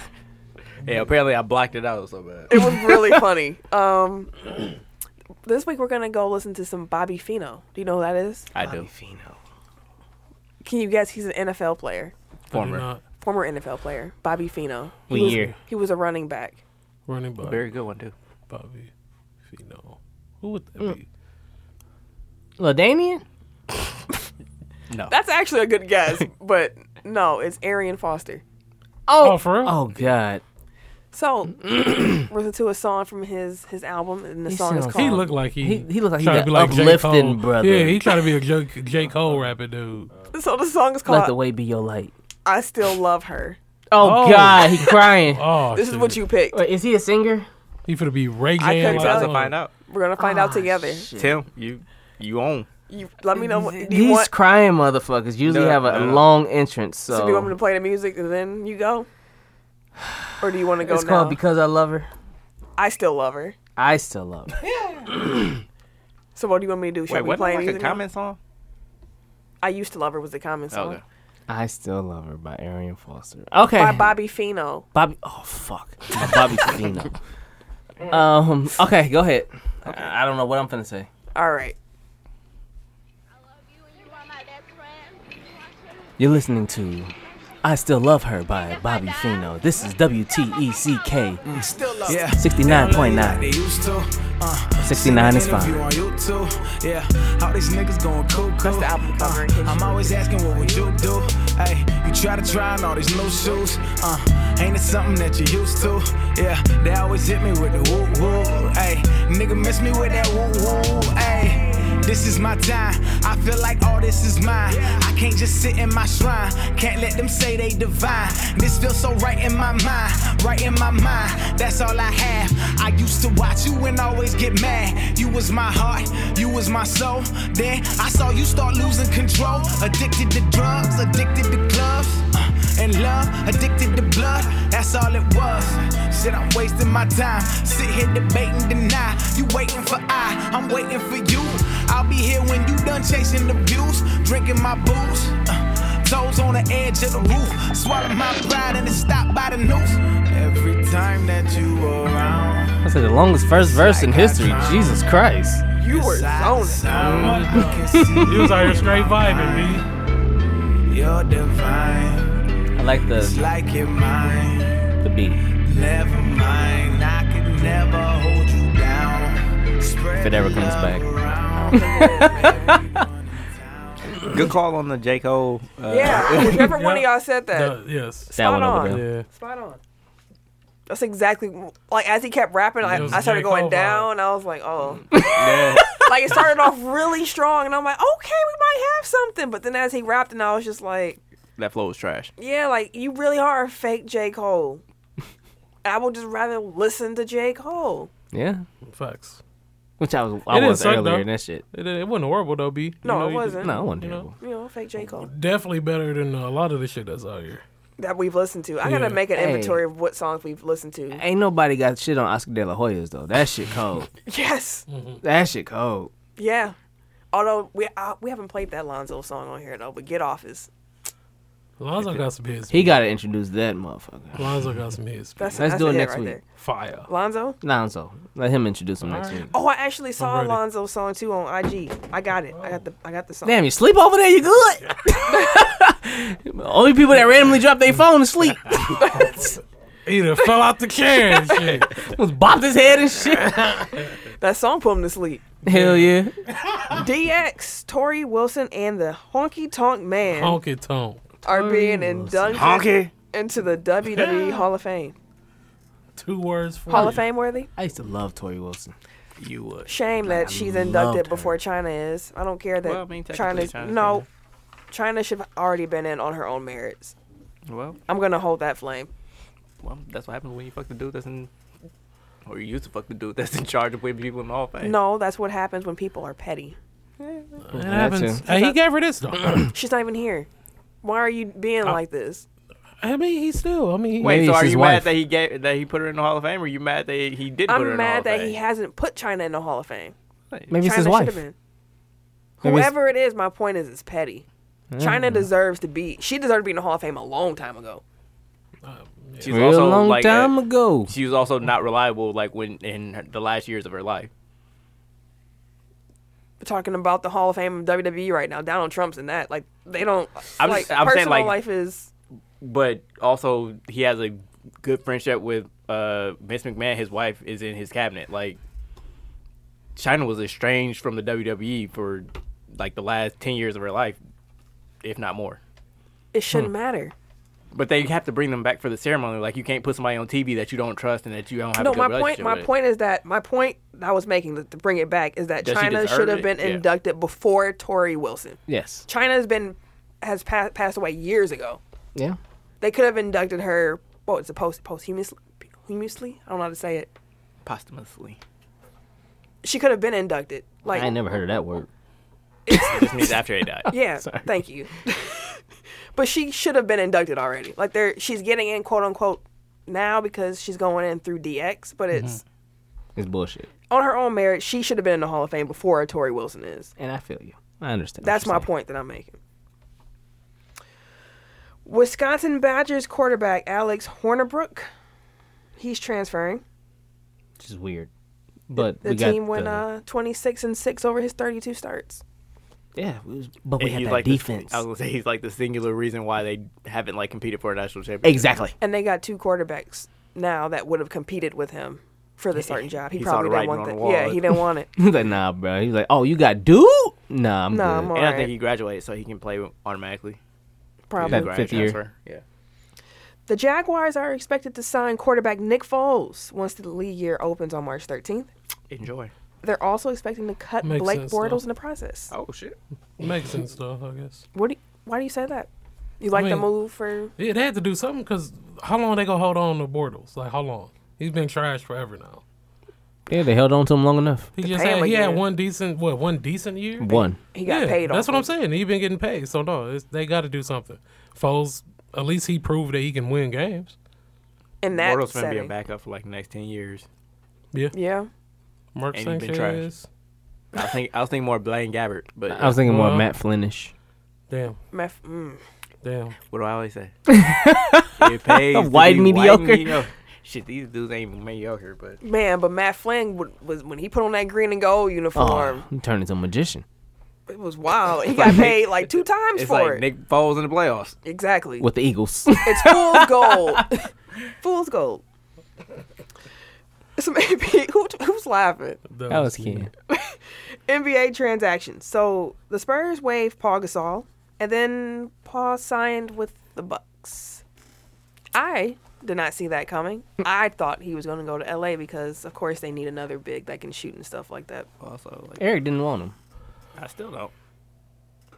[SPEAKER 5] Yeah, apparently I blocked it out so bad.
[SPEAKER 4] It was really funny. Um, this week we're gonna go listen to some Bobby Fino. Do you know who that is?
[SPEAKER 5] I do.
[SPEAKER 4] Can you guess? He's an NFL player,
[SPEAKER 1] I do
[SPEAKER 5] Former.
[SPEAKER 1] not.
[SPEAKER 4] former NFL player, Bobby Fino. He
[SPEAKER 3] What
[SPEAKER 4] was-
[SPEAKER 3] year?
[SPEAKER 4] He was a running back.
[SPEAKER 1] Running back.
[SPEAKER 5] Very good one too.
[SPEAKER 3] Mm.
[SPEAKER 1] Bobby Fino. Who would that be?
[SPEAKER 3] Ladanian?
[SPEAKER 2] No.
[SPEAKER 4] That's actually a good guess, but no, it's Arian Foster.
[SPEAKER 1] Oh, for real?
[SPEAKER 2] Oh God.
[SPEAKER 4] So, listen to a song from his his album, and the
[SPEAKER 3] He
[SPEAKER 4] song is
[SPEAKER 3] sounds-
[SPEAKER 4] called.
[SPEAKER 1] He looked like he
[SPEAKER 3] He- he looked like he
[SPEAKER 1] tried
[SPEAKER 3] the
[SPEAKER 1] to be like J.
[SPEAKER 3] uplifting
[SPEAKER 1] Cole.
[SPEAKER 3] brother.
[SPEAKER 1] Yeah, he tried to be a J. J. Cole rapper dude.
[SPEAKER 4] so the song is
[SPEAKER 3] Let the
[SPEAKER 4] called
[SPEAKER 3] way be your light.
[SPEAKER 4] "I Still Love Her."
[SPEAKER 3] Oh,
[SPEAKER 1] Oh.
[SPEAKER 3] God, he crying.
[SPEAKER 1] Oh,
[SPEAKER 4] This is what you picked.
[SPEAKER 3] Wait, is he a singer?
[SPEAKER 1] He finna be Ray
[SPEAKER 4] I
[SPEAKER 1] J.
[SPEAKER 4] couldn't
[SPEAKER 5] We're
[SPEAKER 4] tell
[SPEAKER 5] about
[SPEAKER 4] you.
[SPEAKER 5] to find out.
[SPEAKER 4] We're gonna find out together.
[SPEAKER 5] Tim, you you on?
[SPEAKER 4] You let me know. What, do you
[SPEAKER 3] These
[SPEAKER 4] want?
[SPEAKER 3] crying mmotherfuckers usually
[SPEAKER 5] No,
[SPEAKER 3] have a
[SPEAKER 5] no, no.
[SPEAKER 3] long entrance. So,
[SPEAKER 4] So, do you want me to play the music and then you go, or do you want to go
[SPEAKER 3] it's
[SPEAKER 4] now?
[SPEAKER 3] called because I love her.
[SPEAKER 4] I still love her.
[SPEAKER 3] I still love her.
[SPEAKER 4] So what do you want me to do? Should
[SPEAKER 5] Wait,
[SPEAKER 4] we
[SPEAKER 5] what?
[SPEAKER 4] play
[SPEAKER 5] Like a
[SPEAKER 4] music? now? Oh,
[SPEAKER 5] comment song?
[SPEAKER 4] I used to love her was the comment song
[SPEAKER 5] Okay.
[SPEAKER 3] I still love her by Arian Foster.
[SPEAKER 2] Okay.
[SPEAKER 4] by Bobby Fino.
[SPEAKER 3] Bobby. Oh fuck, By Bobby Fino. Um. Okay, go ahead. I I don't know what I'm finna say.
[SPEAKER 4] All right.
[SPEAKER 3] You're listening to I Still Love Her by Bobby Fino. This is E WTECK 69.9.
[SPEAKER 10] uh,
[SPEAKER 3] 69 is fine.
[SPEAKER 10] Yeah, all these niggas going cuckoo.
[SPEAKER 4] That's the album cover, in case
[SPEAKER 10] I'm
[SPEAKER 4] you-
[SPEAKER 10] always asking, what would you do? Hey, you try to try on all these new shoes. Uh, ain't it something that you used to? Yeah, they always hit me with the woo woo. Hey, nigga miss me with that woo woo. Hey, this is my time. I feel like all this is mine. I can't just sit in my shrine. Can't let them say they divine. This feels so right in my mind. Right in my mind. That's all I have. I used to watch you and always get mad. You was my heart. You was my soul. Then I saw you start losing control. Addicted to drugs. Addicted to clubs. Uh, and love, addicted to blood, that's all it was. Shit, I'm wasting my time. Sit here debating, deny. You waiting for I, I'm waiting for you. I'll be here when you done chasing the views, drinking my booze. Uh, toes on the edge of the roof, swallow my pride and it stopped by the noose. Every time that you around,
[SPEAKER 3] That's like the longest first verse in history. Jesus Christ.
[SPEAKER 4] You were
[SPEAKER 10] it's out of
[SPEAKER 4] zoning.
[SPEAKER 10] sound. I can see
[SPEAKER 1] He was out here straight vibing, B.
[SPEAKER 10] You're divine,
[SPEAKER 3] I like
[SPEAKER 10] it's
[SPEAKER 3] the,
[SPEAKER 10] like you're mine.
[SPEAKER 3] the beat.
[SPEAKER 10] Never mind, I could never hold you down. Spread
[SPEAKER 3] If it ever comes back.
[SPEAKER 5] Good call on the J Cole. Uh,
[SPEAKER 4] Yeah, whichever one of
[SPEAKER 1] Yeah.
[SPEAKER 4] y'all said that.
[SPEAKER 1] Uh, yes.
[SPEAKER 3] That
[SPEAKER 4] Spot
[SPEAKER 3] one over
[SPEAKER 4] on.
[SPEAKER 3] there.
[SPEAKER 1] Yeah.
[SPEAKER 4] Spot on. That's exactly like as he kept rapping, I,
[SPEAKER 1] It was
[SPEAKER 4] I started
[SPEAKER 1] J. Cole
[SPEAKER 4] going
[SPEAKER 1] vibe.
[SPEAKER 4] down. I was like, oh, like it started off really strong, and I'm like, okay, we might have something. But then as he rapped, and I was just like,
[SPEAKER 5] That flow was trash.
[SPEAKER 4] yeah, like you really are a fake J Cole. I would just rather listen to J Cole.
[SPEAKER 3] Yeah.
[SPEAKER 1] Facts.
[SPEAKER 2] Which I was.
[SPEAKER 3] I
[SPEAKER 1] It didn't
[SPEAKER 3] was
[SPEAKER 1] suck,
[SPEAKER 3] earlier
[SPEAKER 1] though.
[SPEAKER 3] than that shit.
[SPEAKER 1] It, it wasn't horrible though, B. You
[SPEAKER 4] No,
[SPEAKER 1] know,
[SPEAKER 4] it
[SPEAKER 1] you just-
[SPEAKER 4] wasn't.
[SPEAKER 3] No, I wasn't
[SPEAKER 1] You know.
[SPEAKER 3] terrible.
[SPEAKER 4] You know, fake J Cole
[SPEAKER 1] Definitely better than uh, a lot of the shit that's out here.
[SPEAKER 4] that we've listened to. I gotta
[SPEAKER 1] Yeah.
[SPEAKER 4] make an
[SPEAKER 3] Hey.
[SPEAKER 4] inventory of what songs we've listened to.
[SPEAKER 3] Ain't nobody got shit on Oscar De La Hoya's though. That shit cold.
[SPEAKER 4] Yes,
[SPEAKER 3] Hmm. that shit cold.
[SPEAKER 4] yeah. Although we uh, we haven't played that Lonzo song on here though, but Get Off is
[SPEAKER 1] Lonzo got some hits.
[SPEAKER 3] He gotta introduce that motherfucker.
[SPEAKER 1] Lonzo got some hits.
[SPEAKER 4] That's,
[SPEAKER 3] Let's
[SPEAKER 4] that's
[SPEAKER 3] do
[SPEAKER 4] a
[SPEAKER 3] it
[SPEAKER 4] hit
[SPEAKER 3] next
[SPEAKER 4] right
[SPEAKER 3] week.
[SPEAKER 4] There.
[SPEAKER 1] Fire.
[SPEAKER 4] Lonzo.
[SPEAKER 3] Lonzo. Let him introduce him next week.
[SPEAKER 4] Oh, I actually saw
[SPEAKER 1] ready.
[SPEAKER 4] Lonzo's song too on IG. I got it. I got the. I got the song.
[SPEAKER 3] Damn, you sleep over there, you good? Only people that randomly drop their phone to sleep.
[SPEAKER 1] Either fell out the chair and shit.
[SPEAKER 3] Was bopped his head and shit.
[SPEAKER 4] That song put him to sleep.
[SPEAKER 3] Hell yeah.
[SPEAKER 4] DX, Tori Wilson, and the Honky Tonk Man
[SPEAKER 1] Honky tonk.
[SPEAKER 4] are being inducted into the WWE Hall of Fame.
[SPEAKER 1] Two words for
[SPEAKER 4] Hall of
[SPEAKER 1] you.
[SPEAKER 4] Fame worthy.
[SPEAKER 3] I used to love Tori Wilson.
[SPEAKER 5] You would.
[SPEAKER 4] Shame that she's
[SPEAKER 3] loved
[SPEAKER 4] inducted
[SPEAKER 3] her.
[SPEAKER 4] before China is. I don't care that
[SPEAKER 5] Well, I mean, technically
[SPEAKER 4] China's,
[SPEAKER 5] China's
[SPEAKER 4] no. China should have already been in on her own merits.
[SPEAKER 5] Well,
[SPEAKER 4] I'm gonna hold that flame.
[SPEAKER 5] well, that's what happens when you fuck the dude that's in, or you used to fuck the dude that's in charge of putting people in the Hall of Fame.
[SPEAKER 4] No, that's what happens when people are petty.
[SPEAKER 1] It
[SPEAKER 3] That
[SPEAKER 1] happens.
[SPEAKER 3] too.
[SPEAKER 1] Hey, he gave her this though.
[SPEAKER 4] She's not even here. Why are you being like this?
[SPEAKER 1] I mean, he still. I mean, he,
[SPEAKER 5] Wait,
[SPEAKER 3] Maybe
[SPEAKER 5] so
[SPEAKER 3] it's
[SPEAKER 5] are
[SPEAKER 3] his
[SPEAKER 5] you
[SPEAKER 3] wife.
[SPEAKER 5] mad that he gave that he put her in the Hall of Fame, or you mad that he, he did put her
[SPEAKER 4] I'm
[SPEAKER 5] in the Hall
[SPEAKER 4] mad
[SPEAKER 5] of
[SPEAKER 4] that
[SPEAKER 5] Fame?
[SPEAKER 4] he hasn't put China in the Hall of Fame.
[SPEAKER 3] Maybe it's
[SPEAKER 4] China should
[SPEAKER 3] his
[SPEAKER 4] have
[SPEAKER 3] wife.
[SPEAKER 4] been.
[SPEAKER 3] Maybe it's-
[SPEAKER 4] Whoever it is, my point is, it's petty. China deserves to be. She deserved to be in the Hall of Fame a long time ago.
[SPEAKER 5] She's
[SPEAKER 3] Real
[SPEAKER 5] also
[SPEAKER 3] long
[SPEAKER 5] like
[SPEAKER 3] time
[SPEAKER 5] uh,
[SPEAKER 3] ago.
[SPEAKER 5] she was also not reliable, like when in her, the last years of her life.
[SPEAKER 4] We're talking about the Hall of Fame of WWE right now. Donald Trump's in that. Like they don't.
[SPEAKER 5] I'm
[SPEAKER 4] like
[SPEAKER 5] just- I'm saying,
[SPEAKER 4] personal
[SPEAKER 5] like-
[SPEAKER 4] life is.
[SPEAKER 5] But also, he has a good friendship with uh, Vince McMahon. His wife is in his cabinet. Like E China was estranged from the WWE for like the last ten years of her life. if not more.
[SPEAKER 4] It shouldn't matter.
[SPEAKER 5] But they have to bring them back for the ceremony. Like you can't put somebody on TV that you don't trust and that you don't have.
[SPEAKER 4] No,
[SPEAKER 5] a good
[SPEAKER 4] my point.
[SPEAKER 5] relationship
[SPEAKER 4] My
[SPEAKER 5] with.
[SPEAKER 4] point is that my point I was making to, to bring it back is that
[SPEAKER 5] That she
[SPEAKER 4] China
[SPEAKER 5] deserved
[SPEAKER 4] should have
[SPEAKER 5] it,
[SPEAKER 4] been
[SPEAKER 5] yeah.
[SPEAKER 4] inducted before Tory Wilson.
[SPEAKER 2] Yes.
[SPEAKER 4] China has been has passed passed away years ago.
[SPEAKER 2] Yeah.
[SPEAKER 4] They could have inducted her. What is it? Post posthumously. Humously? I don't know how to say it.
[SPEAKER 5] posthumously.
[SPEAKER 4] She could have been inducted. Like
[SPEAKER 2] I ain't never heard of that word.
[SPEAKER 5] This means after they died.
[SPEAKER 4] Yeah, thank you. but she should have been inducted already. Like there, she's getting in quote unquote now because she's going in through DX, but
[SPEAKER 2] Mm-hmm.
[SPEAKER 4] it's
[SPEAKER 2] It's bullshit.
[SPEAKER 4] on her own merit. She should have been in the Hall of Fame before Tori Wilson is.
[SPEAKER 2] And I feel you. I understand. what
[SPEAKER 4] That's
[SPEAKER 2] you're
[SPEAKER 4] my
[SPEAKER 2] saying.
[SPEAKER 4] point that I'm making. Wisconsin Badgers quarterback Alex Hornerbrook, he's transferring.
[SPEAKER 2] Which is weird. But
[SPEAKER 4] The
[SPEAKER 2] we
[SPEAKER 4] team
[SPEAKER 2] got
[SPEAKER 4] went
[SPEAKER 2] the-
[SPEAKER 4] uh, 26 and six over his 32 starts.
[SPEAKER 2] Yeah, we was, but
[SPEAKER 5] And
[SPEAKER 2] we had
[SPEAKER 5] he's
[SPEAKER 2] that
[SPEAKER 5] like the-
[SPEAKER 2] defense.
[SPEAKER 5] I was gonna say he's like the singular reason why they haven't like competed for a national championship.
[SPEAKER 2] exactly.
[SPEAKER 4] and they got two quarterbacks now that would have competed with him for the starting job. He,
[SPEAKER 5] he saw
[SPEAKER 4] probably
[SPEAKER 5] the
[SPEAKER 4] didn't
[SPEAKER 5] writing
[SPEAKER 4] want
[SPEAKER 5] on
[SPEAKER 4] that.
[SPEAKER 5] the wall.
[SPEAKER 4] Yeah, he didn't want it.
[SPEAKER 2] He's like, nah, bro. He's like, oh, you got dude? Nah, I'm
[SPEAKER 4] Nah,
[SPEAKER 2] good.
[SPEAKER 4] I'm all
[SPEAKER 5] And I
[SPEAKER 4] right.
[SPEAKER 5] think he graduated, so he can play automatically.
[SPEAKER 4] probably.
[SPEAKER 2] That fifth year.
[SPEAKER 5] Transfer. Yeah.
[SPEAKER 4] The Jaguars are expected to sign quarterback Nick Foles once the league year opens on March 13th.
[SPEAKER 5] Enjoy.
[SPEAKER 4] They're also expecting to cut
[SPEAKER 1] Makes
[SPEAKER 4] Blake
[SPEAKER 1] sense,
[SPEAKER 4] Bortles
[SPEAKER 1] though.
[SPEAKER 4] in the process.
[SPEAKER 5] Oh shit.
[SPEAKER 1] Makes sense though, I guess.
[SPEAKER 4] What? Do you, why do you say that? You like
[SPEAKER 1] mean-
[SPEAKER 4] the move for?
[SPEAKER 1] Yeah, they had to do something because how long they gonna hold on to Bortles? Like how long? He's been trash forever now.
[SPEAKER 2] Yeah, they held on to him long enough.
[SPEAKER 1] He just
[SPEAKER 4] pay him
[SPEAKER 1] had, he had
[SPEAKER 4] again.
[SPEAKER 1] one decent what one decent year.
[SPEAKER 2] One.
[SPEAKER 4] He got paid.
[SPEAKER 1] That's
[SPEAKER 4] off
[SPEAKER 1] what I'm
[SPEAKER 4] of-
[SPEAKER 1] saying. He been getting paid, so no, it's, they got to do something. Foles, at least he proved that he can win games.
[SPEAKER 4] In that
[SPEAKER 5] Bortles gonna be a
[SPEAKER 4] setting.
[SPEAKER 5] backup for like the next ten years.
[SPEAKER 4] Yeah.
[SPEAKER 1] Mark
[SPEAKER 5] And he been
[SPEAKER 1] Sanchez,
[SPEAKER 5] I think I was thinking more Blaine Gabbert, but uh,
[SPEAKER 2] I was thinking more
[SPEAKER 1] Well-
[SPEAKER 2] Matt Flynnish.
[SPEAKER 1] damn,
[SPEAKER 4] Meth- mm.
[SPEAKER 1] damn.
[SPEAKER 5] what do I always say? It pays to be
[SPEAKER 2] White mediocre.
[SPEAKER 5] Shit, these dudes ain't even mediocre, but
[SPEAKER 4] Man, but Matt Flynn would, was when he put on that green and gold
[SPEAKER 2] Oh,
[SPEAKER 4] uniform.
[SPEAKER 2] he turned into a magician
[SPEAKER 4] It was wild. He got paid like two times
[SPEAKER 5] Oh. it's
[SPEAKER 4] for
[SPEAKER 5] like
[SPEAKER 4] it.
[SPEAKER 5] Nick Foles in the playoffs.
[SPEAKER 4] exactly.
[SPEAKER 2] with the Eagles.
[SPEAKER 4] It's fool's gold. fool's gold. So maybe who, who's laughing?
[SPEAKER 2] that was Ken.
[SPEAKER 4] NBA transactions. So the Spurs waived Paul Gasol, and then Paul signed with the Bucks. I did not see that coming. I thought he was going to go to LA because, of course, they need another big that can shoot and stuff like that.
[SPEAKER 5] Also, like
[SPEAKER 2] Eric didn't want him.
[SPEAKER 5] I still don't.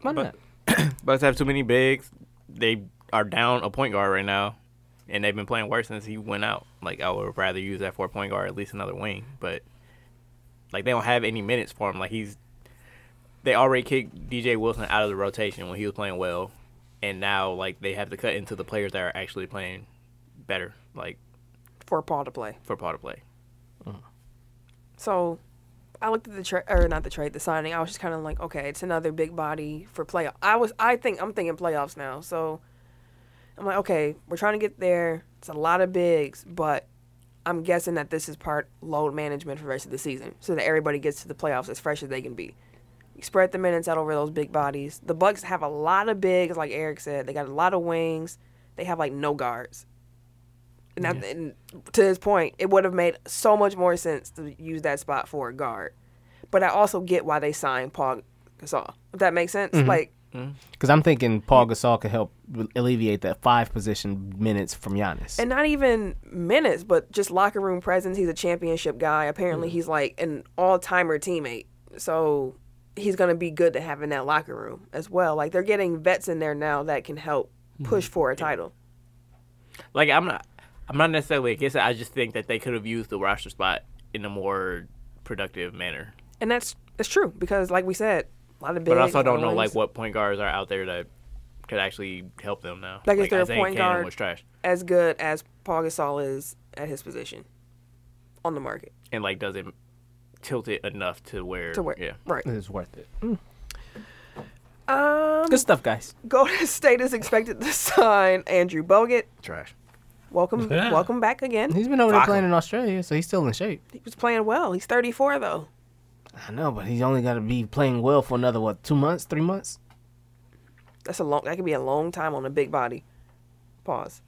[SPEAKER 2] Why
[SPEAKER 5] But-
[SPEAKER 2] not?
[SPEAKER 5] Bucks have too many bigs. They are down a point guard right now, and they've been playing worse since he went out. Like I would rather use that for a point guard, at least another wing. But like they don't have any minutes for him. Like he's they already kicked DJ Wilson out of the rotation when he was playing well, and now like they have to cut into the players that are actually playing better, like
[SPEAKER 4] For Paul to play.
[SPEAKER 5] for Paul to play.
[SPEAKER 4] So I looked at the trade, or not the trade, the signing. I was just kind of like, okay, it's another big body for playoff. I was, I think, I'm thinking playoffs now. So I'm like, okay, we're trying to get there. It's a lot of bigs, but I'm guessing that this is part load management for the rest of the season, so that everybody gets to the playoffs as fresh as they can be. You spread the minutes out over those big bodies. The Bucks have a lot of bigs, like Eric said. They got a lot of wings. They have like no guards. And, that, and to his point, it would have made so much more sense to use that spot for a guard. But I also get why they signed Paul Gasol. If that makes sense,
[SPEAKER 5] Mm-hmm.
[SPEAKER 4] like
[SPEAKER 2] Because I'm thinking Paul Gasol could help alleviate that five position minutes from Giannis.
[SPEAKER 4] and not even minutes, but just locker room presence. He's a championship guy. Apparently, he's like an all timer teammate. So he's going to be good to have in that locker room as well. Like they're getting vets in there now that can help
[SPEAKER 5] Mm-hmm.
[SPEAKER 4] push for a title.
[SPEAKER 5] Like I'm not, I'm not necessarily against it. I just think that they could have used the roster spot in a more productive manner.
[SPEAKER 4] And that's that's true because, like we said, a lot of big.
[SPEAKER 5] But I also don't know
[SPEAKER 4] ones.
[SPEAKER 5] like what point guards are out there that could actually help them now.
[SPEAKER 4] Like, is there a
[SPEAKER 5] Isaiah
[SPEAKER 4] point
[SPEAKER 5] Cannon
[SPEAKER 4] guard-
[SPEAKER 5] was trash
[SPEAKER 4] as good as Paul Gasol is at his position on the market
[SPEAKER 5] and like doesn't tilt it enough to where
[SPEAKER 4] to where
[SPEAKER 5] yeah
[SPEAKER 4] right.
[SPEAKER 2] it's worth it.
[SPEAKER 4] Um,
[SPEAKER 3] Good stuff, guys.
[SPEAKER 4] Golden State is expected to sign Andrew Bogut.
[SPEAKER 5] trash.
[SPEAKER 4] Welcome,
[SPEAKER 1] Yeah.
[SPEAKER 4] welcome back again.
[SPEAKER 2] He's been over there playing in Australia, so he's still in shape.
[SPEAKER 4] He was playing well. He's 34 though.
[SPEAKER 2] I know, but he's only got to be playing well for another, what, two months, three months?
[SPEAKER 4] That's a long. That could be a long time on a big body. Pause.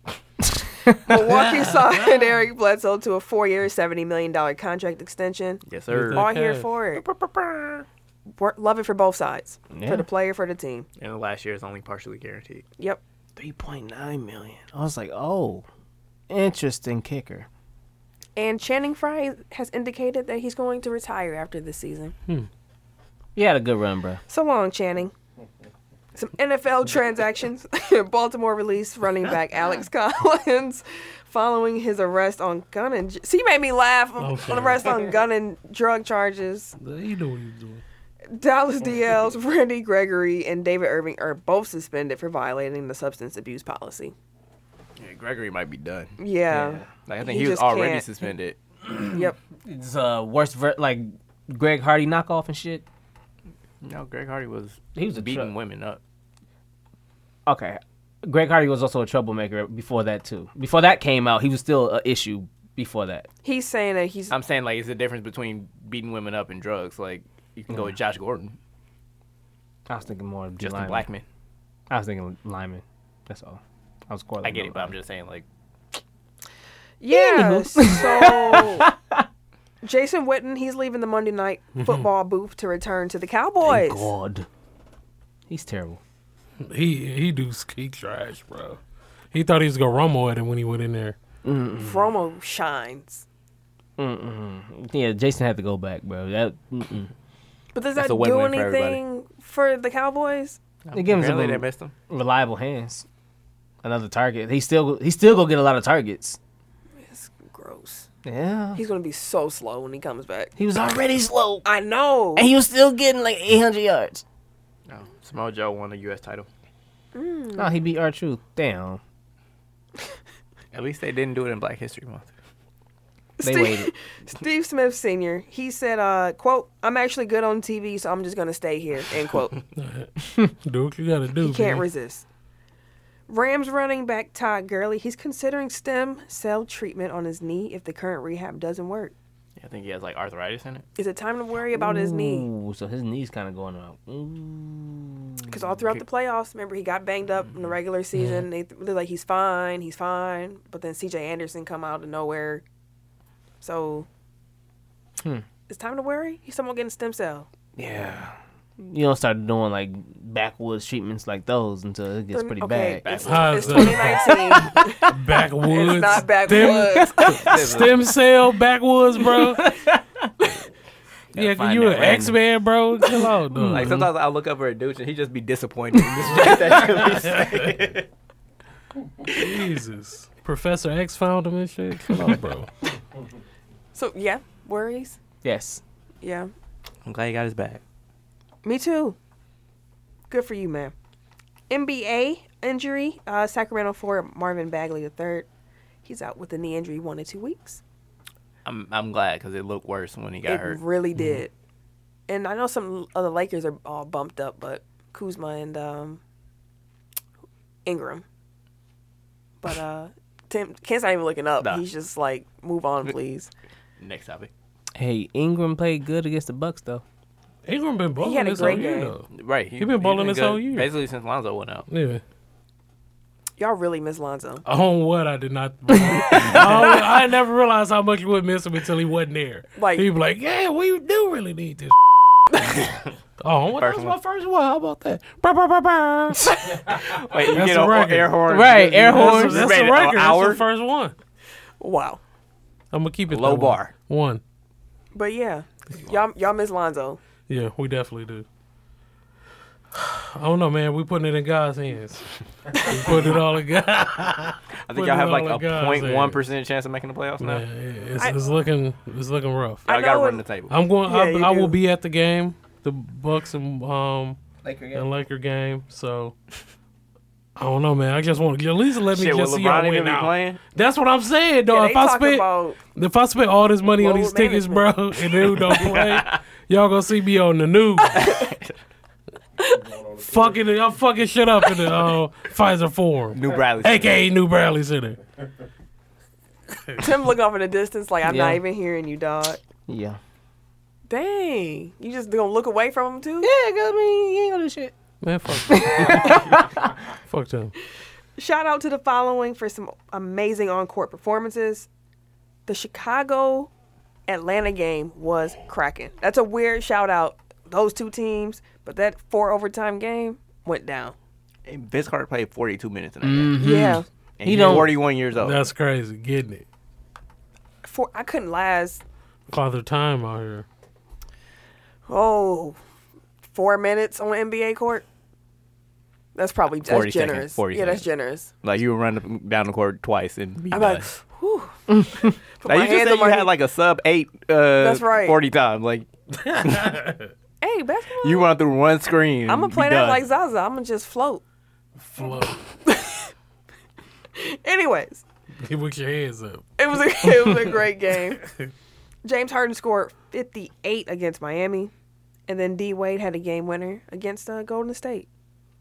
[SPEAKER 4] Milwaukee signed Eric Bledsoe to a four-year, seventy million dollar contract extension.
[SPEAKER 5] Yes sir.
[SPEAKER 1] Like,
[SPEAKER 4] All here
[SPEAKER 1] cash.
[SPEAKER 4] for it. wor- love it for both sides,
[SPEAKER 2] Yeah.
[SPEAKER 4] for the player, for the team.
[SPEAKER 5] And last year is only partially guaranteed.
[SPEAKER 4] Yep.
[SPEAKER 2] Three point nine million. I was like, oh, interesting kicker.
[SPEAKER 4] And Channing Frye has indicated that he's going to retire after this season.
[SPEAKER 2] You had a good run, bro.
[SPEAKER 4] So long, Channing. Some NFL transactions. Baltimore released running back Alex Collins following his arrest on gun and. dr- See, you made me laugh.
[SPEAKER 1] Okay.
[SPEAKER 4] On arrest on gun and drug charges.
[SPEAKER 1] He knew what he was doing.
[SPEAKER 4] Dallas DL's Randy Gregory and David Irving are both suspended for violating the substance abuse policy.
[SPEAKER 5] Yeah, Gregory might be done.
[SPEAKER 4] Yeah.
[SPEAKER 5] Like I think
[SPEAKER 4] He
[SPEAKER 5] he, was
[SPEAKER 4] just
[SPEAKER 5] already
[SPEAKER 4] can't.
[SPEAKER 5] suspended.
[SPEAKER 4] Yep.
[SPEAKER 3] It's uh, worst ver- like Greg Hardy knockoff and shit.
[SPEAKER 5] No, Greg Hardy was
[SPEAKER 2] He was a
[SPEAKER 5] beating
[SPEAKER 2] truck.
[SPEAKER 5] women up.
[SPEAKER 3] Okay, Greg Hardy was also a troublemaker before that too. Before that came out, he was still an issue before that.
[SPEAKER 4] He's saying that he's.
[SPEAKER 5] I'm saying like it's the difference between beating women up and drugs. Like you can go with Josh Gordon,
[SPEAKER 3] I was thinking more of
[SPEAKER 5] Justin
[SPEAKER 3] lineman.
[SPEAKER 5] Blackman.
[SPEAKER 3] I was thinking lineman. That's all. I was
[SPEAKER 5] I
[SPEAKER 3] correlating.
[SPEAKER 5] get
[SPEAKER 3] those.
[SPEAKER 5] it, but I'm just saying like
[SPEAKER 4] Yeah. So Jason Witten, he's leaving the Monday night
[SPEAKER 5] Mm-hmm.
[SPEAKER 4] football booth to return to the Cowboys.
[SPEAKER 3] God, he's terrible.
[SPEAKER 1] He he do he trash, bro. He thought he was gonna rumble at him when he went in there.
[SPEAKER 4] Romo shines.
[SPEAKER 3] Yeah, Jason had to go back, bro. That mm-mm.
[SPEAKER 4] But does
[SPEAKER 5] That's
[SPEAKER 4] that do
[SPEAKER 5] a win-win for everybody.
[SPEAKER 4] anything for, the Cowboys?
[SPEAKER 3] they give him some
[SPEAKER 5] apparently they missed him.
[SPEAKER 3] reliable hands. Another target. He still he still gonna get a lot of targets.
[SPEAKER 4] It's gross.
[SPEAKER 3] Yeah,
[SPEAKER 4] He's gonna be so slow when he comes back.
[SPEAKER 3] he was already slow,
[SPEAKER 4] I know.
[SPEAKER 3] and he was still getting like 800 yards.
[SPEAKER 5] No, Samoa Joe won the U.S. title.
[SPEAKER 4] Mm.
[SPEAKER 3] No, he beat our truth. Damn,
[SPEAKER 5] At least they didn't do it in Black History Month.
[SPEAKER 3] they
[SPEAKER 4] Steve-
[SPEAKER 3] waited.
[SPEAKER 4] Steve Smith Sr. He said, uh, "quote I'm actually good on TV, so I'm just gonna stay here." End quote.
[SPEAKER 1] Do what you gotta do.
[SPEAKER 4] He can't
[SPEAKER 1] man.
[SPEAKER 4] resist. Rams running back Todd Gurley, he's considering stem cell treatment on his knee if the current rehab doesn't work.
[SPEAKER 5] Yeah, I think he has like arthritis in it.
[SPEAKER 4] Is it time to worry about his knee?
[SPEAKER 3] Ooh, so his knees kind of going out.
[SPEAKER 4] Because all throughout the playoffs, remember he got banged up in the regular season. They they're like he's fine, he's fine, but then C.J. Anderson come out of nowhere. So it's time to worry. He's someone getting stem cell.
[SPEAKER 3] Yeah. You don't start doing like backwoods treatments like those until it gets pretty
[SPEAKER 4] okay,
[SPEAKER 3] bad.
[SPEAKER 4] It's,
[SPEAKER 1] How's
[SPEAKER 4] it's
[SPEAKER 1] that?
[SPEAKER 4] 2019.
[SPEAKER 1] Backwoods.
[SPEAKER 4] it's not backwoods.
[SPEAKER 1] Stem, stem cell backwoods, bro. yeah, you
[SPEAKER 5] find that
[SPEAKER 1] an
[SPEAKER 5] random.
[SPEAKER 1] X Man, bro. Chill out, dude.
[SPEAKER 5] Like sometimes I look up at a dude and he just be disappointed. in this shit that he was saying.
[SPEAKER 1] Jesus. Professor X found him and shit. Come on, bro.
[SPEAKER 4] so yeah, worries.
[SPEAKER 3] Yes.
[SPEAKER 4] Yeah,
[SPEAKER 5] I'm glad he got his back.
[SPEAKER 4] me too. Good for you, man. NBA injury. Uh, Sacramento forward Marvin Bagley III. He's out with a knee injury one to two weeks.
[SPEAKER 5] I'm I'm glad because it looked worse when he got
[SPEAKER 4] It
[SPEAKER 5] hurt.
[SPEAKER 4] really
[SPEAKER 1] Mm-hmm.
[SPEAKER 4] did. And I know some of the Lakers are all bumped up, but Kuzma and um, Ingram. But uh, Tim Ken's not even looking up.
[SPEAKER 5] Nah.
[SPEAKER 4] He's just like, move on, please.
[SPEAKER 5] Next topic.
[SPEAKER 3] Hey, Ingram played good against the Bucks though.
[SPEAKER 1] Ingram been balling
[SPEAKER 4] He had a
[SPEAKER 1] this whole
[SPEAKER 4] great
[SPEAKER 1] year,
[SPEAKER 4] game.
[SPEAKER 1] though.
[SPEAKER 5] Right, he,
[SPEAKER 1] been balling this
[SPEAKER 5] good,
[SPEAKER 1] whole year.
[SPEAKER 5] basically since Lonzo went out.
[SPEAKER 1] Yeah.
[SPEAKER 4] Y'all really miss Lonzo.
[SPEAKER 5] Uh,
[SPEAKER 1] On what I did not. I, I never realized how much you would miss him until he wasn't there.
[SPEAKER 4] Like-
[SPEAKER 1] he'd be like, "Yeah, we do really need this." oh, what, that was my first one. How about that? Brr, brr, brr, brr.
[SPEAKER 5] Wait, you
[SPEAKER 1] That's
[SPEAKER 5] get
[SPEAKER 1] a
[SPEAKER 5] a
[SPEAKER 1] record.
[SPEAKER 5] air horn.
[SPEAKER 3] Right, air
[SPEAKER 1] That's,
[SPEAKER 3] horns.
[SPEAKER 1] that's
[SPEAKER 5] Rated
[SPEAKER 1] the record.
[SPEAKER 5] an
[SPEAKER 1] That's
[SPEAKER 5] hour.
[SPEAKER 1] the first one.
[SPEAKER 4] Wow.
[SPEAKER 1] I'm gonna keep it
[SPEAKER 5] Low
[SPEAKER 1] that way.
[SPEAKER 5] bar.
[SPEAKER 1] One.
[SPEAKER 4] But yeah, y'all y'all miss Lonzo.
[SPEAKER 1] Yeah, we definitely do. I don't know, man. We putting it in God's hands. we putting it all in God.
[SPEAKER 5] I think y'all have like
[SPEAKER 1] Putting
[SPEAKER 5] a
[SPEAKER 1] it all in God's
[SPEAKER 5] 0.1 percent chance of making the playoffs now.
[SPEAKER 1] Yeah, it's, it's looking, it's looking rough.
[SPEAKER 5] Y'all
[SPEAKER 4] I
[SPEAKER 5] gotta
[SPEAKER 4] know
[SPEAKER 5] run
[SPEAKER 4] it-
[SPEAKER 5] the table.
[SPEAKER 1] I'm going. I,
[SPEAKER 4] Yeah, you
[SPEAKER 1] I will
[SPEAKER 4] do.
[SPEAKER 1] be at the game, the Bucks and um and Laker game. So I don't know, man. I just want to at least let me
[SPEAKER 5] Shit, will
[SPEAKER 1] just see y'all
[SPEAKER 5] LeBron
[SPEAKER 1] win
[SPEAKER 5] even be
[SPEAKER 1] out.
[SPEAKER 5] playing?
[SPEAKER 1] That's what I'm saying, though.
[SPEAKER 4] Yeah, they
[SPEAKER 1] if I
[SPEAKER 4] talking
[SPEAKER 1] spent
[SPEAKER 4] about
[SPEAKER 1] if I spent all this money on
[SPEAKER 4] Load
[SPEAKER 1] these tickets, bro,
[SPEAKER 4] management.
[SPEAKER 1] and they don't play, y'all gonna see me on the news. fucking, I'm fucking shit up in the uh, Pfizer Forum,
[SPEAKER 5] New Bradley.
[SPEAKER 1] aka New Bradley Center.
[SPEAKER 4] Tim look off in the distance like I'm not
[SPEAKER 3] Yeah.
[SPEAKER 4] even hearing you, dog.
[SPEAKER 3] Yeah.
[SPEAKER 4] Dang, you just gonna look away from him too?
[SPEAKER 3] Yeah, 'cause, I mean, he ain't gonna do shit.
[SPEAKER 1] Man, fuck. them. fuck them.
[SPEAKER 4] Shout out to the following for some amazing on court performances. The Chicago Atlanta game was cracking. That's a weird shout out. those two teams, but that four overtime game went down.
[SPEAKER 5] And Vince Carter played 42 minutes in that game.
[SPEAKER 4] Yeah,
[SPEAKER 5] And
[SPEAKER 3] He
[SPEAKER 5] he's
[SPEAKER 3] don't-
[SPEAKER 5] 41 years old.
[SPEAKER 1] That's crazy. Getting it.
[SPEAKER 4] four. I couldn't last.
[SPEAKER 1] Father Time out here.
[SPEAKER 4] Oh, four minutes on an NBA court. That's probably that's
[SPEAKER 5] 40 seconds,
[SPEAKER 4] generous.
[SPEAKER 5] 40
[SPEAKER 4] yeah, that's
[SPEAKER 5] seconds.
[SPEAKER 4] generous.
[SPEAKER 5] Like you would run up- down the court twice and be
[SPEAKER 4] I'm
[SPEAKER 5] done.
[SPEAKER 4] like, whew. Put
[SPEAKER 5] Now,
[SPEAKER 4] my
[SPEAKER 5] you just
[SPEAKER 4] hands
[SPEAKER 5] said
[SPEAKER 4] on
[SPEAKER 5] you
[SPEAKER 4] my
[SPEAKER 5] had
[SPEAKER 4] hip.
[SPEAKER 5] like a sub eight. Uh,
[SPEAKER 4] That's right.
[SPEAKER 5] 40 times. Like
[SPEAKER 4] hey, basketball.
[SPEAKER 5] you run through one screen.
[SPEAKER 4] I'm gonna
[SPEAKER 5] be
[SPEAKER 4] play that
[SPEAKER 5] done.
[SPEAKER 4] like Zaza. I'm gonna just float.
[SPEAKER 1] Float.
[SPEAKER 4] Anyways,
[SPEAKER 1] Get with your hands up.
[SPEAKER 4] It was a it was a great game. James Harden scored 58 against Miami, and then D Wade had a game winner against uh, Golden State.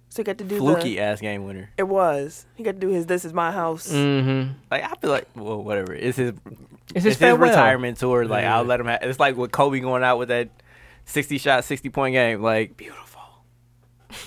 [SPEAKER 4] So he got to do
[SPEAKER 5] fluky
[SPEAKER 4] The,
[SPEAKER 5] ass game winner.
[SPEAKER 4] it was he got to do his "This Is My House."
[SPEAKER 5] Mm. Like I feel like well, whatever. It's his
[SPEAKER 3] Mm-hmm. It's
[SPEAKER 5] it's
[SPEAKER 3] his
[SPEAKER 5] his,
[SPEAKER 3] farewell.
[SPEAKER 5] retirement tour. Like I'll let him. Have, it's like with Kobe going out with that sixty shot, sixty point game. Like beautiful.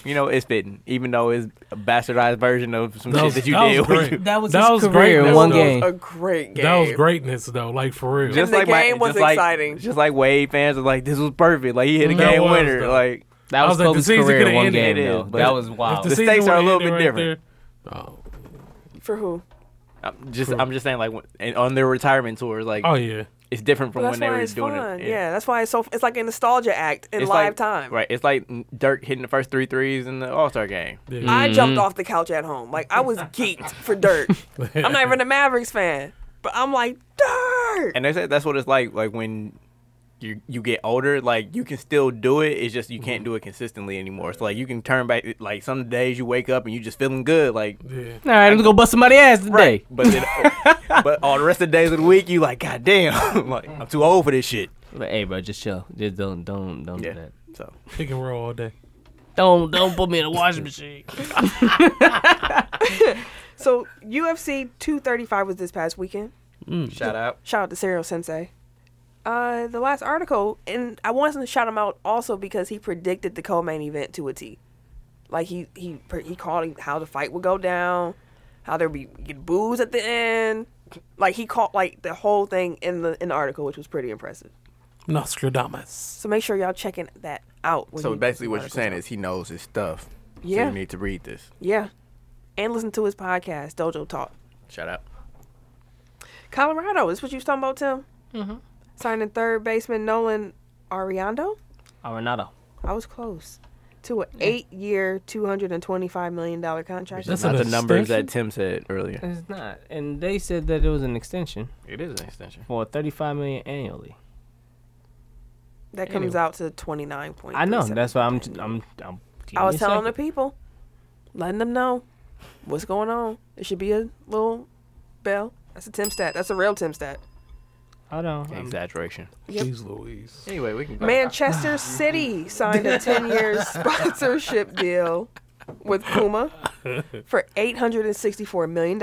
[SPEAKER 5] You know it's fitting, even though it's a bastardized version of some
[SPEAKER 1] That
[SPEAKER 5] shit
[SPEAKER 1] was-
[SPEAKER 5] that you
[SPEAKER 1] that was
[SPEAKER 5] did.
[SPEAKER 1] great.
[SPEAKER 5] when you-
[SPEAKER 3] That was
[SPEAKER 1] That
[SPEAKER 3] his
[SPEAKER 1] was
[SPEAKER 3] career in
[SPEAKER 1] greatness,
[SPEAKER 3] one
[SPEAKER 1] though.
[SPEAKER 3] game.
[SPEAKER 4] A great game.
[SPEAKER 1] That was greatness though, like for real.
[SPEAKER 5] Just
[SPEAKER 4] the
[SPEAKER 5] like my,
[SPEAKER 4] game was
[SPEAKER 5] just like-
[SPEAKER 4] exciting.
[SPEAKER 5] Just like Wade fans are like, this was perfect. Like he hit a
[SPEAKER 1] That
[SPEAKER 5] game
[SPEAKER 1] was,
[SPEAKER 5] winner.
[SPEAKER 1] though.
[SPEAKER 5] Like
[SPEAKER 3] That
[SPEAKER 1] I was
[SPEAKER 3] was,
[SPEAKER 1] like, the
[SPEAKER 3] Kobe's
[SPEAKER 1] season
[SPEAKER 3] career in
[SPEAKER 1] could've
[SPEAKER 3] one
[SPEAKER 1] ended.
[SPEAKER 3] game,
[SPEAKER 5] It
[SPEAKER 3] though.
[SPEAKER 5] is,
[SPEAKER 3] But
[SPEAKER 5] but
[SPEAKER 3] that was wild.
[SPEAKER 5] the stakes
[SPEAKER 1] season
[SPEAKER 5] are a
[SPEAKER 1] would've
[SPEAKER 5] little bit
[SPEAKER 1] ended
[SPEAKER 5] different.
[SPEAKER 1] there- Oh,
[SPEAKER 4] for who?
[SPEAKER 5] I'm just I'm just saying like when- and on their retirement tours, like
[SPEAKER 1] oh yeah.
[SPEAKER 5] it's different from
[SPEAKER 4] Well, that's
[SPEAKER 5] when they
[SPEAKER 4] why
[SPEAKER 5] were
[SPEAKER 4] it's
[SPEAKER 5] doing
[SPEAKER 4] fun.
[SPEAKER 5] it.
[SPEAKER 4] Yeah. that's why it's so. It's like a nostalgia act in
[SPEAKER 5] It's
[SPEAKER 4] live
[SPEAKER 5] like-
[SPEAKER 4] time.
[SPEAKER 5] Right. It's like Dirk hitting the first three threes in the All Star game.
[SPEAKER 4] I jumped off the couch at home. Like I was geeked for Dirt. I'm not even a Mavericks fan, but I'm like Dirt.
[SPEAKER 5] And they said that's what it's like. Like when you you get older, like you can still do it. It's just you can't
[SPEAKER 4] Mm-hmm.
[SPEAKER 5] do it consistently anymore. So like you can turn back. Like some days you wake up and you just feeling good. Like
[SPEAKER 1] Yeah.
[SPEAKER 3] All right, let's go bust somebody ass today.
[SPEAKER 5] but then, but all the rest of the days of the week you like god damn. like I'm too old for this shit.
[SPEAKER 3] But, hey, bro, just chill. Just don't, don't, don't do that.
[SPEAKER 5] So
[SPEAKER 1] Pick and roll all day.
[SPEAKER 3] Don't, don't put me in a washing machine.
[SPEAKER 4] So UFC 235 was this past weekend.
[SPEAKER 5] shout out.
[SPEAKER 4] Shout out to Serial Sensei. Uh, the last article, and I wanted to shout him out also because he predicted the co-main event to a T. Like he he pre- he called how the fight would go down, how there'd be get booze at the end. Like he called like the whole thing in the in the article, which was pretty impressive.
[SPEAKER 1] Nostradamus.
[SPEAKER 4] So make sure y'all checking that out. when
[SPEAKER 5] So
[SPEAKER 4] you-
[SPEAKER 5] basically, what you're
[SPEAKER 4] articles
[SPEAKER 5] saying
[SPEAKER 4] out.
[SPEAKER 5] is he knows his stuff. So
[SPEAKER 4] Yeah.
[SPEAKER 5] you need to read this.
[SPEAKER 4] yeah, and listen to his podcast Dojo Talk.
[SPEAKER 5] Shout out.
[SPEAKER 4] Colorado. Is what you was talking about, Tim? Mm-hmm. Signing third baseman Nolan Ariando.
[SPEAKER 3] Arenado.
[SPEAKER 4] I was close to an eight-year, two hundred and twenty-five million dollar contract.
[SPEAKER 1] That's
[SPEAKER 5] Not
[SPEAKER 1] an
[SPEAKER 5] the numbers
[SPEAKER 1] extension?
[SPEAKER 5] that Tim said earlier.
[SPEAKER 3] It's not. And they said that it was an extension
[SPEAKER 5] It is an extension.
[SPEAKER 3] for 35 million annually.
[SPEAKER 4] that comes out to twenty-nine point.
[SPEAKER 3] I know. That's why I'm, I'm, I'm.
[SPEAKER 4] I was telling the people, letting them know what's going on. It should be a little bell. That's a Tim stat. That's a real Tim stat.
[SPEAKER 3] Hold on. I'm-
[SPEAKER 5] Exaggeration.
[SPEAKER 1] Jeez Louise.
[SPEAKER 5] Anyway, we can.
[SPEAKER 4] Manchester City signed a 10 year sponsorship deal with Puma for $864 million.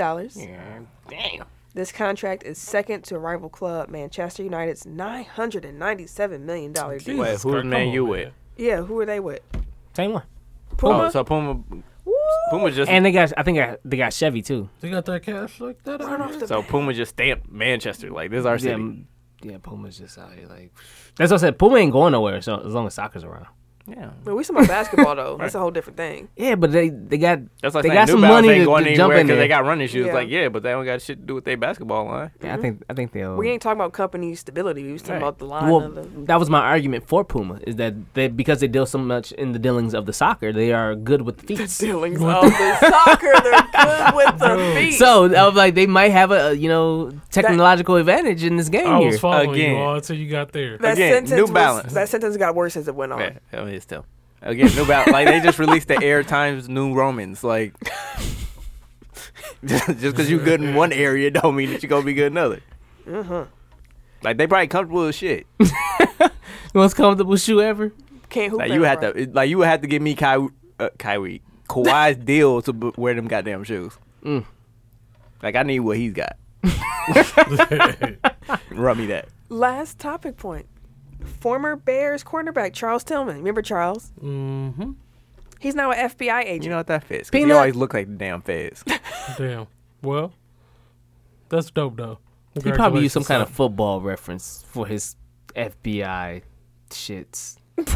[SPEAKER 4] This contract is second to rival club Manchester United's $997 million deal.
[SPEAKER 5] Wait,
[SPEAKER 1] Jesus
[SPEAKER 5] who
[SPEAKER 1] Christ, come
[SPEAKER 5] man
[SPEAKER 1] on,
[SPEAKER 5] you
[SPEAKER 1] man.
[SPEAKER 5] with?
[SPEAKER 4] Yeah, who are they with?
[SPEAKER 3] Same one.
[SPEAKER 4] Puma?
[SPEAKER 5] Oh, so Puma,
[SPEAKER 4] Woo!
[SPEAKER 5] Puma just
[SPEAKER 3] And they got, I think I, they got Chevy too.
[SPEAKER 1] They got that cash like that.
[SPEAKER 4] Right off the
[SPEAKER 5] so Puma just stamped Manchester. Like this is our
[SPEAKER 3] Yeah,
[SPEAKER 5] city.
[SPEAKER 3] m- yeah, Puma's just out here like. That's what I said. Puma ain't going nowhere so, as long as soccer's around.
[SPEAKER 5] Yeah,
[SPEAKER 4] Well, we talking about basketball though. That's a whole different thing.
[SPEAKER 3] Yeah, but they they got
[SPEAKER 5] that's like
[SPEAKER 3] they
[SPEAKER 5] saying
[SPEAKER 3] got
[SPEAKER 5] New
[SPEAKER 3] some
[SPEAKER 5] Balance
[SPEAKER 3] money
[SPEAKER 5] ain't
[SPEAKER 3] to,
[SPEAKER 5] going
[SPEAKER 3] to jump
[SPEAKER 5] anywhere
[SPEAKER 3] in
[SPEAKER 5] because
[SPEAKER 3] there.
[SPEAKER 5] they got running shoes.
[SPEAKER 4] Yeah.
[SPEAKER 5] Like yeah, but they don't got shit to do with their basketball line.
[SPEAKER 3] yeah, I think I think they'll.
[SPEAKER 4] We ain't talking about company stability. We was talking
[SPEAKER 5] Right.
[SPEAKER 4] about the line
[SPEAKER 3] well,
[SPEAKER 4] of the.
[SPEAKER 3] that was my argument for Puma is that they because they deal so much in the dealings of the soccer, they are good with the feet.
[SPEAKER 4] Dealings of the soccer, they're good with the feet.
[SPEAKER 3] So I was like, they might have a you know technological advantage in this game
[SPEAKER 1] I
[SPEAKER 3] here.
[SPEAKER 1] was following
[SPEAKER 5] Again.
[SPEAKER 1] you all until you got there.
[SPEAKER 4] that
[SPEAKER 5] Again,
[SPEAKER 4] sentence
[SPEAKER 5] New
[SPEAKER 4] was-
[SPEAKER 5] Balance.
[SPEAKER 4] that sentence got worse as it went on.
[SPEAKER 5] Yeah, I mean, it's still again New Balance. like they just released the Air Times New Romans. Like just because you good in one area don't mean that you gonna be good in another.
[SPEAKER 3] Uh-huh.
[SPEAKER 5] Like they probably comfortable as shit.
[SPEAKER 3] Most comfortable shoe ever.
[SPEAKER 4] Can't hoop.
[SPEAKER 5] Like you had
[SPEAKER 4] anymore.
[SPEAKER 5] to, like you would have to give me Kai, uh, Kyrie, Kawhi's deal to b- wear them goddamn shoes.
[SPEAKER 3] Mm.
[SPEAKER 5] Like I need what he's got. Rub me that.
[SPEAKER 4] Last topic point. Former Bears cornerback Charles Tillman. Remember Charles? Mm-hmm. He's now an FBI agent.
[SPEAKER 5] You know what that fits? 'Cause
[SPEAKER 3] Peanut.
[SPEAKER 5] You always look like the damn feds.
[SPEAKER 1] Damn. Well, that's dope though.
[SPEAKER 3] He probably used some
[SPEAKER 1] Congratulations,
[SPEAKER 3] kind of football reference for his FBI shits.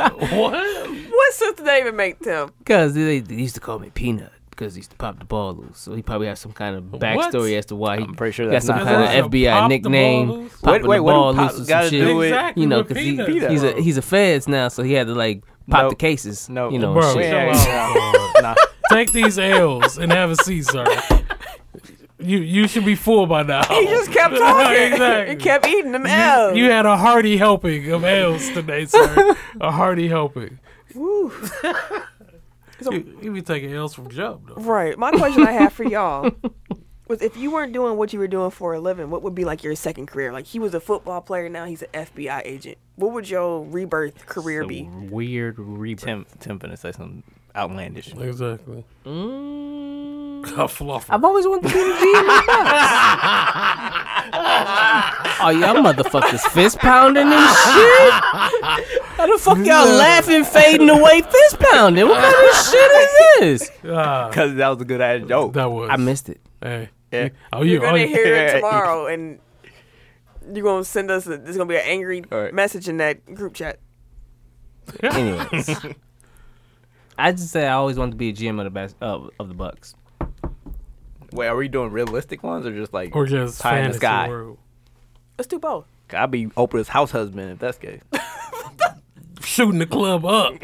[SPEAKER 1] What?
[SPEAKER 4] What sense did they even make Tim?
[SPEAKER 3] Because they, they used to call me Peanut because he used to pop the ball loose. So he probably has some kind of backstory as to why he
[SPEAKER 2] I'm pretty sure
[SPEAKER 3] got
[SPEAKER 2] that's
[SPEAKER 3] some
[SPEAKER 2] not
[SPEAKER 3] kind
[SPEAKER 1] how it-
[SPEAKER 3] of FBI
[SPEAKER 1] Pop the
[SPEAKER 3] nickname.
[SPEAKER 1] ball loose?
[SPEAKER 3] Popping
[SPEAKER 5] Wait, wait,
[SPEAKER 3] the
[SPEAKER 5] what do
[SPEAKER 3] ball
[SPEAKER 5] pops
[SPEAKER 3] loose with some
[SPEAKER 5] gotta
[SPEAKER 3] shit.
[SPEAKER 5] do with-
[SPEAKER 1] Exactly,
[SPEAKER 3] you know,
[SPEAKER 1] with
[SPEAKER 3] because he,
[SPEAKER 1] peanuts.
[SPEAKER 3] he's a he's a feds now, so he had to like pop
[SPEAKER 5] Nope.
[SPEAKER 3] the cases.
[SPEAKER 5] Nope.
[SPEAKER 3] you know,
[SPEAKER 1] Bro,
[SPEAKER 3] shit.
[SPEAKER 1] yeah.
[SPEAKER 5] nah.
[SPEAKER 1] Take these L's and have a seat, sir. You you should be full by now.
[SPEAKER 4] He just kept talking.
[SPEAKER 1] Exactly.
[SPEAKER 4] He kept eating them
[SPEAKER 1] You,
[SPEAKER 4] L's.
[SPEAKER 1] you had a hearty helping of L's today, sir. a hearty helping. you, you be taking L's from Job though.
[SPEAKER 4] Right. My question I have for y'all was if you weren't doing what you were doing for a living, what would be like your second career? Like he was a football player, now he's an FBI agent. What would your rebirth career
[SPEAKER 2] The
[SPEAKER 4] be?
[SPEAKER 2] weird rebirth.
[SPEAKER 5] Tim, Tim finna say something outlandish.
[SPEAKER 1] Exactly.
[SPEAKER 3] Mm.
[SPEAKER 1] A fluffer.
[SPEAKER 3] I've always wanted to be the GM of the Bucks. oh, y'all motherfuckers fist pounding and shit. How the fuck y'all laughing, fading away, fist pounding? What kind of shit is this?
[SPEAKER 1] Ah,
[SPEAKER 5] Cause that was a good ass joke.
[SPEAKER 1] that was.
[SPEAKER 3] I missed it.
[SPEAKER 1] Hey.
[SPEAKER 5] Yeah.
[SPEAKER 1] Oh, you.
[SPEAKER 4] You're
[SPEAKER 1] Oh,
[SPEAKER 4] gonna
[SPEAKER 1] you
[SPEAKER 4] hear it
[SPEAKER 5] yeah.
[SPEAKER 4] tomorrow and you're gonna send us a, there's gonna be an angry
[SPEAKER 5] All right.
[SPEAKER 4] message in that group chat.
[SPEAKER 3] Anyways, I just say I always wanted to be a GM of the best, of, of the Bucks.
[SPEAKER 5] Wait, are we doing realistic ones or just like?
[SPEAKER 1] or just
[SPEAKER 5] Pie in the
[SPEAKER 1] fantasy
[SPEAKER 5] sky.
[SPEAKER 1] world.
[SPEAKER 4] Let's do both.
[SPEAKER 5] I'll be Oprah's house husband if that's the case.
[SPEAKER 1] Shooting the club up.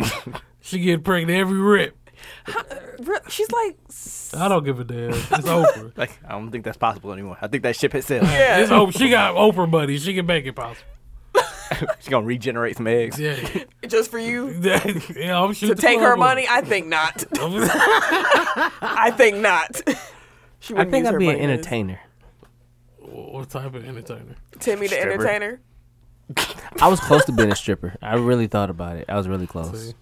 [SPEAKER 1] she get pregnant every rip.
[SPEAKER 4] Re- She's like
[SPEAKER 1] I don't give a damn. It's Oprah.
[SPEAKER 5] Like, I don't think that's possible anymore. I think that ship has sailed.
[SPEAKER 4] yeah.
[SPEAKER 1] It's Oprah. She got Oprah buddies. She can make it possible.
[SPEAKER 5] She's gonna regenerate some eggs.
[SPEAKER 1] Yeah.
[SPEAKER 4] just for you
[SPEAKER 1] yeah I'm
[SPEAKER 4] to
[SPEAKER 1] shooting the
[SPEAKER 4] take her
[SPEAKER 1] club
[SPEAKER 4] money. I think not.
[SPEAKER 1] up.
[SPEAKER 4] I think not. She
[SPEAKER 3] I
[SPEAKER 4] wouldn't
[SPEAKER 3] think
[SPEAKER 4] use
[SPEAKER 3] I'd
[SPEAKER 4] her
[SPEAKER 3] be an
[SPEAKER 4] money in this.
[SPEAKER 3] entertainer.
[SPEAKER 1] what type of entertainer?
[SPEAKER 4] Timmy the
[SPEAKER 5] Stripper.
[SPEAKER 4] entertainer.
[SPEAKER 3] I was close to being a stripper. I really thought about it. I was really close.
[SPEAKER 1] See.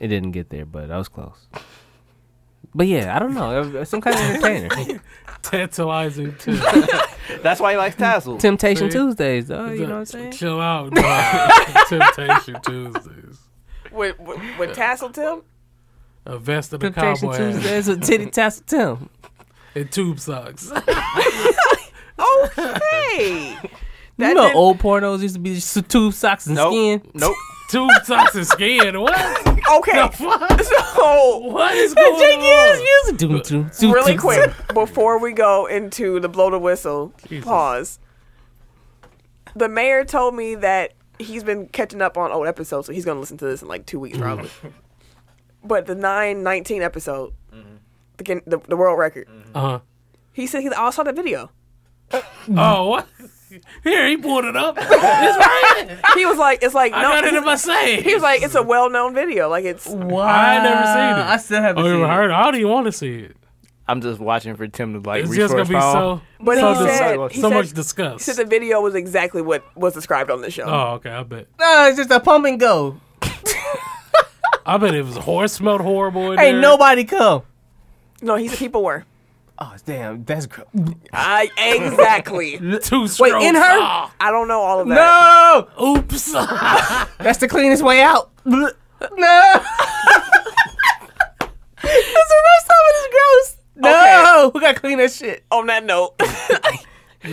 [SPEAKER 3] It didn't get there, but I was close. But yeah, I don't know. Uh, Some kind of entertainer.
[SPEAKER 1] Tantalizing too.
[SPEAKER 5] That's why he likes tassels.
[SPEAKER 3] Temptation
[SPEAKER 1] See?
[SPEAKER 3] Tuesdays, though. You know what I'm saying?
[SPEAKER 1] Chill out, dog. Temptation Tuesdays.
[SPEAKER 4] With, with, with Tassel Tim?
[SPEAKER 1] A vest and a
[SPEAKER 3] Temptation
[SPEAKER 1] cowboy hat
[SPEAKER 3] Tuesdays with Titty Tassel Tim.
[SPEAKER 1] and tube socks.
[SPEAKER 4] Okay. That
[SPEAKER 3] you know,
[SPEAKER 4] didn't-
[SPEAKER 3] old pornos used to be just s- tube socks and
[SPEAKER 5] Nope.
[SPEAKER 3] skin.
[SPEAKER 5] Nope.
[SPEAKER 1] tube socks and skin. What?
[SPEAKER 4] Okay. So
[SPEAKER 1] What is going
[SPEAKER 3] Jake
[SPEAKER 1] on?
[SPEAKER 3] is music. Doom, doom, doom,
[SPEAKER 4] really
[SPEAKER 3] doom,
[SPEAKER 4] quick before we go into the blow the whistle, pause. The mayor told me that he's been catching up on old episodes, so he's gonna listen to this in like two weeks probably. but the nine nineteen episode,
[SPEAKER 1] Mm-hmm.
[SPEAKER 4] the Guin- the, the world record,
[SPEAKER 1] Uh-huh.
[SPEAKER 4] he said he I saw the video.
[SPEAKER 1] Oh, what? Here, he pulled it up. It's right.
[SPEAKER 4] He was like, it's like
[SPEAKER 1] I
[SPEAKER 4] no.
[SPEAKER 1] got it in my safe.
[SPEAKER 4] he was like, it's a well known video. Like it's
[SPEAKER 3] Wow.
[SPEAKER 1] I ain't never seen it.
[SPEAKER 3] I still haven't
[SPEAKER 1] oh,
[SPEAKER 3] seen
[SPEAKER 1] you
[SPEAKER 3] it.
[SPEAKER 1] heard? it. I don't even want to see it.
[SPEAKER 5] I'm just watching for Tim to like
[SPEAKER 1] It's
[SPEAKER 5] reach
[SPEAKER 1] just
[SPEAKER 5] for
[SPEAKER 1] gonna
[SPEAKER 5] his
[SPEAKER 1] be
[SPEAKER 5] phone.
[SPEAKER 1] so.
[SPEAKER 4] But
[SPEAKER 1] so
[SPEAKER 4] he
[SPEAKER 1] dis-
[SPEAKER 4] said- he
[SPEAKER 1] so
[SPEAKER 4] said-
[SPEAKER 1] much
[SPEAKER 4] He
[SPEAKER 1] disgust.
[SPEAKER 4] said the video was exactly what was described on the show.
[SPEAKER 1] oh, okay. I bet.
[SPEAKER 3] No, it's just a pump and go.
[SPEAKER 1] I bet it was horse smelled horrible. In
[SPEAKER 3] Ain't
[SPEAKER 1] there.
[SPEAKER 3] nobody come.
[SPEAKER 4] No, he said people were.
[SPEAKER 3] Oh, damn. That's gross.
[SPEAKER 4] I exactly.
[SPEAKER 1] two strokes.
[SPEAKER 3] in her?
[SPEAKER 1] Ah,
[SPEAKER 4] I don't know all of that.
[SPEAKER 3] No!
[SPEAKER 1] oops.
[SPEAKER 3] That's the cleanest way out. no. That's the first time it is gross. No, we gotta clean that shit.
[SPEAKER 4] On that note, we're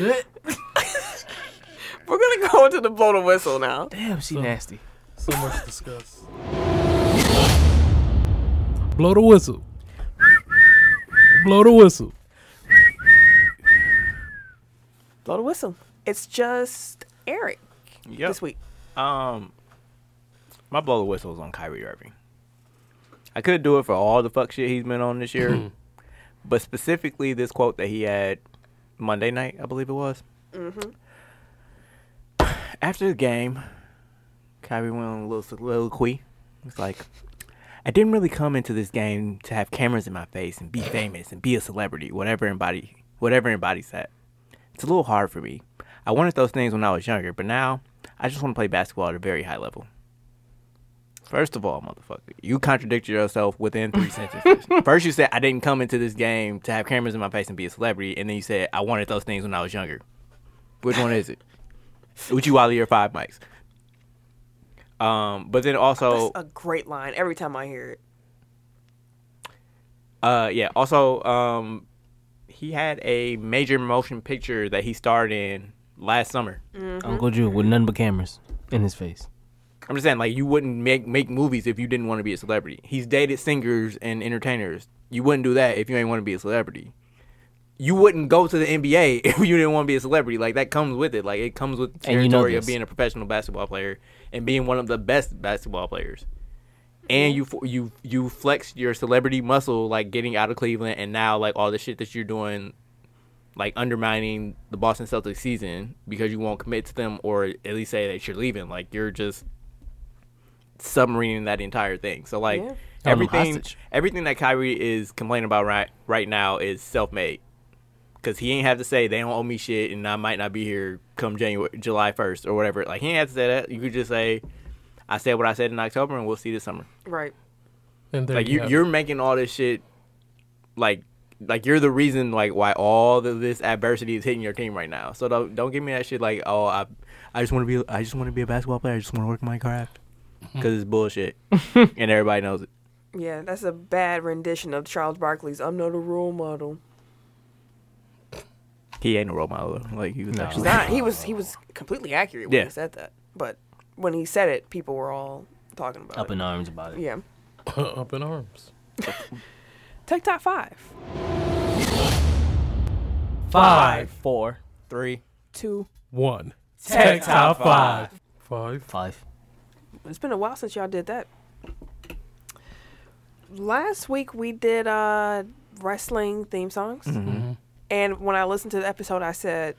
[SPEAKER 4] gonna go into the blow the whistle now.
[SPEAKER 3] Damn, she nasty.
[SPEAKER 1] so much disgust. Blow the whistle. Blow the whistle.
[SPEAKER 4] Blow the whistle. It's just Eric
[SPEAKER 5] Yep.
[SPEAKER 4] this week.
[SPEAKER 5] Um, my blow the whistle is on Kyrie Irving. I could do it for all the fuck shit he's been on this
[SPEAKER 1] Mm-hmm.
[SPEAKER 5] year, but specifically this quote that he had Monday night, I believe it was.
[SPEAKER 4] Mm-hmm.
[SPEAKER 5] After the game, Kyrie went on a little soliloquy. It's like, I didn't really come into this game to have cameras in my face and be famous and be a celebrity, whatever anybody, whatever anybody's at. It's a little hard for me. I wanted those things when I was younger, but now I just want to play basketball at a very high level. First of all, motherfucker, you contradicted yourself within three sentences. First, you said I didn't come into this game to have cameras in my face and be a celebrity, and then you said I wanted those things when I was younger. Which one is it? Uchi Wally or Five Mics? Um, but then also,
[SPEAKER 4] That's a great line every time I hear it.
[SPEAKER 5] uh, yeah, also, um, he had a major motion picture that he starred in last summer.
[SPEAKER 3] Uncle Drew with none but cameras. in his face.
[SPEAKER 5] I'm just saying, like, you wouldn't make make movies if you didn't want to be a celebrity. He's dated singers and entertainers. You wouldn't do that if you ain't want to be a celebrity. You wouldn't go to the NBA if you didn't want to be a celebrity. Like that comes with it. Like it comes with the
[SPEAKER 11] And
[SPEAKER 5] territory
[SPEAKER 11] you know this.
[SPEAKER 5] of being a professional basketball player and being one of the best basketball players. And you f- you you flex your celebrity muscle like getting out of Cleveland and now like all the shit that you're doing like undermining the Boston Celtics season because you won't commit to them or at least say that you're leaving. Like you're just submarining that entire thing. So like
[SPEAKER 4] Yeah.
[SPEAKER 5] everything
[SPEAKER 3] hostage.
[SPEAKER 5] everything that Kyrie is complaining about right right now is self made. Cause he ain't have to say they don't owe me shit and I might not be here come January July first or whatever. Like he ain't have to say that. You could just say I said what I said in October and we'll see this summer.
[SPEAKER 4] Right.
[SPEAKER 1] And there
[SPEAKER 5] Like
[SPEAKER 1] you
[SPEAKER 5] you,
[SPEAKER 1] have it.
[SPEAKER 5] you're making all this shit like like you're the reason like why all the, this adversity is hitting your team right now. So don't don't give me that shit like oh I I just want to be I just want to be a basketball player. I just want to work my craft
[SPEAKER 1] Mm-hmm.
[SPEAKER 5] because it's bullshit and everybody knows it.
[SPEAKER 4] Yeah, that's a bad rendition of Charles Barkley's "I'm not a role model."
[SPEAKER 5] He ain't a role model. though. Like he was
[SPEAKER 4] He's
[SPEAKER 5] actually
[SPEAKER 4] not. He was. He was completely accurate when
[SPEAKER 5] Yeah.
[SPEAKER 4] he said that. But when he said it, people were all talking about
[SPEAKER 3] Up
[SPEAKER 4] it.
[SPEAKER 3] in arms about it.
[SPEAKER 4] yeah.
[SPEAKER 1] up in arms.
[SPEAKER 4] Take top five.
[SPEAKER 11] Five, four,
[SPEAKER 5] three.
[SPEAKER 4] Two.
[SPEAKER 1] One. Tech top five. Five.
[SPEAKER 3] Five.
[SPEAKER 4] It's been a while since y'all did that. Last week we did uh wrestling theme songs.
[SPEAKER 11] Mm-hmm.
[SPEAKER 4] And when I listened to the episode I said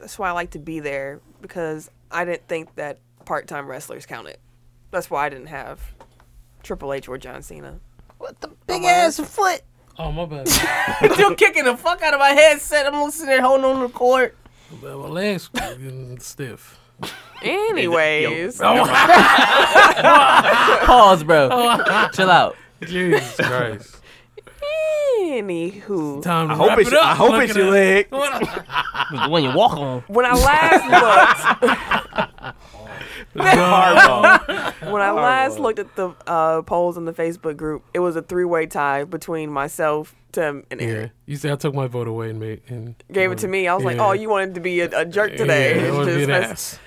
[SPEAKER 4] that's why I like to be there because I didn't think that part time wrestlers counted. That's why I didn't have Triple H or John Cena.
[SPEAKER 11] Big ass foot.
[SPEAKER 1] Oh my bad.
[SPEAKER 11] You're kicking the fuck out of my headset. I'm sitting there holding on to the cord.
[SPEAKER 1] my legs getting stiff.
[SPEAKER 4] Anyways.
[SPEAKER 11] Pause, bro. Chill out.
[SPEAKER 1] Jesus Christ.
[SPEAKER 4] Anywho.
[SPEAKER 1] Time to
[SPEAKER 5] I hope
[SPEAKER 1] wrap
[SPEAKER 5] it's
[SPEAKER 1] it up.
[SPEAKER 5] I hope
[SPEAKER 1] Look
[SPEAKER 5] it's
[SPEAKER 1] at
[SPEAKER 5] your
[SPEAKER 1] that.
[SPEAKER 5] leg.
[SPEAKER 11] The one you walk on.
[SPEAKER 4] When I last looked When I last looked at the uh, polls in the Facebook group, it was a three-way tie between myself, Tim, and
[SPEAKER 1] Yeah.
[SPEAKER 4] Aaron.
[SPEAKER 1] You said I took my vote away and made and
[SPEAKER 4] Gave it to me. I was like,
[SPEAKER 1] Yeah.
[SPEAKER 4] "Oh, you wanted to be a, a jerk
[SPEAKER 1] Yeah,
[SPEAKER 4] today."
[SPEAKER 1] I
[SPEAKER 4] It's
[SPEAKER 1] wanna be
[SPEAKER 4] just-
[SPEAKER 1] an
[SPEAKER 4] that's-
[SPEAKER 1] ass.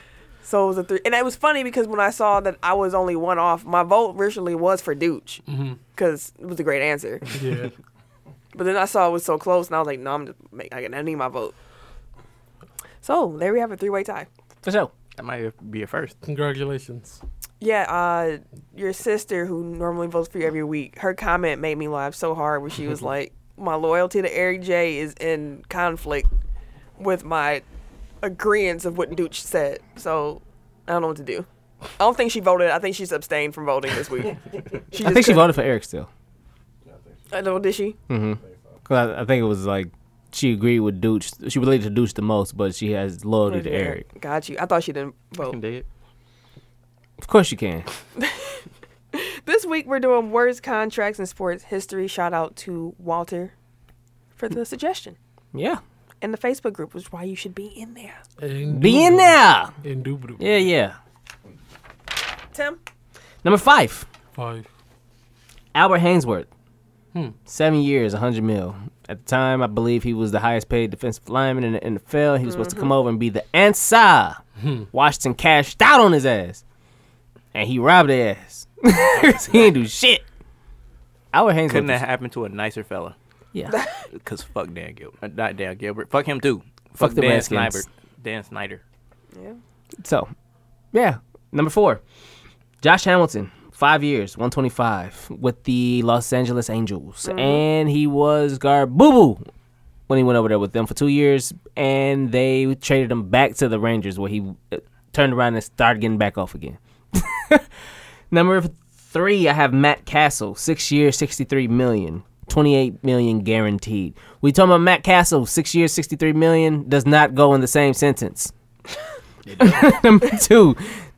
[SPEAKER 4] so it was a three, and it was funny because when I saw that I was only one off, my vote originally was for Dooch
[SPEAKER 1] Mm-hmm.
[SPEAKER 4] because it was a great answer.
[SPEAKER 1] Yeah.
[SPEAKER 4] But then I saw it was so close, and I was like, "No, I'm just make, I I need my vote." So there we have a three-way tie.
[SPEAKER 11] For sure.
[SPEAKER 5] That might be a first.
[SPEAKER 1] Congratulations.
[SPEAKER 4] Yeah, uh, your sister who normally votes for you every week, her comment made me laugh so hard where she was like, "My loyalty to Eric J is in conflict with my agreement of what Dooch said." So I don't know what to do. I don't think she voted. I think she's abstained from voting this week. She
[SPEAKER 3] I think she voted for Eric still.
[SPEAKER 4] I know, did she?
[SPEAKER 3] Cause I, I think it was like she agreed with Dooch. She related to Dooch the most, but she has loyalty to Eric.
[SPEAKER 4] Got you. I thought she didn't vote.
[SPEAKER 5] Indeed.
[SPEAKER 3] Of course you can.
[SPEAKER 4] This week we're doing words, contracts, and sports history. Shout out to Walter for the suggestion.
[SPEAKER 3] Yeah.
[SPEAKER 4] And the Facebook group was why you should be in there.
[SPEAKER 3] Be in there.
[SPEAKER 1] Indubitable.
[SPEAKER 3] Yeah, yeah.
[SPEAKER 4] Tim?
[SPEAKER 3] Number five.
[SPEAKER 1] Five.
[SPEAKER 3] Albert Hainsworth. Seven years, 100 mil. At the time, I believe he was the highest paid defensive lineman in the NFL. He was supposed to come over and be the answer. Washington cashed out on his ass. And he robbed their ass. he didn't do shit. Albert Hainsworth.
[SPEAKER 5] Couldn't
[SPEAKER 3] was-
[SPEAKER 5] that happen to a nicer fella?
[SPEAKER 3] yeah.
[SPEAKER 5] Cause fuck Dan Gilbert. Not Dan Gilbert. Fuck him too.
[SPEAKER 3] Fuck
[SPEAKER 5] Fuck,
[SPEAKER 3] the
[SPEAKER 5] Dan
[SPEAKER 3] Redskins.
[SPEAKER 5] Snyder. Dan Snyder.
[SPEAKER 4] Yeah.
[SPEAKER 3] So, yeah. Number four, Josh Hamilton, five years, 125 with the Los Angeles Angels. And he was guard boo boo when he went over there with them for two years. And they traded him back to the Rangers where he uh, turned around and started getting back off again. Number three, I have Matt Castle, six years, 63 million. 28 million guaranteed. We talking about Matt Castle, six years, 63 million, does not go in the same sentence. Number two,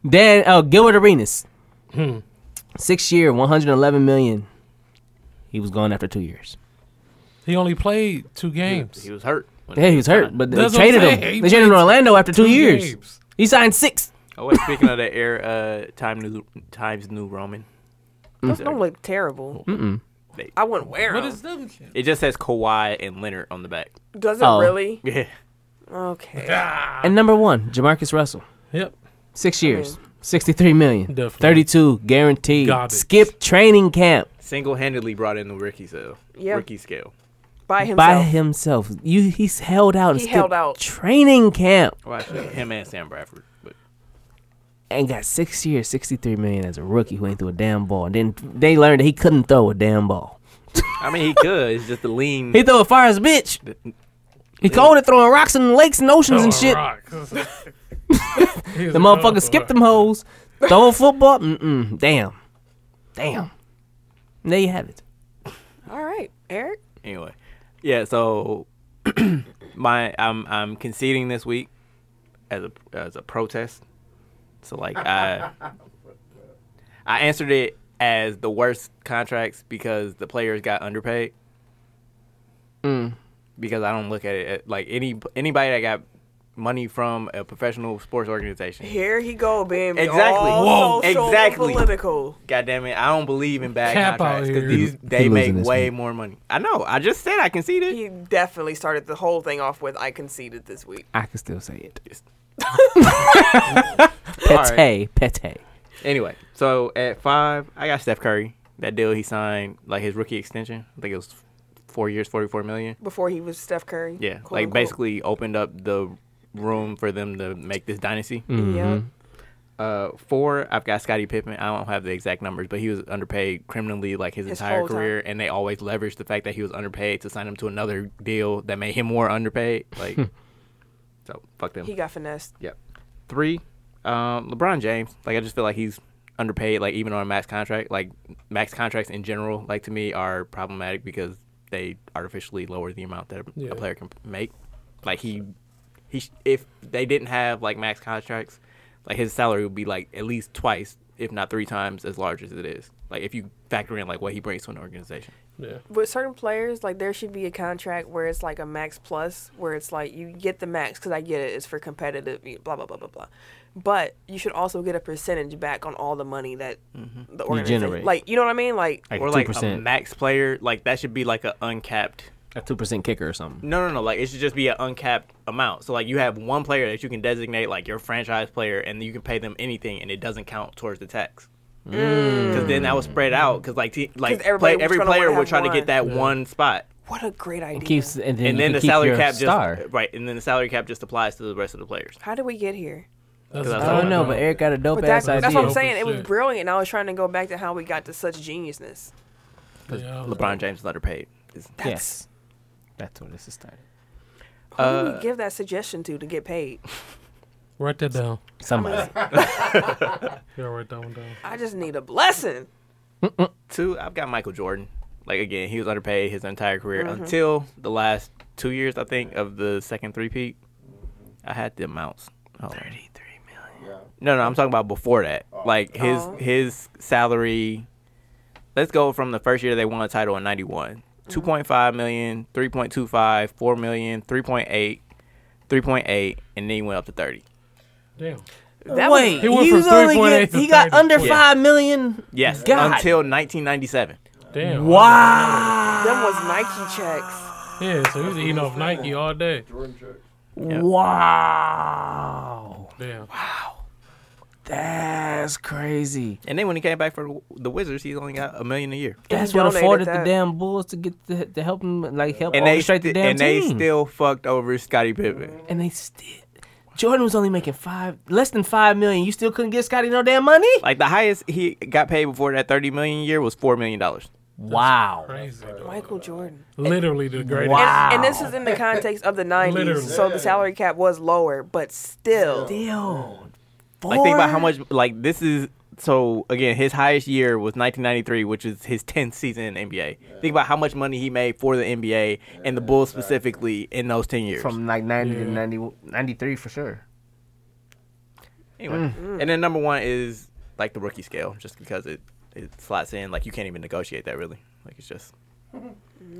[SPEAKER 3] Dan uh, Gilbert Arenas.
[SPEAKER 1] Hmm.
[SPEAKER 3] Six year, one hundred eleven million. He was gone after two years.
[SPEAKER 1] He only played two games.
[SPEAKER 5] He was hurt. when
[SPEAKER 3] Yeah, he was hurt, but they
[SPEAKER 1] That's what I'm
[SPEAKER 3] traded him.
[SPEAKER 1] saying. He
[SPEAKER 3] They traded him to
[SPEAKER 1] played
[SPEAKER 3] Orlando after two,
[SPEAKER 1] two
[SPEAKER 3] years.
[SPEAKER 1] games.
[SPEAKER 3] He signed six.
[SPEAKER 5] Oh wait, speaking of the air, uh, Time New Times New Roman,
[SPEAKER 4] Those don't look terrible.
[SPEAKER 5] They-
[SPEAKER 4] I wouldn't wear
[SPEAKER 1] What
[SPEAKER 4] them.
[SPEAKER 1] is them? shit?
[SPEAKER 5] it just says Kawhi and Leonard on the back.
[SPEAKER 4] Does it
[SPEAKER 3] Oh.
[SPEAKER 4] really?
[SPEAKER 5] Yeah,
[SPEAKER 4] Okay.
[SPEAKER 3] And number one, Jamarcus Russell.
[SPEAKER 1] Yep.
[SPEAKER 3] Six years, 63 million.
[SPEAKER 1] Uh-huh. Definitely.
[SPEAKER 3] 32 guaranteed.
[SPEAKER 1] Garbage.
[SPEAKER 3] Skip training camp
[SPEAKER 5] Single handedly brought in the rookie scale.
[SPEAKER 4] Yeah.
[SPEAKER 5] Rookie scale.
[SPEAKER 4] by himself.
[SPEAKER 3] by himself. You he's held out. and
[SPEAKER 4] He
[SPEAKER 3] skipped
[SPEAKER 4] held out.
[SPEAKER 3] Training camp
[SPEAKER 5] Well, actually, him and Sam Bradford. But
[SPEAKER 3] and got six years, 63 million as a rookie who ain't threw a damn ball. And then they learned that he couldn't throw a damn ball.
[SPEAKER 5] I mean, he could. It's just the lean.
[SPEAKER 3] He threw a fire as a bitch. He called it throwing rocks in lakes and oceans
[SPEAKER 1] Oh,
[SPEAKER 3] and shit. The motherfucker skipped them hoes. Throwing football. Mm-mm. Damn. Damn. And there you have it.
[SPEAKER 4] All right, Eric.
[SPEAKER 5] anyway, yeah. So my I'm I'm conceding this week as a as a protest. So like I I answered it as the worst contracts because the players got underpaid.
[SPEAKER 2] Mm.
[SPEAKER 5] Because I don't look at it at, like any anybody that got money from a professional sports organization.
[SPEAKER 4] Here he go, baby.
[SPEAKER 5] Exactly.
[SPEAKER 4] All
[SPEAKER 5] Whoa.
[SPEAKER 4] social and
[SPEAKER 5] Exactly.
[SPEAKER 4] Political.
[SPEAKER 5] God damn it! I don't believe in bad
[SPEAKER 1] Cap out
[SPEAKER 5] contracts
[SPEAKER 1] here.
[SPEAKER 5] because these they
[SPEAKER 2] He
[SPEAKER 5] make
[SPEAKER 2] losing this
[SPEAKER 5] way
[SPEAKER 2] week.
[SPEAKER 5] more money. I know. I just said I conceded.
[SPEAKER 4] He definitely started the whole thing off with "I conceded this week."
[SPEAKER 3] I can still say it.
[SPEAKER 5] All right.
[SPEAKER 3] Pete, pete.
[SPEAKER 5] Anyway, so at five, I got Steph Curry. That deal he signed, like his rookie extension, I think it was four years, forty-four million.
[SPEAKER 4] Before he was Steph Curry.
[SPEAKER 5] Yeah,
[SPEAKER 4] quote
[SPEAKER 5] like
[SPEAKER 4] unquote.
[SPEAKER 5] basically opened up the room for them to make this dynasty.
[SPEAKER 4] Yeah.
[SPEAKER 5] Uh, four, I've got Scottie Pippen. I don't have the exact numbers, but he was underpaid criminally like his,
[SPEAKER 4] His
[SPEAKER 5] entire
[SPEAKER 4] whole time.
[SPEAKER 5] career, and they always leveraged the fact that he was underpaid to sign him to another deal that made him more underpaid. Like, so fuck them.
[SPEAKER 4] He got finessed.
[SPEAKER 5] Yep. Three, um, LeBron James. Like I just feel like he's underpaid. Like even on a max contract, like max contracts in general, like to me are problematic because they artificially lower the amount that a,
[SPEAKER 1] Yeah.
[SPEAKER 5] a player can make. Like he, he sh- if they didn't have like max contracts, like his salary would be like at least twice, if not three times, as large as it is. Like if you factor in like what he brings to an organization.
[SPEAKER 1] Yeah.
[SPEAKER 4] With certain players, like there should be a contract where it's like a max plus, where it's like you get the max because I get it, it's for competitive, blah blah blah blah blah. But you should also get a percentage back on all the money that the organization,
[SPEAKER 2] generate.
[SPEAKER 4] like you know what I mean, like
[SPEAKER 2] Like
[SPEAKER 5] or
[SPEAKER 2] two
[SPEAKER 5] like a
[SPEAKER 2] percent,
[SPEAKER 5] max player, like that should be like a uncapped
[SPEAKER 2] a two percent kicker or something.
[SPEAKER 5] No, no, no. Like it should just be an uncapped amount. So like you have one player that you can designate like your franchise player, and you can pay them anything, and it doesn't count towards the tax. Because then that was spread out. Because like te- like
[SPEAKER 4] Mm. 'Cause everybody
[SPEAKER 5] play, every
[SPEAKER 4] was gonna
[SPEAKER 5] player
[SPEAKER 4] wanna
[SPEAKER 5] would
[SPEAKER 4] have
[SPEAKER 5] try to
[SPEAKER 4] one.
[SPEAKER 5] get that one spot,
[SPEAKER 4] what a great idea.
[SPEAKER 2] Keeps and then,
[SPEAKER 5] and, then
[SPEAKER 2] you can
[SPEAKER 5] the
[SPEAKER 2] keep
[SPEAKER 5] salary
[SPEAKER 2] your
[SPEAKER 5] cap
[SPEAKER 2] star.
[SPEAKER 5] just right, and then the salary cap just applies to the rest of the players.
[SPEAKER 4] How did we get here?
[SPEAKER 1] That's
[SPEAKER 5] Because I
[SPEAKER 3] I don't know, but Eric got a dope
[SPEAKER 4] But
[SPEAKER 3] ass
[SPEAKER 4] that,
[SPEAKER 1] idea.
[SPEAKER 4] that's what I'm
[SPEAKER 1] Yeah,
[SPEAKER 4] saying.
[SPEAKER 1] for
[SPEAKER 4] It was
[SPEAKER 1] sure.
[SPEAKER 4] brilliant. I was trying to go back to how we got to such geniusness.
[SPEAKER 1] Yeah.
[SPEAKER 5] LeBron James is underpaid. It's-
[SPEAKER 2] Yes, that's where this is started.
[SPEAKER 4] Who do we give that suggestion to to get paid?
[SPEAKER 1] Write that down.
[SPEAKER 2] Somebody.
[SPEAKER 1] Yeah, write that one down.
[SPEAKER 4] I just need a blessing.
[SPEAKER 5] Two, I've got Michael Jordan. Like again, he was underpaid his entire career until the last two years, I think, of the second three peak. I had the amounts. Thirty-three million. No, no, I'm talking about before that. Like his
[SPEAKER 4] Oh.
[SPEAKER 5] his salary. Let's go from the first year they won a title in '91. 2.5 million, 3.25, 4 million, 3.8, 3.8, and then he went up to 30.
[SPEAKER 1] Damn.
[SPEAKER 4] That
[SPEAKER 3] Wait,
[SPEAKER 4] was-
[SPEAKER 3] he,
[SPEAKER 1] He went from
[SPEAKER 3] was only
[SPEAKER 1] 3.8
[SPEAKER 3] get-
[SPEAKER 1] to
[SPEAKER 3] he got
[SPEAKER 1] 30.
[SPEAKER 3] under
[SPEAKER 5] Yeah.
[SPEAKER 3] five million.
[SPEAKER 5] Yes,
[SPEAKER 3] God.
[SPEAKER 5] until 1997.
[SPEAKER 1] Damn.
[SPEAKER 3] Wow,
[SPEAKER 4] them was Nike checks.
[SPEAKER 1] Yeah, so he was eating off Nike all day.
[SPEAKER 3] wow,
[SPEAKER 1] Damn.
[SPEAKER 3] that's crazy.
[SPEAKER 5] And then when he came back for the- the Wizards, he's only got a million a year.
[SPEAKER 3] That's
[SPEAKER 4] He
[SPEAKER 3] what
[SPEAKER 4] donated
[SPEAKER 3] afforded
[SPEAKER 4] that.
[SPEAKER 3] the damn Bulls to get the, to help him like help
[SPEAKER 5] and they
[SPEAKER 3] orchestrate the
[SPEAKER 5] sti-
[SPEAKER 3] damn
[SPEAKER 5] and
[SPEAKER 3] team.
[SPEAKER 5] they still fucked over Scottie Pippen.
[SPEAKER 3] and they still. Jordan was only making five, less than five million. You still couldn't get Scotty no damn money.
[SPEAKER 5] Like the highest he got paid before that thirty million year was four million dollars.
[SPEAKER 3] Wow,
[SPEAKER 1] Crazy.
[SPEAKER 4] Michael Jordan.
[SPEAKER 1] Literally the greatest.
[SPEAKER 3] Wow.
[SPEAKER 4] And this is in the context of the 90s,
[SPEAKER 1] Literally.
[SPEAKER 4] so the salary cap was lower, but still.
[SPEAKER 3] deal.
[SPEAKER 5] Like think about how much like this is so again, his highest year was nineteen ninety three, which is his tenth season in NBA. Think about how much money he made for the NBA and the Bulls specifically in those ten years.
[SPEAKER 2] From like 90
[SPEAKER 1] Yeah.
[SPEAKER 2] to 90, 93 for sure.
[SPEAKER 5] anyway. And then number one is like the rookie scale, just because it, it slots in. Like you can't even negotiate that really. Like it's just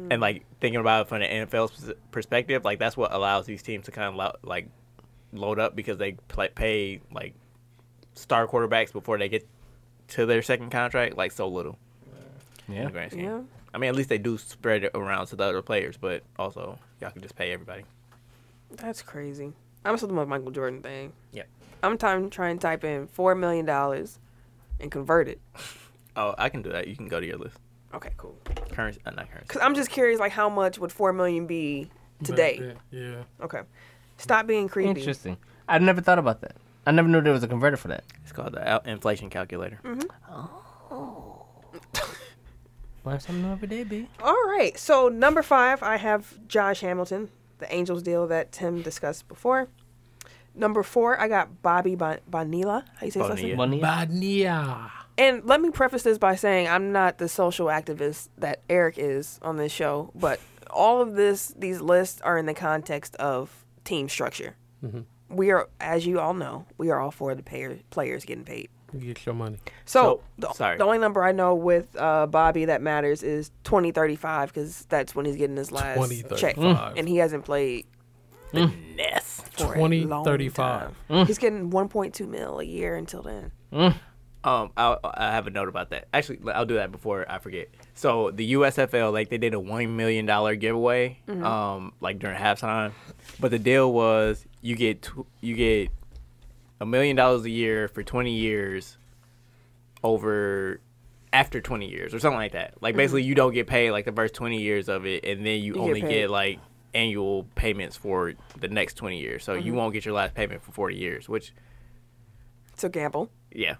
[SPEAKER 5] and like thinking about it from the NFL's pers- perspective, like that's what allows these teams to kind of lo- like load up because they play, pay like star quarterbacks before they get to their second contract like so little. in
[SPEAKER 2] Yeah.
[SPEAKER 5] the grand scheme.
[SPEAKER 4] Yeah.
[SPEAKER 5] I mean, at least they do spread it around to the other players, but also y'all can just pay everybody.
[SPEAKER 4] That's crazy. I'm still doing my Michael Jordan thing.
[SPEAKER 5] Yep.
[SPEAKER 4] I'm time trying to type in four million dollars and convert it.
[SPEAKER 5] Oh, I can do that. You can go to your list.
[SPEAKER 4] Okay, cool.
[SPEAKER 5] Currency, uh, not currency.
[SPEAKER 4] Cause I'm just curious, like how much would four million be today?
[SPEAKER 1] Yeah.
[SPEAKER 4] Okay. Stop being creepy.
[SPEAKER 3] Interesting. I never thought about that. I never knew there was a converter for that.
[SPEAKER 5] It's called the out inflation calculator. Mm-hmm.
[SPEAKER 3] Learn something new every day, B.
[SPEAKER 4] All right. So number five, I have Josh Hamilton, the Angels deal that Tim discussed before. Number four, I got Bobby Bon- Bonilla. How you say his last name?
[SPEAKER 5] Bonilla.
[SPEAKER 3] Money.
[SPEAKER 1] Bania.
[SPEAKER 4] And let me preface this by saying I'm not the social activist that Eric is on this show, but all of this, these lists are in the context of team structure.
[SPEAKER 5] Mm-hmm.
[SPEAKER 4] We are, as you all know, we are all for the payer, players getting paid.
[SPEAKER 1] Get your money.
[SPEAKER 4] So,
[SPEAKER 5] So,
[SPEAKER 4] the,
[SPEAKER 5] sorry.
[SPEAKER 4] the only number I know with uh, Bobby that matters is 2035 because that's when he's getting his last check.
[SPEAKER 1] 2035.
[SPEAKER 4] And he hasn't played
[SPEAKER 5] Mm. Yes.
[SPEAKER 4] for
[SPEAKER 1] 2035.
[SPEAKER 4] 2035. He's getting 1.2 mil a year until then.
[SPEAKER 5] Um, I I have a note about that. Actually, I'll do that before I forget. So the USFL, like they did a one million dollar giveaway,
[SPEAKER 4] Mm-hmm.
[SPEAKER 5] um, like during halftime, but the deal was you get tw- you get a million dollars a year for twenty years, over after twenty years or something like that. Like basically, you don't get paid like the first twenty years of it, and then you,
[SPEAKER 4] Mm-hmm. get
[SPEAKER 5] only
[SPEAKER 4] paid.
[SPEAKER 5] get like annual payments for the next twenty years. So
[SPEAKER 4] Mm-hmm.
[SPEAKER 5] you won't get your last payment for forty years, which
[SPEAKER 4] So, gamble.
[SPEAKER 5] yeah.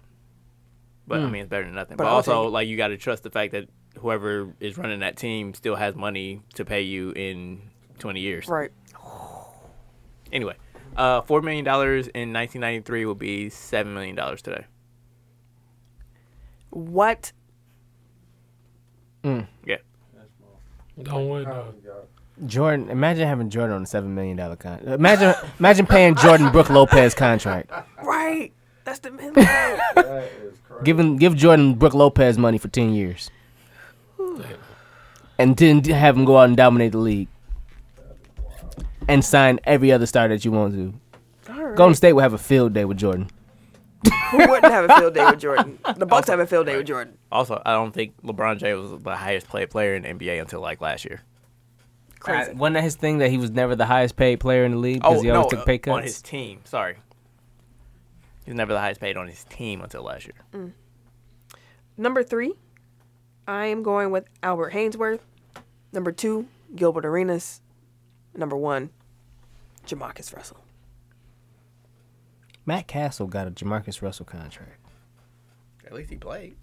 [SPEAKER 5] But I mean, it's better than nothing.
[SPEAKER 4] But
[SPEAKER 5] But,
[SPEAKER 4] I'll take
[SPEAKER 5] also,
[SPEAKER 4] it.
[SPEAKER 5] like, you got to trust the fact that whoever is running that team still has money to pay you in 20 years.
[SPEAKER 4] Right.
[SPEAKER 5] Anyway, uh, $4 million in 1993 will be $7 million today.
[SPEAKER 4] What
[SPEAKER 5] Yeah.
[SPEAKER 1] Don't win. Uh,
[SPEAKER 3] Jordan. Imagine having Jordan on a seven million dollar contract. Imagine, imagine paying Jordan Brooke Lopez contract.
[SPEAKER 4] Right. That's the minimum.
[SPEAKER 3] Giving give Jordan Brooke Lopez money for ten years, and then d- have him go out and dominate the league, and sign every other star that you want to. Golden State will have a field day with Jordan.
[SPEAKER 4] Who wouldn't have a field day with Jordan? The Bucks have a field day with Jordan.
[SPEAKER 5] Also, I don't think LeBron James was the highest paid player in the NBA until like last year.
[SPEAKER 4] Crazy.
[SPEAKER 3] Uh, wasn't that his thing that he was never the highest paid player in the league because he always took pay
[SPEAKER 5] uh, on
[SPEAKER 3] cuts?
[SPEAKER 5] his team. Sorry. He was never the highest paid on his team until last year.
[SPEAKER 4] Number three, I am going with Albert Hainsworth. Number two, Gilbert Arenas. Number one, Jamarcus Russell.
[SPEAKER 3] Matt Castle got a Jamarcus Russell contract.
[SPEAKER 5] At least he played.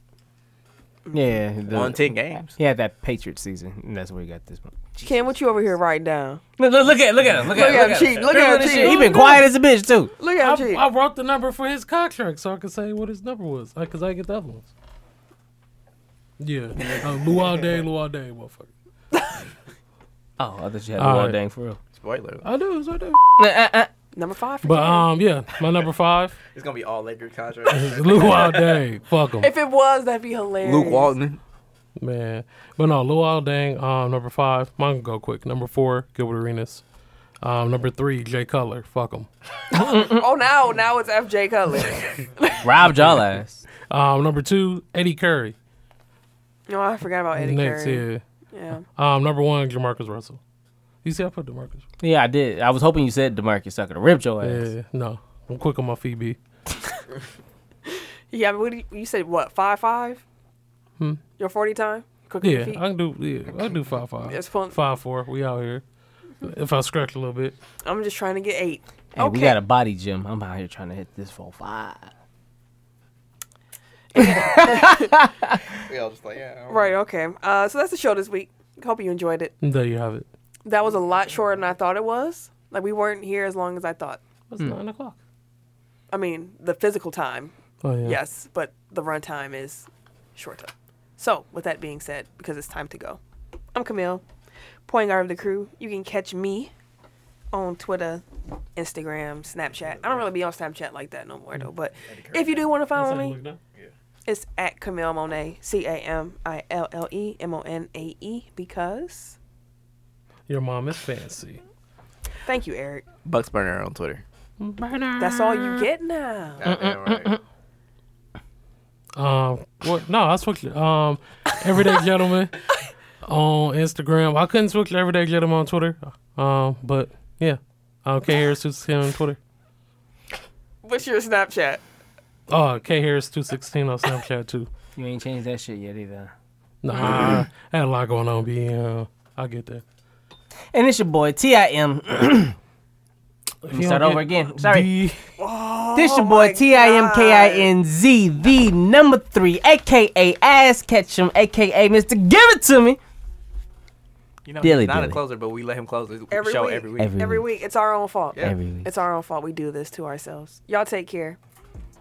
[SPEAKER 5] Mm-hmm.
[SPEAKER 3] Yeah, the-
[SPEAKER 5] Won 10 games.
[SPEAKER 3] he had that Patriots season, and that's where he got this one.
[SPEAKER 4] Ken, what you over here writing down?
[SPEAKER 3] Look, look, look at look at him. Look at
[SPEAKER 4] Look at him cheat. Look at him
[SPEAKER 3] He
[SPEAKER 4] cheat.
[SPEAKER 3] been quiet as a bitch too.
[SPEAKER 4] Look at him
[SPEAKER 1] I,
[SPEAKER 4] cheat.
[SPEAKER 1] I wrote the number for his contract so I could say what his number was because I get the other ones. Yeah. Uh, Luau Day, Luau Day, motherfucker.
[SPEAKER 3] Oh, I thought you had
[SPEAKER 1] All
[SPEAKER 3] all
[SPEAKER 1] right.
[SPEAKER 3] dang for real.
[SPEAKER 5] Spoiler.
[SPEAKER 1] I do, so I do.
[SPEAKER 4] Number five. For
[SPEAKER 1] But
[SPEAKER 4] Ken.
[SPEAKER 1] um, yeah, my number five
[SPEAKER 5] It's going to be all Lakers contracts.
[SPEAKER 1] is Luau Day. Fuck him.
[SPEAKER 4] if it was, that'd be hilarious.
[SPEAKER 5] Luke Walton.
[SPEAKER 1] Man. But no, Luau Dang, um, number five. Mine can go quick. Number four, Gilbert Arenas. Um, number three, Jay Cutler. Fuck him.
[SPEAKER 4] Oh, now, now it's FJ Cutler.
[SPEAKER 3] Rob y'all ass.
[SPEAKER 1] Um, number two, Eddie Curry.
[SPEAKER 4] no, I forgot about Eddie
[SPEAKER 1] Next,
[SPEAKER 4] Curry.
[SPEAKER 1] yeah.
[SPEAKER 4] Yeah.
[SPEAKER 1] Um, number one, Jamarcus Russell. You see, I put Jamarcus.
[SPEAKER 3] Yeah, I did. I was hoping you said Demarcus Sucker to rip your ass.
[SPEAKER 1] Yeah, no. I'm quick on my feet, B.
[SPEAKER 4] Yeah. But what do you, you said what? Five five. Your forty time. Cooking
[SPEAKER 1] Yeah,
[SPEAKER 4] your feet.
[SPEAKER 1] I can do. Yeah, I can do five five.
[SPEAKER 4] It's fun.
[SPEAKER 1] Five four. We out here. If I stretch a little bit,
[SPEAKER 4] I'm just trying to get eight.
[SPEAKER 3] Hey, we got a body gym. I'm out here trying to hit this full five.
[SPEAKER 4] Right, okay. Uh, so that's the show this week. Hope you enjoyed it.
[SPEAKER 1] there you have it.
[SPEAKER 4] That was a lot shorter than I thought it was. Like, we weren't here as long as I thought.
[SPEAKER 1] It's nine o'clock.
[SPEAKER 4] I mean, the physical time,
[SPEAKER 1] Oh yeah.
[SPEAKER 4] yes, but the runtime is shorter. So, with that being said, because it's time to go, I'm Camille, point guard of the crew. You can catch me on Twitter, Instagram, Snapchat. I don't really be on Snapchat like that no more, though. But if you do want to follow me, It's at Camille Monet, C A M I L L E M O N A E, because.
[SPEAKER 1] Your mom is fancy.
[SPEAKER 4] Thank you, Eric.
[SPEAKER 5] Bucks Burner on Twitter.
[SPEAKER 4] That's all you get now.
[SPEAKER 1] Um, what? No, I switched. it. Um, everyday gentleman on Instagram. I couldn't switch to everyday gentleman on Twitter. Um, but yeah, Um, K Harris two sixteen on Twitter.
[SPEAKER 4] What's your Snapchat?
[SPEAKER 1] Oh, K Harris two sixteen on Snapchat too.
[SPEAKER 3] You ain't changed that shit yet either.
[SPEAKER 1] Nah, I had a lot going on. B, uh, I'll get there.
[SPEAKER 3] And it's your boy Tim. Start over again. Sorry.
[SPEAKER 1] D-
[SPEAKER 3] This your boy T I M K I N Z the number three, aka Ass Ketchum, aka Mister Give It To Me.
[SPEAKER 12] You know,
[SPEAKER 3] Dilly
[SPEAKER 12] he's not
[SPEAKER 3] dilly.
[SPEAKER 12] a closer, but we let him close the
[SPEAKER 4] Every
[SPEAKER 12] show
[SPEAKER 4] week.
[SPEAKER 12] every week.
[SPEAKER 3] Every-
[SPEAKER 4] Every week, it's our own fault.
[SPEAKER 3] Every week.
[SPEAKER 4] It's our own fault. We do this to ourselves. Y'all take care.